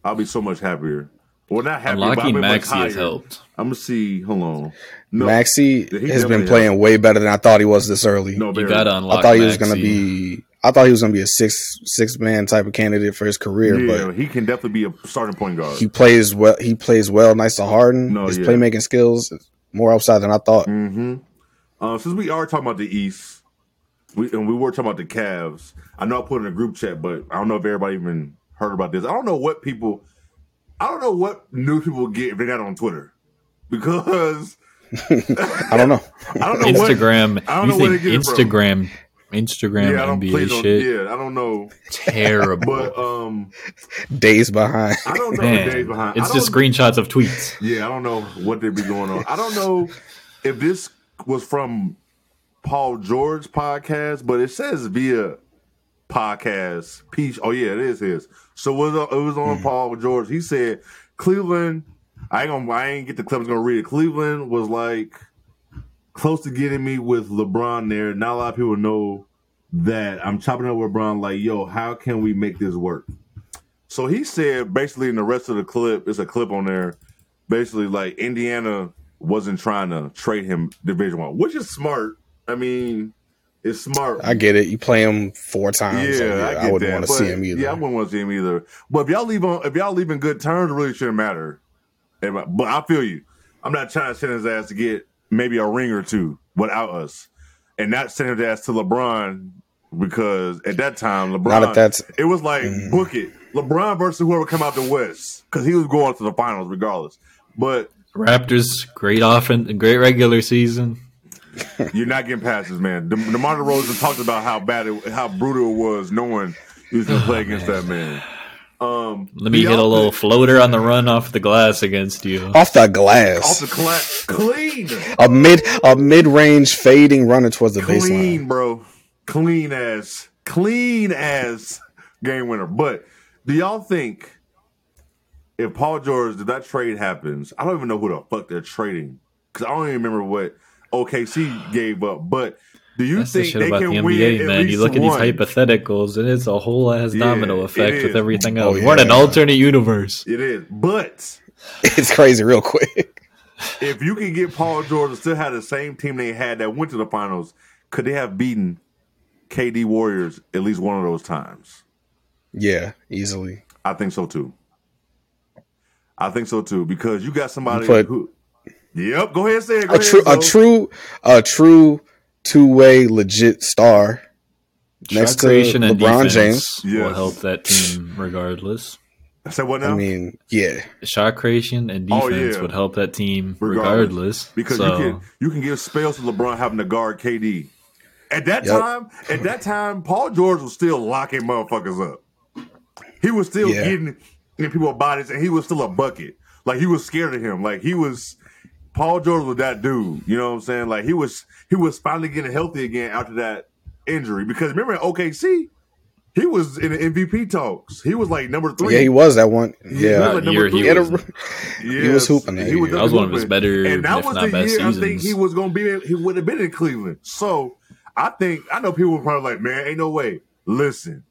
S2: I'll be so much happier. Well, not happy. but I'll
S3: Unlocking
S2: be much
S3: Maxi has
S2: higher.
S3: helped.
S2: I'm gonna see. Hold on. No,
S1: Maxi
S2: he
S1: has
S2: definitely
S1: been playing way better than I thought he was this early.
S2: no,
S3: You um,
S2: Barry.
S3: gotta unlock.
S1: I thought he was
S3: Maxey.
S1: gonna be. I thought he was gonna be a six six man type of candidate for his career,
S2: Yeah,
S1: but
S2: he can definitely be a starting point guard.
S1: he plays well. He plays well, nice to Harden.
S2: No,
S1: his
S2: yeah.
S1: playmaking skills is more outside than I thought.
S2: hmm Uh, since we are talking about the East, we and we were talking about the Cavs. I know I put in a group chat, but I don't know if everybody even heard about this. I don't know what people, I don't know what news people get if they're not on Twitter, because
S1: I don't know. <laughs>
S2: I don't know what.
S3: Instagram.
S2: I don't know
S3: you
S2: where
S3: think
S2: to get it from.
S3: Instagram, Instagram
S2: Yeah, I don't play.
S3: NBA
S2: Don't,
S3: shit
S2: yeah, I don't know, <laughs>
S3: terrible.
S2: but um,
S1: Days behind.
S2: I don't know the days
S3: Man,
S2: behind. I
S3: it's
S2: don't-
S3: just screenshots of tweets.
S2: Yeah, I don't know what they be going on. I don't know if this was from Paul George podcast, but it says via podcast. Peach. Oh yeah, it is his. So it was, it was on Paul George. He said Cleveland. I ain't gonna. I ain't get the clip. I'm gonna read it. Cleveland was like close to getting me with LeBron there. Not a lot of people know that I'm chopping up with LeBron. Like, yo, how can we make this work? So he said basically in the rest of the clip, it's a clip on there, basically like Indiana wasn't trying to trade him division one, which is smart. I mean, it's smart.
S1: I get it. You play him four times. so, Yeah, I,
S2: get
S1: wouldn't
S2: that,
S1: want to
S2: but-
S1: see him either.
S2: Yeah, I wouldn't want to see him either. But if y'all leave on, if y'all leave in good terms, it really shouldn't matter. Am I- But I feel you. I'm not trying to send his ass to get maybe a ring or two without us, and not send his ass to LeBron because at that time LeBron,
S1: Not if that's
S2: it was like
S1: Mm.
S2: book it, LeBron versus whoever come out the West because he was going to the finals regardless. But
S3: Raptors great offense, great regular season.
S2: You're not getting passes, man. De- DeMar DeRozan talked about how bad, it, how brutal it was knowing he was going to play against that man. Um,
S3: Oh, Let me hit a
S2: Beyonce-
S3: little floater on the run off the glass against you.
S1: off the
S2: off
S1: glass.
S2: the clap, clean,
S1: a mid a mid range fading runner towards the
S2: clean,
S1: baseline. <laughs>
S2: bro, clean as, clean as game winner. But do y'all think if Paul George, if that trade happens, I don't even know who the fuck they're trading because I don't even remember what OKC gave up. But do you
S3: That's the
S2: think
S3: shit
S2: they
S3: about the
S2: can win?
S3: NBA,
S2: at
S3: man. You
S2: least
S3: look at these
S2: one?
S3: hypotheticals, and it's a whole ass
S2: Yeah,
S3: domino
S2: it
S3: effect
S2: is.
S3: with everything
S1: Oh,
S3: else. We're in an
S1: yeah.
S3: alternate universe.
S2: It is, but.
S1: It's crazy, real quick.
S2: if you can get Paul George to still have the same team they had that went to the finals, could they have beaten KD Warriors at least one of those times?
S1: Yeah, easily.
S2: I think so too. I think so too because you got somebody
S1: But-
S2: who. Yep, go ahead and say it. Go
S1: A true, a
S2: ahead, Zo.
S1: true, a true two way legit star. Next
S3: Shot
S1: to
S3: creation and
S1: LeBron
S3: defense
S2: James.
S3: will
S2: Yes.
S3: help that team regardless.
S2: Say what now?
S1: I mean, yeah,
S3: Shot creation and
S2: Oh,
S3: defense
S2: yeah.
S3: would help that team
S2: Regardless.
S3: regardless.
S2: because
S3: so,
S2: you can you can give spells to LeBron having to guard KD. At that
S1: Yep.
S2: time, at that time, Paul George was still locking motherfuckers up. He was still
S1: Yeah.
S2: getting in people's bodies, and he was still a bucket. Like he was scared of him. Like he was Paul George was that dude. You know what I'm saying? Like he was he was finally getting healthy again after that injury. Because remember at OKC, he was in the MVP talks. He was like number three.
S1: yeah, he was that one.
S2: was
S1: Yeah,
S2: like
S3: That
S2: number
S3: year he
S2: three.
S1: he had a-
S3: was-
S1: he was hooping that year.
S3: that was one of his
S2: hooping.
S3: better,
S2: And that
S3: if
S2: was
S3: not
S2: the year
S3: best
S2: I think
S3: seasons.
S2: he was going to be. In, he would have been in Cleveland. So I think I know people were probably like, "Man, ain't no way." Listen,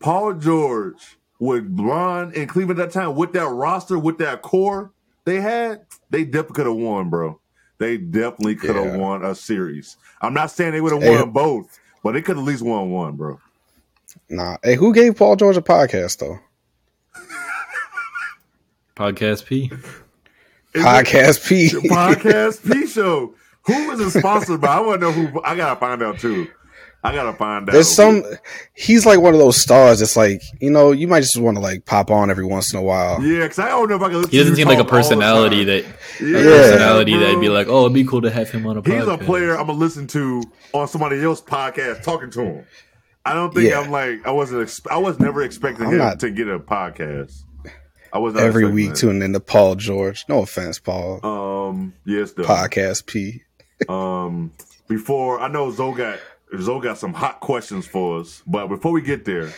S2: Paul George with Bron and Cleveland at that time with that roster, with that core they had, they definitely could have won, bro. They definitely could have
S1: Yeah.
S2: won a series. I'm not saying they would have
S1: Hey.
S2: won both, but they could at least won one, bro.
S1: Nah. Hey, who gave Paul George a podcast though?
S3: Podcast P.
S2: Is it-
S1: Podcast P. <laughs>
S2: podcast P show. Who is it sponsored by? I want to know who. I gotta find out too. I gotta find out.
S1: There's some. He's like one of those stars. That's like you know you might just want to like pop on every once in a while.
S2: Yeah, because I don't know if I can. Listen
S3: He doesn't
S2: to you
S3: seem like a
S2: talk all the
S3: personality
S2: time.
S3: that
S2: Yeah,
S3: a personality that'd be like, oh, it'd be cool to have him on a podcast.
S2: He's a player I'm gonna listen to on somebody else's podcast talking to him. I don't think
S1: Yeah.
S2: I'm like I wasn't. Ex- I was never expecting
S1: I'm
S2: him
S1: not-
S2: to get a podcast. I was not
S1: Every
S2: expecting
S1: week
S2: that.
S1: tuning into Paul George. No offense, Paul.
S2: Um. Yes. Though.
S1: Podcast P.
S2: <laughs> um before I know Zoe got Zoe got some hot questions for us, but before we get there,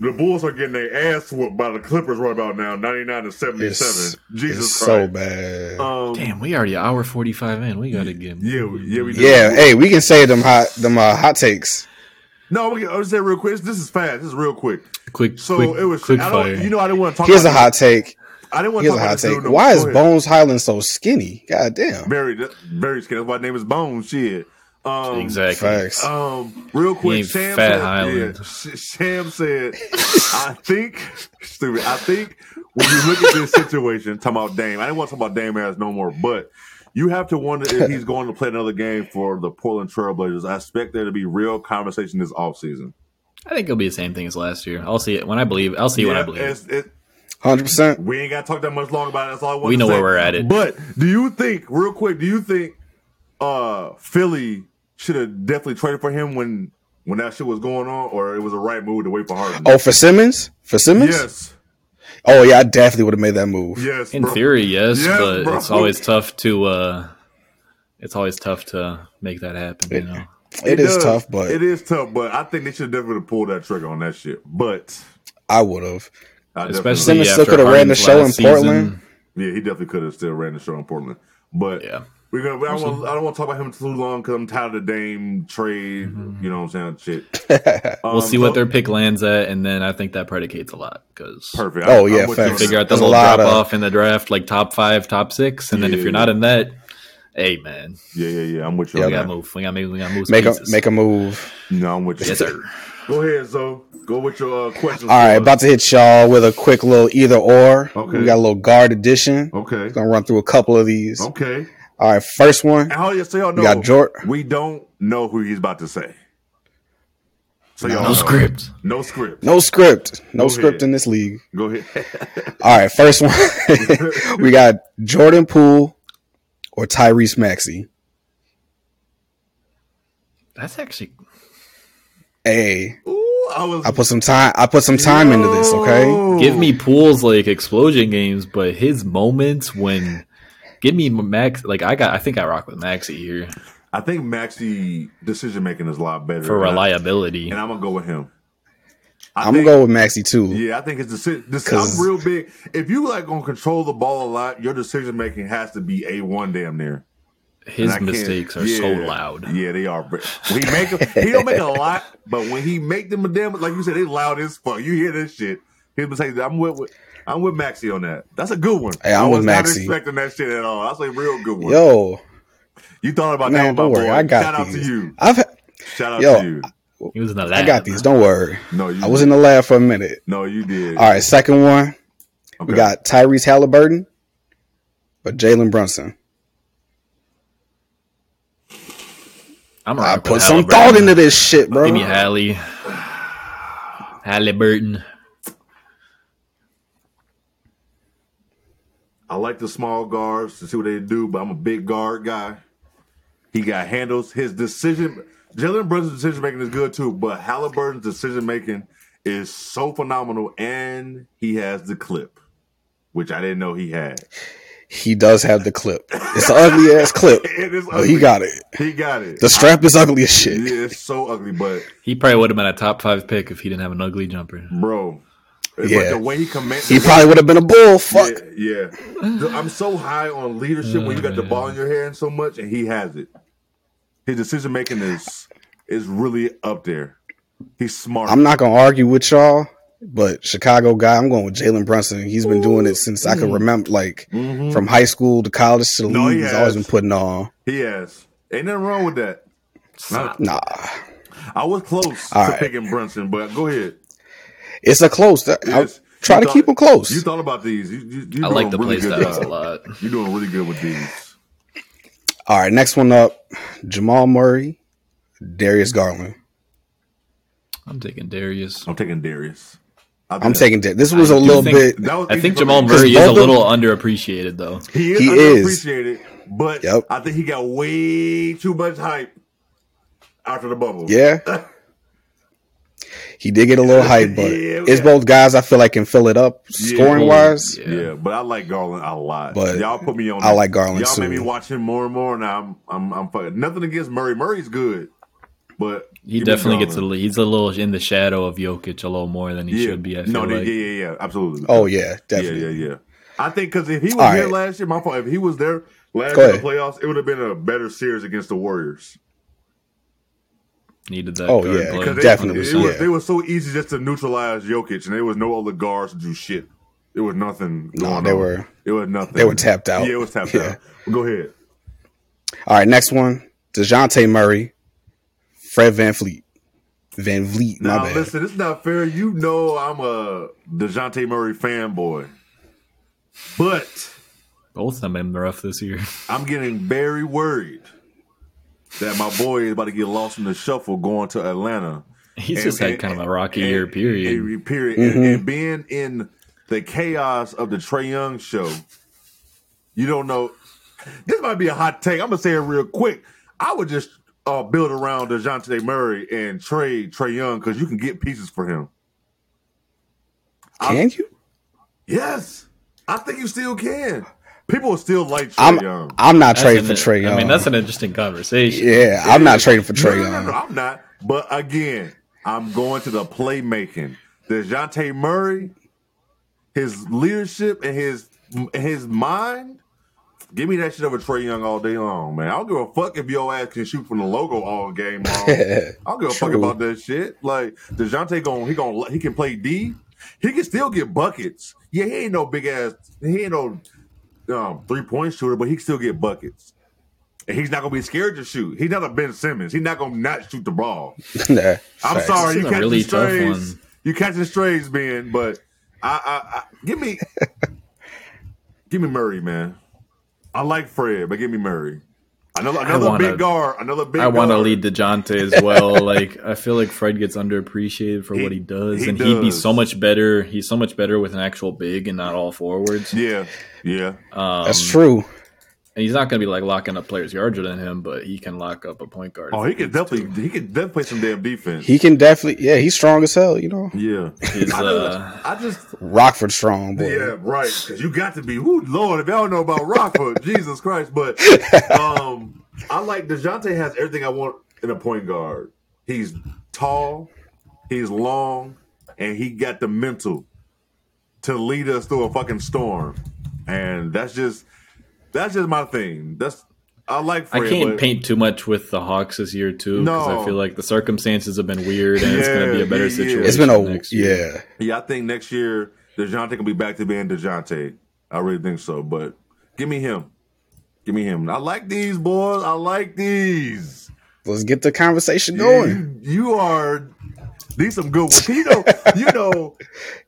S2: the Bulls are getting their ass whooped by the Clippers right about now, ninety nine to seventy
S1: It's,
S2: seven. Jesus
S1: it's
S2: Christ.
S1: so bad.
S2: Um,
S3: Damn, we already hour forty five in. We gotta get
S2: Yeah, we- yeah, we do.
S1: yeah. Hey, we can say them hot them uh, hot takes.
S2: No, we- I'll just say real quick. This is fast. This is real quick.
S3: quick.
S2: So
S3: quick,
S2: it was.
S3: quick
S2: I don't.
S3: fire.
S2: You know, I didn't want to talk.
S1: Here's a
S2: about
S1: hot take.
S2: this. I didn't want to
S1: Here's
S2: talk
S1: a
S2: about
S1: hot
S2: this dude,
S1: take.
S2: no.
S1: Why
S2: Go
S1: is
S2: ahead.
S1: Bones Highland so skinny? God damn.
S2: very very skinny? That's why his name is Bones. Shit. Um,
S3: exactly.
S1: Facts.
S2: Um, real quick,
S3: ain't
S2: Sam
S3: Fat
S2: said,
S3: Highland.
S2: Yeah, Sh- Sam said, I think, stupid, I think when you look at this situation, talking about Dame, I didn't want to talk about Dame as no more, but you have to wonder if he's going to play another game for the Portland Trailblazers. I expect there to be real conversation this offseason.
S3: I think it'll be the same thing as last year. I'll see it when I believe. I'll see when I
S2: Yeah,
S3: believe.
S2: it's- it-
S1: Hundred percent.
S2: we ain't got to talk that much longer about it. That's all I want
S3: We
S2: to
S3: know
S2: say.
S3: where we're at. It.
S2: But do you think, real quick, do you think uh Philly should have definitely traded for him when when that shit was going on, or it was a right move to wait for Harden?
S1: Oh, for Simmons. For Simmons.
S2: yes,
S1: Oh yeah, I definitely would have made that move.
S2: yes.
S3: In
S2: bro.
S3: theory, yes,
S2: Yes,
S3: but
S2: bro.
S3: it's always tough to. uh It's always tough to make that happen. You know.
S1: it is
S2: does.
S1: tough, but
S2: it is tough. But I think they should definitely pull that trigger on that shit. But
S1: I would have.
S2: I
S3: Especially
S1: Simmons
S3: after
S1: still coulda ran the
S3: Harden's
S1: show in
S3: last season.
S1: Portland.
S2: definitely- yeah, he definitely could have still ran the show in Portland. But
S3: Yeah.
S2: we're gonna. I, want, I don't want to talk about him too long because I'm tired of the Dame trade. You know what I'm saying? Shit.
S3: Mm-hmm.
S1: <laughs>
S3: We'll
S2: Um,
S3: see what
S2: so-
S3: their pick lands at, and then I think that predicates a lot because
S2: perfect.
S1: Oh,
S2: I'm
S1: yeah,
S2: with you
S1: facts.
S2: on
S3: figure
S2: that.
S3: out the
S1: There's a
S3: little
S1: lot
S3: drop
S1: of-
S3: off in the draft, like top five, top six, and then if
S2: Yeah.
S3: you're not in that, hey man,
S2: Yeah, yeah, yeah. I'm with you.
S3: we
S2: on
S3: gotta
S2: that.
S3: move. We gotta move. We gotta move. some
S1: Make a
S3: pieces.
S1: make a move.
S2: No, I'm with you.
S3: yes, sir.
S2: Go ahead, Zoe. Go with your uh, questions.
S1: All right,
S2: for us.
S1: about to hit y'all with a quick little either or.
S2: Okay.
S1: We got a little guard edition.
S2: Okay.
S1: Gonna run through a couple of these.
S2: Okay.
S1: All right, first one.
S2: And how y'all so y'all
S1: We
S2: know?
S1: got Jor-
S2: We don't know who he's about to say. So y'all
S3: No
S2: know.
S3: script.
S2: No script.
S1: No script. No
S2: Go
S1: script
S2: ahead.
S1: in this league.
S2: Go
S1: <laughs>
S2: ahead.
S1: All right, first one. <laughs> we got Jordan Poole or Tyrese Maxey.
S3: That's actually
S1: Hey,
S2: Ooh, I was.
S1: I put some time I put some time into this, okay?
S2: Yo.
S3: give me pools like explosion games, but his moments when give me Max. Like I got, I think I rock with Maxi here
S2: I think Maxi decision making is a lot better
S3: for
S2: and I-
S3: reliability.
S2: and I'm gonna go with him. I
S1: I'm gonna
S2: think-
S1: go with Maxey too.
S2: Yeah, I think it's decision. This,
S1: 'Cause-
S2: I'm real big. If you like gonna control the ball a lot, your decision making has to be a one damn near. And I
S3: His
S2: can't-
S3: mistakes are so
S2: yeah.
S3: loud.
S2: Yeah, they are. bro. He make 'em- he don't make a lot, but when he make them a damn, like you said, they loud as fuck. You hear this shit? His mistakes. I'm with, with I'm with Maxi on that. That's a good one.
S1: Hey, I'm
S2: I
S1: with
S2: was not
S1: Maxi.
S2: expecting that shit at all. That's a real good one.
S1: Yo,
S2: you thought about
S1: man,
S2: that,
S1: don't
S2: one, my
S1: worry.
S2: boy.
S1: I got
S2: Shout out
S1: these.
S2: to you.
S1: I've
S2: Shout out
S1: Yo,
S2: to you.
S3: He was in the lab.
S1: I got these. Don't worry.
S2: No, you.
S1: I was in the lab for a minute.
S2: No, you did.
S1: All right, second one. We
S2: Okay.
S1: got Tyrese Halliburton or Jalen Brunson.
S3: I'm a
S1: I
S3: rock
S1: put
S3: with
S1: some
S3: Halliburton.
S1: thought into this shit, bro.
S3: Give me Hallie. Halliburton.
S2: I like the small guards to see what they do, but I'm a big guard guy. He got handles. His decision, Jalen Brunson's decision making is good too, but Halliburton's decision making is so phenomenal, and he has the clip, which I didn't know he had. <laughs>
S1: He does have the clip. It's an ugly ass clip,
S2: It is
S1: but Oh, he
S2: ugly.
S1: got it.
S2: He got it.
S1: The strap is ugly as shit.
S2: yeah, it's so ugly, but
S3: He probably would have been a top five pick if he didn't have an ugly jumper.
S2: bro, it's
S1: Yeah.
S2: like the way he commands.
S1: He probably would have been a bull. Fuck.
S2: Yeah, yeah. I'm so high on leadership when you got the ball in your hand so much, and he has it. His decision making is is really up there. He's smart.
S1: I'm not gonna argue with y'all, but Chicago guy, I'm going with Jalen Brunson. He's been doing it since I can remember, like
S3: Mm-hmm.
S2: Mhm.
S1: from high school to college to the
S2: No,
S1: league.
S2: he
S1: He's always been
S2: has.
S1: putting on.
S2: He has. Ain't nothing wrong with that.
S1: Nah,
S2: I was close
S1: All
S2: to
S1: right.
S2: picking Brunson, but go ahead.
S1: it's a close. I- I
S2: Yes.
S1: try
S2: You
S1: to
S2: thought-
S1: keep him close.
S2: You thought about these. You, you, you
S3: I like the
S2: doing a really
S3: play
S2: good
S3: styles a
S2: job.
S3: lot.
S2: You're doing really good with these.
S1: All right, next one up: Jamal Murray, Darius Garland.
S3: I'm taking Darius.
S2: I'm taking Darius. I
S1: I'm
S2: think-
S1: taking Dar- this was
S3: I
S1: a
S3: do
S1: little
S3: think
S1: bit.
S2: That was
S3: I
S2: easy
S3: think
S2: for
S3: Jamal
S2: me.
S3: Murray is
S1: both
S3: a
S1: of-
S3: little underappreciated, though.
S2: He is
S1: He is.
S2: underappreciated, but
S1: Yep.
S2: I think he got way too much hype after the bubble.
S1: Yeah. He did get a little hype, but
S2: Yeah,
S1: it's
S2: yeah.
S1: both guys I feel like can fill it up scoring wise.
S2: Yeah. but I like Garland a lot.
S1: But
S2: y'all put me on.
S1: I
S2: that.
S1: like Garland,
S2: Y'all made
S1: too.
S2: me watch him more and more, and I'm I'm I'm fucking nothing against Murray. Murray's good, but
S3: He
S2: give me
S3: definitely gets a
S2: Garland.
S3: li- he's a little in the shadow of Jokic a little more than he
S2: yeah.
S3: should be. I feel
S2: no,
S3: like.
S2: yeah, yeah, yeah, absolutely.
S1: Oh yeah,
S2: yeah,
S1: definitely.
S2: yeah, yeah. I think because if he was
S1: All
S2: here
S1: right.
S2: last year, my fault. If he was there last
S1: Go
S2: year in the
S1: ahead.
S2: playoffs, it would have been a better series against the Warriors.
S3: Needed that.
S1: Oh,
S3: guard
S1: yeah,
S3: play.
S2: Because they,
S1: Definitely,
S2: it was,
S1: yeah.
S2: they were so easy just to neutralize Jokic, and there was no other guards to do shit. It was nothing.
S1: No,
S2: going
S1: they
S2: on.
S1: were-
S2: It was nothing.
S1: they were tapped out.
S2: Yeah, it was tapped
S1: Yeah.
S2: out. Go ahead.
S1: All right, next one: Dejounte Murray, Fred Van Fleet, Van Vliet. My
S2: Now
S1: bad.
S2: listen, it's not fair. You know I'm a Dejounte Murray fanboy, but
S3: Both of them in the rough this year. <laughs>
S2: I'm getting very worried that my boy is about to get lost in the shuffle going to Atlanta.
S3: He's
S2: And-
S3: just had
S2: and-
S3: kind of a rocky
S2: and-
S3: year period.
S2: and- period.
S1: Mm-hmm.
S2: And, and being in the chaos of the Trey Young show, you don't know. This might be a hot take. I'm gonna say it real quick. I would just uh, build around Dejounte Murray and trade Trey Young because you can get pieces for him.
S1: Can you?
S2: Yes, I think you still can. People still like Trey
S1: I'm
S2: Young.
S1: I'm not
S3: That's
S1: trading for
S3: an-
S1: Trey Young.
S3: I mean, that's an interesting conversation.
S1: yeah, I'm not trading for
S2: No,
S1: Trey
S2: no, no,
S1: Young.
S2: no, I'm not. But again, I'm going to the playmaking. DeJounte Murray, his leadership and his his mind. Give me that shit over Trey Young all day long, man. I don't give a fuck if your ass can shoot from the logo all game long.
S1: <laughs>
S2: I don't give a fuck
S1: True.
S2: about that shit. Like Dejounte, going he going he can play D. He can still get buckets. Yeah, he ain't no big ass. He ain't no um, three point shooter, but he can still get buckets. And he's not gonna be scared to shoot. He's not a Ben Simmons. He's not gonna not shoot the ball.
S1: <laughs> Nah,
S2: I'm
S1: facts.
S2: sorry,
S3: This
S2: you
S3: is a
S2: catching
S3: really tough
S2: strays.
S3: one.
S2: You catching strays, Ben. But I, I, I give
S1: <laughs>
S2: me, give me Murray, man. I like Fred, but give me Murray. Another another
S3: wanna-
S2: big guard, another big.
S3: I want to
S2: guard.
S3: lead Dejounte as well. <laughs> like I feel like Fred gets underappreciated for what he does,
S2: he
S3: and he'd be
S2: does.
S3: so much better. He's so much better with an actual big and not all forwards.
S2: Yeah, yeah.
S3: Um,
S1: that's true.
S3: And he's not going to be like locking up players yarder than him, but he can lock up a point guard.
S2: Oh, he could definitely, he could definitely play some damn defense.
S1: He can definitely. Yeah, he's strong as hell. You know,
S2: yeah,
S3: He's,
S2: I, just-
S3: uh,
S2: I just
S1: Rockford strong boy.
S2: Yeah, right. 'Cause you got to be. Whoo, Lord, if y'all know about
S1: <laughs>
S2: Rockford, Jesus Christ. But um, I like Dejounte has everything I want in a point guard. He's tall, he's long, and he got the mental to lead us through a fucking storm. And that's just that's just my thing. That's I like.
S3: I
S2: Fred,
S3: can't
S2: but-
S3: paint too much with the Hawks this year too, because
S2: No.
S3: I feel like the circumstances have been weird, and it's going to be
S2: Yeah,
S3: a better
S2: yeah, yeah.
S3: situation.
S1: It's been a
S3: next year.
S1: yeah.
S2: Yeah, I think next year Dejounte can be back to being Dejounte. I really think so. But give me him. Give me him. I like these boys. I like these.
S1: Let's get the conversation
S2: Yeah,
S1: going.
S2: you, you are these some good ones. You know, you know.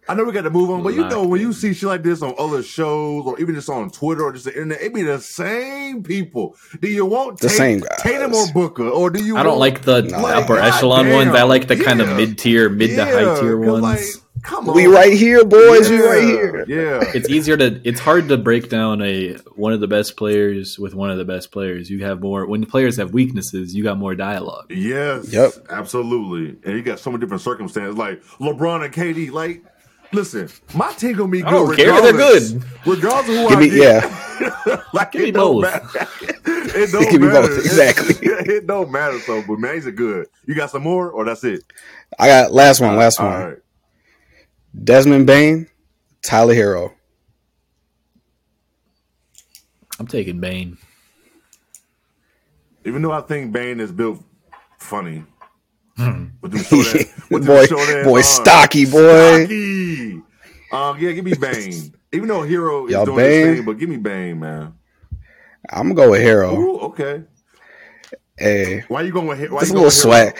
S2: I know we got to move on, but you know when you see shit like this on other shows or even just on Twitter or just the internet, it be the same people. Do you want
S1: The
S2: Tat-
S1: same guys.
S2: Tatum or Booker, or do you?
S3: I don't
S2: want-
S3: like the upper
S2: Like,
S3: echelon
S2: goddamn,
S3: ones. I like the kind
S2: yeah.
S3: of mid tier, mid to high
S2: Yeah,
S3: tier
S2: 'cause,
S3: ones.
S2: Like, come on,
S1: We right here, boys. We right here.
S2: Yeah,
S3: it's easier to it's hard to break down a one of the best players with one of the best players you have more when players have weaknesses you got more dialogue
S2: Yes.
S1: Yep.
S2: Absolutely. And you got so many different circumstances, like LeBron and KD. Like, listen, my team gonna be good.
S3: I don't care, they're
S2: regardless- Regardless of who
S1: Give
S2: I
S1: me
S2: get. <laughs>
S1: yeah.
S2: like
S3: Give
S2: it
S3: me
S2: don't
S1: <laughs>
S3: both.
S2: matter. it don't
S1: Give me
S2: matter.
S1: both, exactly.
S2: <laughs> It, it don't matter. So, but man, he's a good. You got some more, or that's it.
S1: I got last one. Last
S2: All
S1: one.
S2: right.
S1: Desmond Bain, Tyler Hero.
S3: i'm taking bane Hmm.
S2: Even though I think Bane is built funny, With them short
S1: <laughs>
S2: ass, with them
S1: boy,
S2: short ass
S1: boy,
S2: arms.
S1: stocky boy.
S2: Stocky. Um, yeah, give me Bane. Even though Hero is
S1: Y'all
S2: doing
S1: Bane?
S2: his thing, but give me Bane, man.
S1: I'm gonna go with Hero.
S2: Ooh, okay.
S1: Hey,
S2: Oh. Why you going with? Why you
S1: just a little
S2: going with Hero?
S1: swag,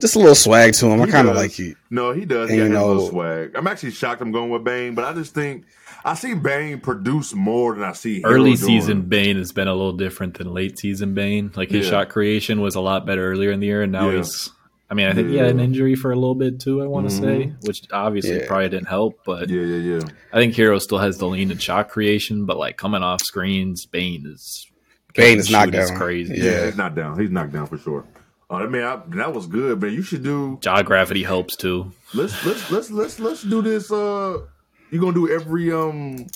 S1: just a little swag to him. I
S2: He
S1: kind of
S2: does.
S1: like it.
S2: No, he does. He
S1: And,
S2: got
S1: you
S2: his little
S1: know-
S2: swag. I'm actually shocked. I'm going with Bane, but I just think I see Bane produce more than I see Hero
S3: Early
S2: doing.
S3: season Bane has been a little different than late season Bane. Like his
S2: Yeah.
S3: shot creation was a lot better earlier in the year, and now
S2: Yeah.
S3: he's. I mean, I think he had an
S2: Yeah.
S3: injury for a little bit too. I want to say,
S2: Mhm.
S3: which obviously
S1: Yeah.
S3: probably didn't help, but
S2: Yeah, yeah, yeah.
S3: I think Hero still has the lean in shot creation. But like coming off screens, Bane is
S1: Bane is knocked
S3: shooting
S1: down.
S3: crazy.
S2: Yeah,
S1: Yeah.
S2: he's knocked down. He's knocked down for sure. Uh, I mean, I, that was good, man. You should do.
S3: Jaw gravity helps too.
S2: Let's let's let's let's let's do this. Uh, you gonna do every um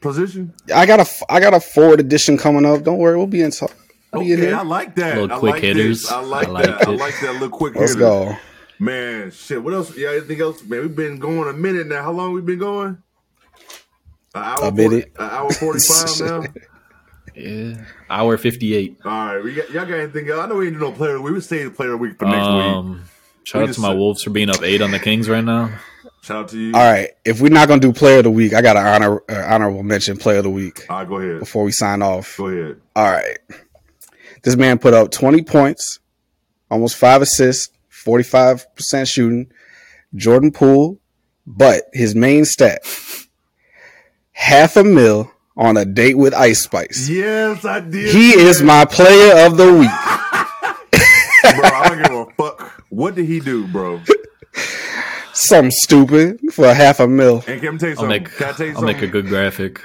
S2: position?
S1: I got a f- I got a forward edition coming up. Don't worry, we'll be in talk. We'll be in
S2: Okay, I
S1: here.
S2: like that.
S3: Little
S2: I
S3: quick
S2: like
S3: hitters.
S2: This. I like,
S3: I like
S2: that. I
S3: it.
S2: like that little quick
S1: Let's
S2: hitter.
S1: go.
S2: man. Shit, what else? Yeah, anything else? Man, we've been going a minute now. How long we been going? An hour,
S1: A minute.
S2: 40 An hour
S1: <laughs>
S2: forty-five now.
S3: Yeah, hour fifty eight.
S2: All right, we got, y'all got anything else? I know we didn't do no player. We would stay the player of the week for next week.
S3: Um, shout
S2: We
S3: out
S2: just
S3: to my
S2: said-
S3: Wolves for being up eight on the Kings right now.
S2: Shout out to you.
S1: All right, if we're not gonna do player of the week, I got an honor uh, honorable mention player of the week
S2: All right, go ahead.
S1: before we sign off.
S2: Go ahead.
S1: All right, this man put up 20 points, almost five assists, 45 percent shooting. Jordan Poole, but his main stat: half a mil on a date with Ice Spice.
S2: Yes, I did.
S1: He
S2: man.
S1: is my player of the week.
S2: bro. I don't give a fuck. What did he do, bro?
S1: Something stupid for a half a mil.
S2: And can I tell you
S3: I'll
S2: something?
S3: make
S2: can I tell you
S3: I'll make a
S2: something?
S3: good graphic.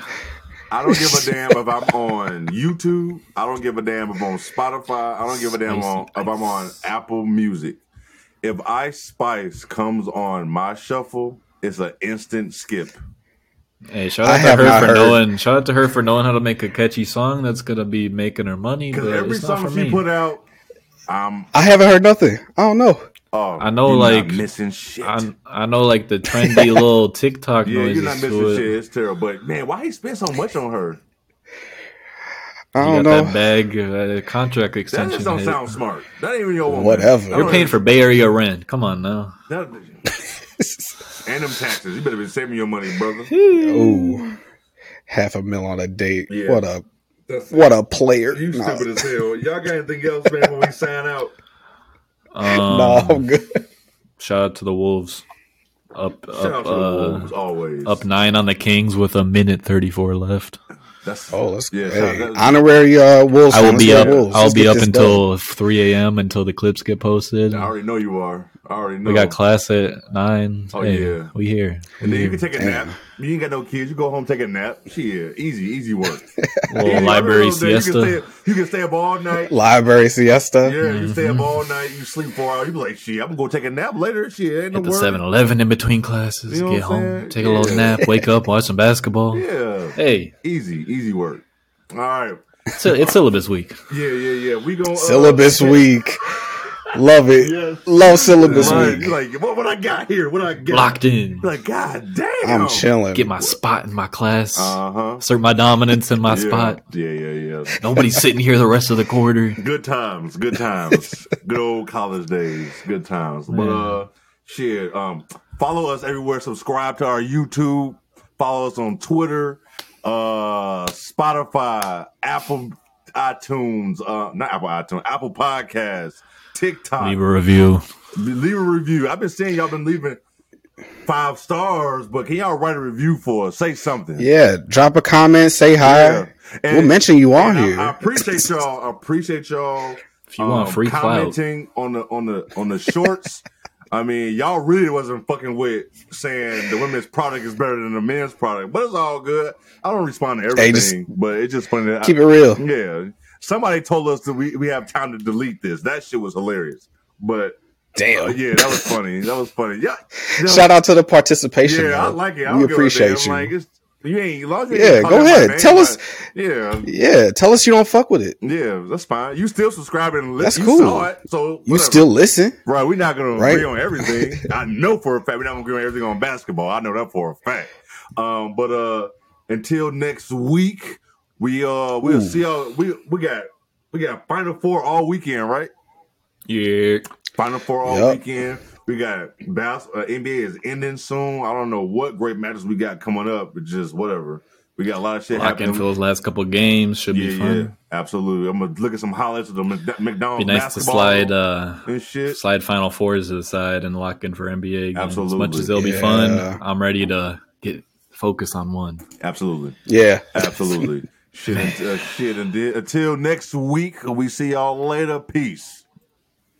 S2: I don't give a damn if I'm on YouTube. I don't give a damn if I'm on Spotify. I don't give a damn
S3: Spicy
S2: on, if I'm on
S3: Ice.
S2: Apple Music. If Ice Spice comes on my shuffle, it's an instant skip.
S3: Hey, shout
S1: I
S3: out to
S1: have
S3: her
S1: not
S3: for
S1: heard.
S3: knowing. Shout out to her for knowing how to make a catchy song that's gonna be making her money. But
S2: Because every
S3: it's not
S2: song
S3: for
S2: she
S3: me.
S2: put out, I'm
S1: I haven't heard nothing. I don't know.
S2: oh,
S3: I know,
S2: you're not
S3: like,
S2: missing shit.
S3: I, I know like the
S2: <laughs>
S3: trendy little TikTok
S2: yeah,
S3: noises
S2: you're not
S3: to
S2: missing
S3: it.
S2: shit. It's terrible. But man, why he spent so much on her?
S1: I don't
S3: You got
S1: know.
S3: that bag uh, contract
S2: That
S3: extension.
S2: just don't
S3: hit.
S2: sound smart. That ain't even your woman.
S1: Whatever.
S2: That
S1: You're
S2: don't
S3: You're paying
S2: even-
S3: for Bay Area rent. Come
S1: <laughs>
S3: on now.
S2: That, and them taxes. You better be saving your money, brother.
S1: Ooh, half a mil on a date.
S2: Yeah.
S1: What a
S2: That's
S1: what a player.
S2: You
S1: Nah.
S2: stupid as hell. Y'all got anything else, man, when we sign out?
S3: Um,
S1: Nah, I'm good.
S3: Shout out to the Wolves. <laughs> Up
S2: Shout out
S3: up
S2: to the
S3: uh,
S2: Wolves, always.
S3: up nine on the Kings with a minute thirty four left.
S2: That's,
S1: Oh, let's
S2: Yeah,
S1: hey,
S2: shout out-
S1: honorary uh, Wolves.
S3: I
S1: fan.
S3: will
S1: Let's
S3: be
S1: go
S3: up.
S1: Wolves.
S3: I'll
S1: Let's
S3: be
S1: get
S3: up
S1: this done.
S3: until three a.m. until the clips get posted.
S2: I already know you are. I already know.
S3: We got class at nine.
S2: Oh,
S3: hey,
S2: yeah.
S3: we here.
S2: and then
S3: We
S2: you
S3: here.
S2: can take a
S1: Damn.
S2: nap. You ain't got no kids. You go home, take a nap. Shit, easy,
S1: <laughs>
S2: easy work.
S3: little library siesta.
S2: You can, stay, you can stay up all night.
S1: Library
S2: Yeah,
S1: siesta.
S2: you stay
S3: Mm-hmm.
S2: up all night. You sleep four hours. You be like, shit, I'm gonna go take a nap later. Shit, ain't no
S3: Hit the
S2: worry.
S3: 7 Eleven in between classes,
S2: You know
S3: get
S2: what I'm
S3: home,
S2: saying?
S3: take a little
S2: Yeah.
S3: nap, wake up, watch some basketball.
S2: Yeah,
S3: <laughs> Hey,
S2: easy, easy work. All right.
S3: it's, it's syllabus
S2: <laughs>
S3: week.
S2: Yeah, yeah, yeah. We uh, going
S1: Syllabus week. Love it.
S2: Yes.
S1: Love syllabus
S2: Like,
S1: week.
S2: like what, what I got here? What I got?
S3: Locked in.
S2: Like, god damn.
S1: I'm chilling.
S3: Get my spot in my class,
S2: Uh huh.
S3: assert my dominance in my
S2: yeah.
S3: spot.
S2: Yeah, yeah, yeah.
S3: Nobody's sitting here the rest of the quarter.
S2: <laughs> Good times, good
S3: <laughs>
S2: times, good old college days, good times. But uh, shit. Um, follow us everywhere. Subscribe to our YouTube. Follow us on Twitter, uh, Spotify, Apple, iTunes, uh, not Apple iTunes, Apple Podcasts, TikTok.
S3: Leave a review.
S2: leave a review. I've been saying y'all been leaving five stars, but can y'all write a review for us? Say something.
S1: Yeah, drop a comment, say hi.
S2: And-
S1: we'll mention you on
S2: and I-
S1: here.
S2: I, appreciate y'all. I appreciate y'all. um,
S3: If you want free clout.
S2: commenting on the on the on the shorts. I mean, y'all really wasn't fucking with saying the women's product is better than the men's product, but it's all good. I don't respond to everything,
S1: Hey, just-
S2: but it's just funny. That I-
S1: Keep it real.
S2: yeah, somebody told us that we we have time to delete this. That shit was hilarious, but uh,
S1: Damn.
S2: yeah, that was funny. That was funny. Yeah,
S1: <laughs>
S2: yeah.
S1: Shout out to the participation.
S2: Yeah, I
S1: man.
S2: like it. I
S1: we
S2: don't give a
S1: appreciate
S2: damn.
S1: you.
S2: Like, it's, you ain't, as long as you
S1: Yeah,
S2: ain't
S1: go
S2: calling my
S1: ahead.
S2: name,
S1: Tell us-
S2: like, Yeah,
S1: yeah, tell us you don't fuck with it.
S2: yeah, that's fine. You still subscribing? And li-
S1: That's
S2: you
S1: cool.
S2: Saw it, so
S1: You
S2: whatever.
S1: still listen.
S2: right? We're not gonna
S1: Right.
S2: agree on everything. I know for a fact we're not gonna agree on everything on basketball. I know that for a fact. Um, but uh, until next week, we uh we'll
S1: Ooh.
S2: see y'all. We we got we got Final Four all weekend, right?
S3: Yeah.
S2: Final four all
S1: Yep.
S2: weekend. We got bas- uh, NBA is ending soon. I don't know what great matches we got coming up, but just whatever. We got a lot of shit
S3: Lock in
S2: happening.
S3: for those last couple games should
S2: yeah,
S3: be
S2: yeah,
S3: fun.
S2: absolutely. I'm gonna look at some highlights of the Mc- McDonald's
S3: Be nice to
S2: basketball
S3: slide uh,
S2: and shit.
S3: slide Final Fours to the side and lock in for NBA. Games.
S2: Absolutely.
S3: As much as they'll be
S1: Yeah.
S3: fun, I'm ready to get focus on one. <laughs>
S2: Absolutely.
S1: Yeah.
S2: Absolutely. shit, uh, shit. And then- until next week, we see y'all later. Peace.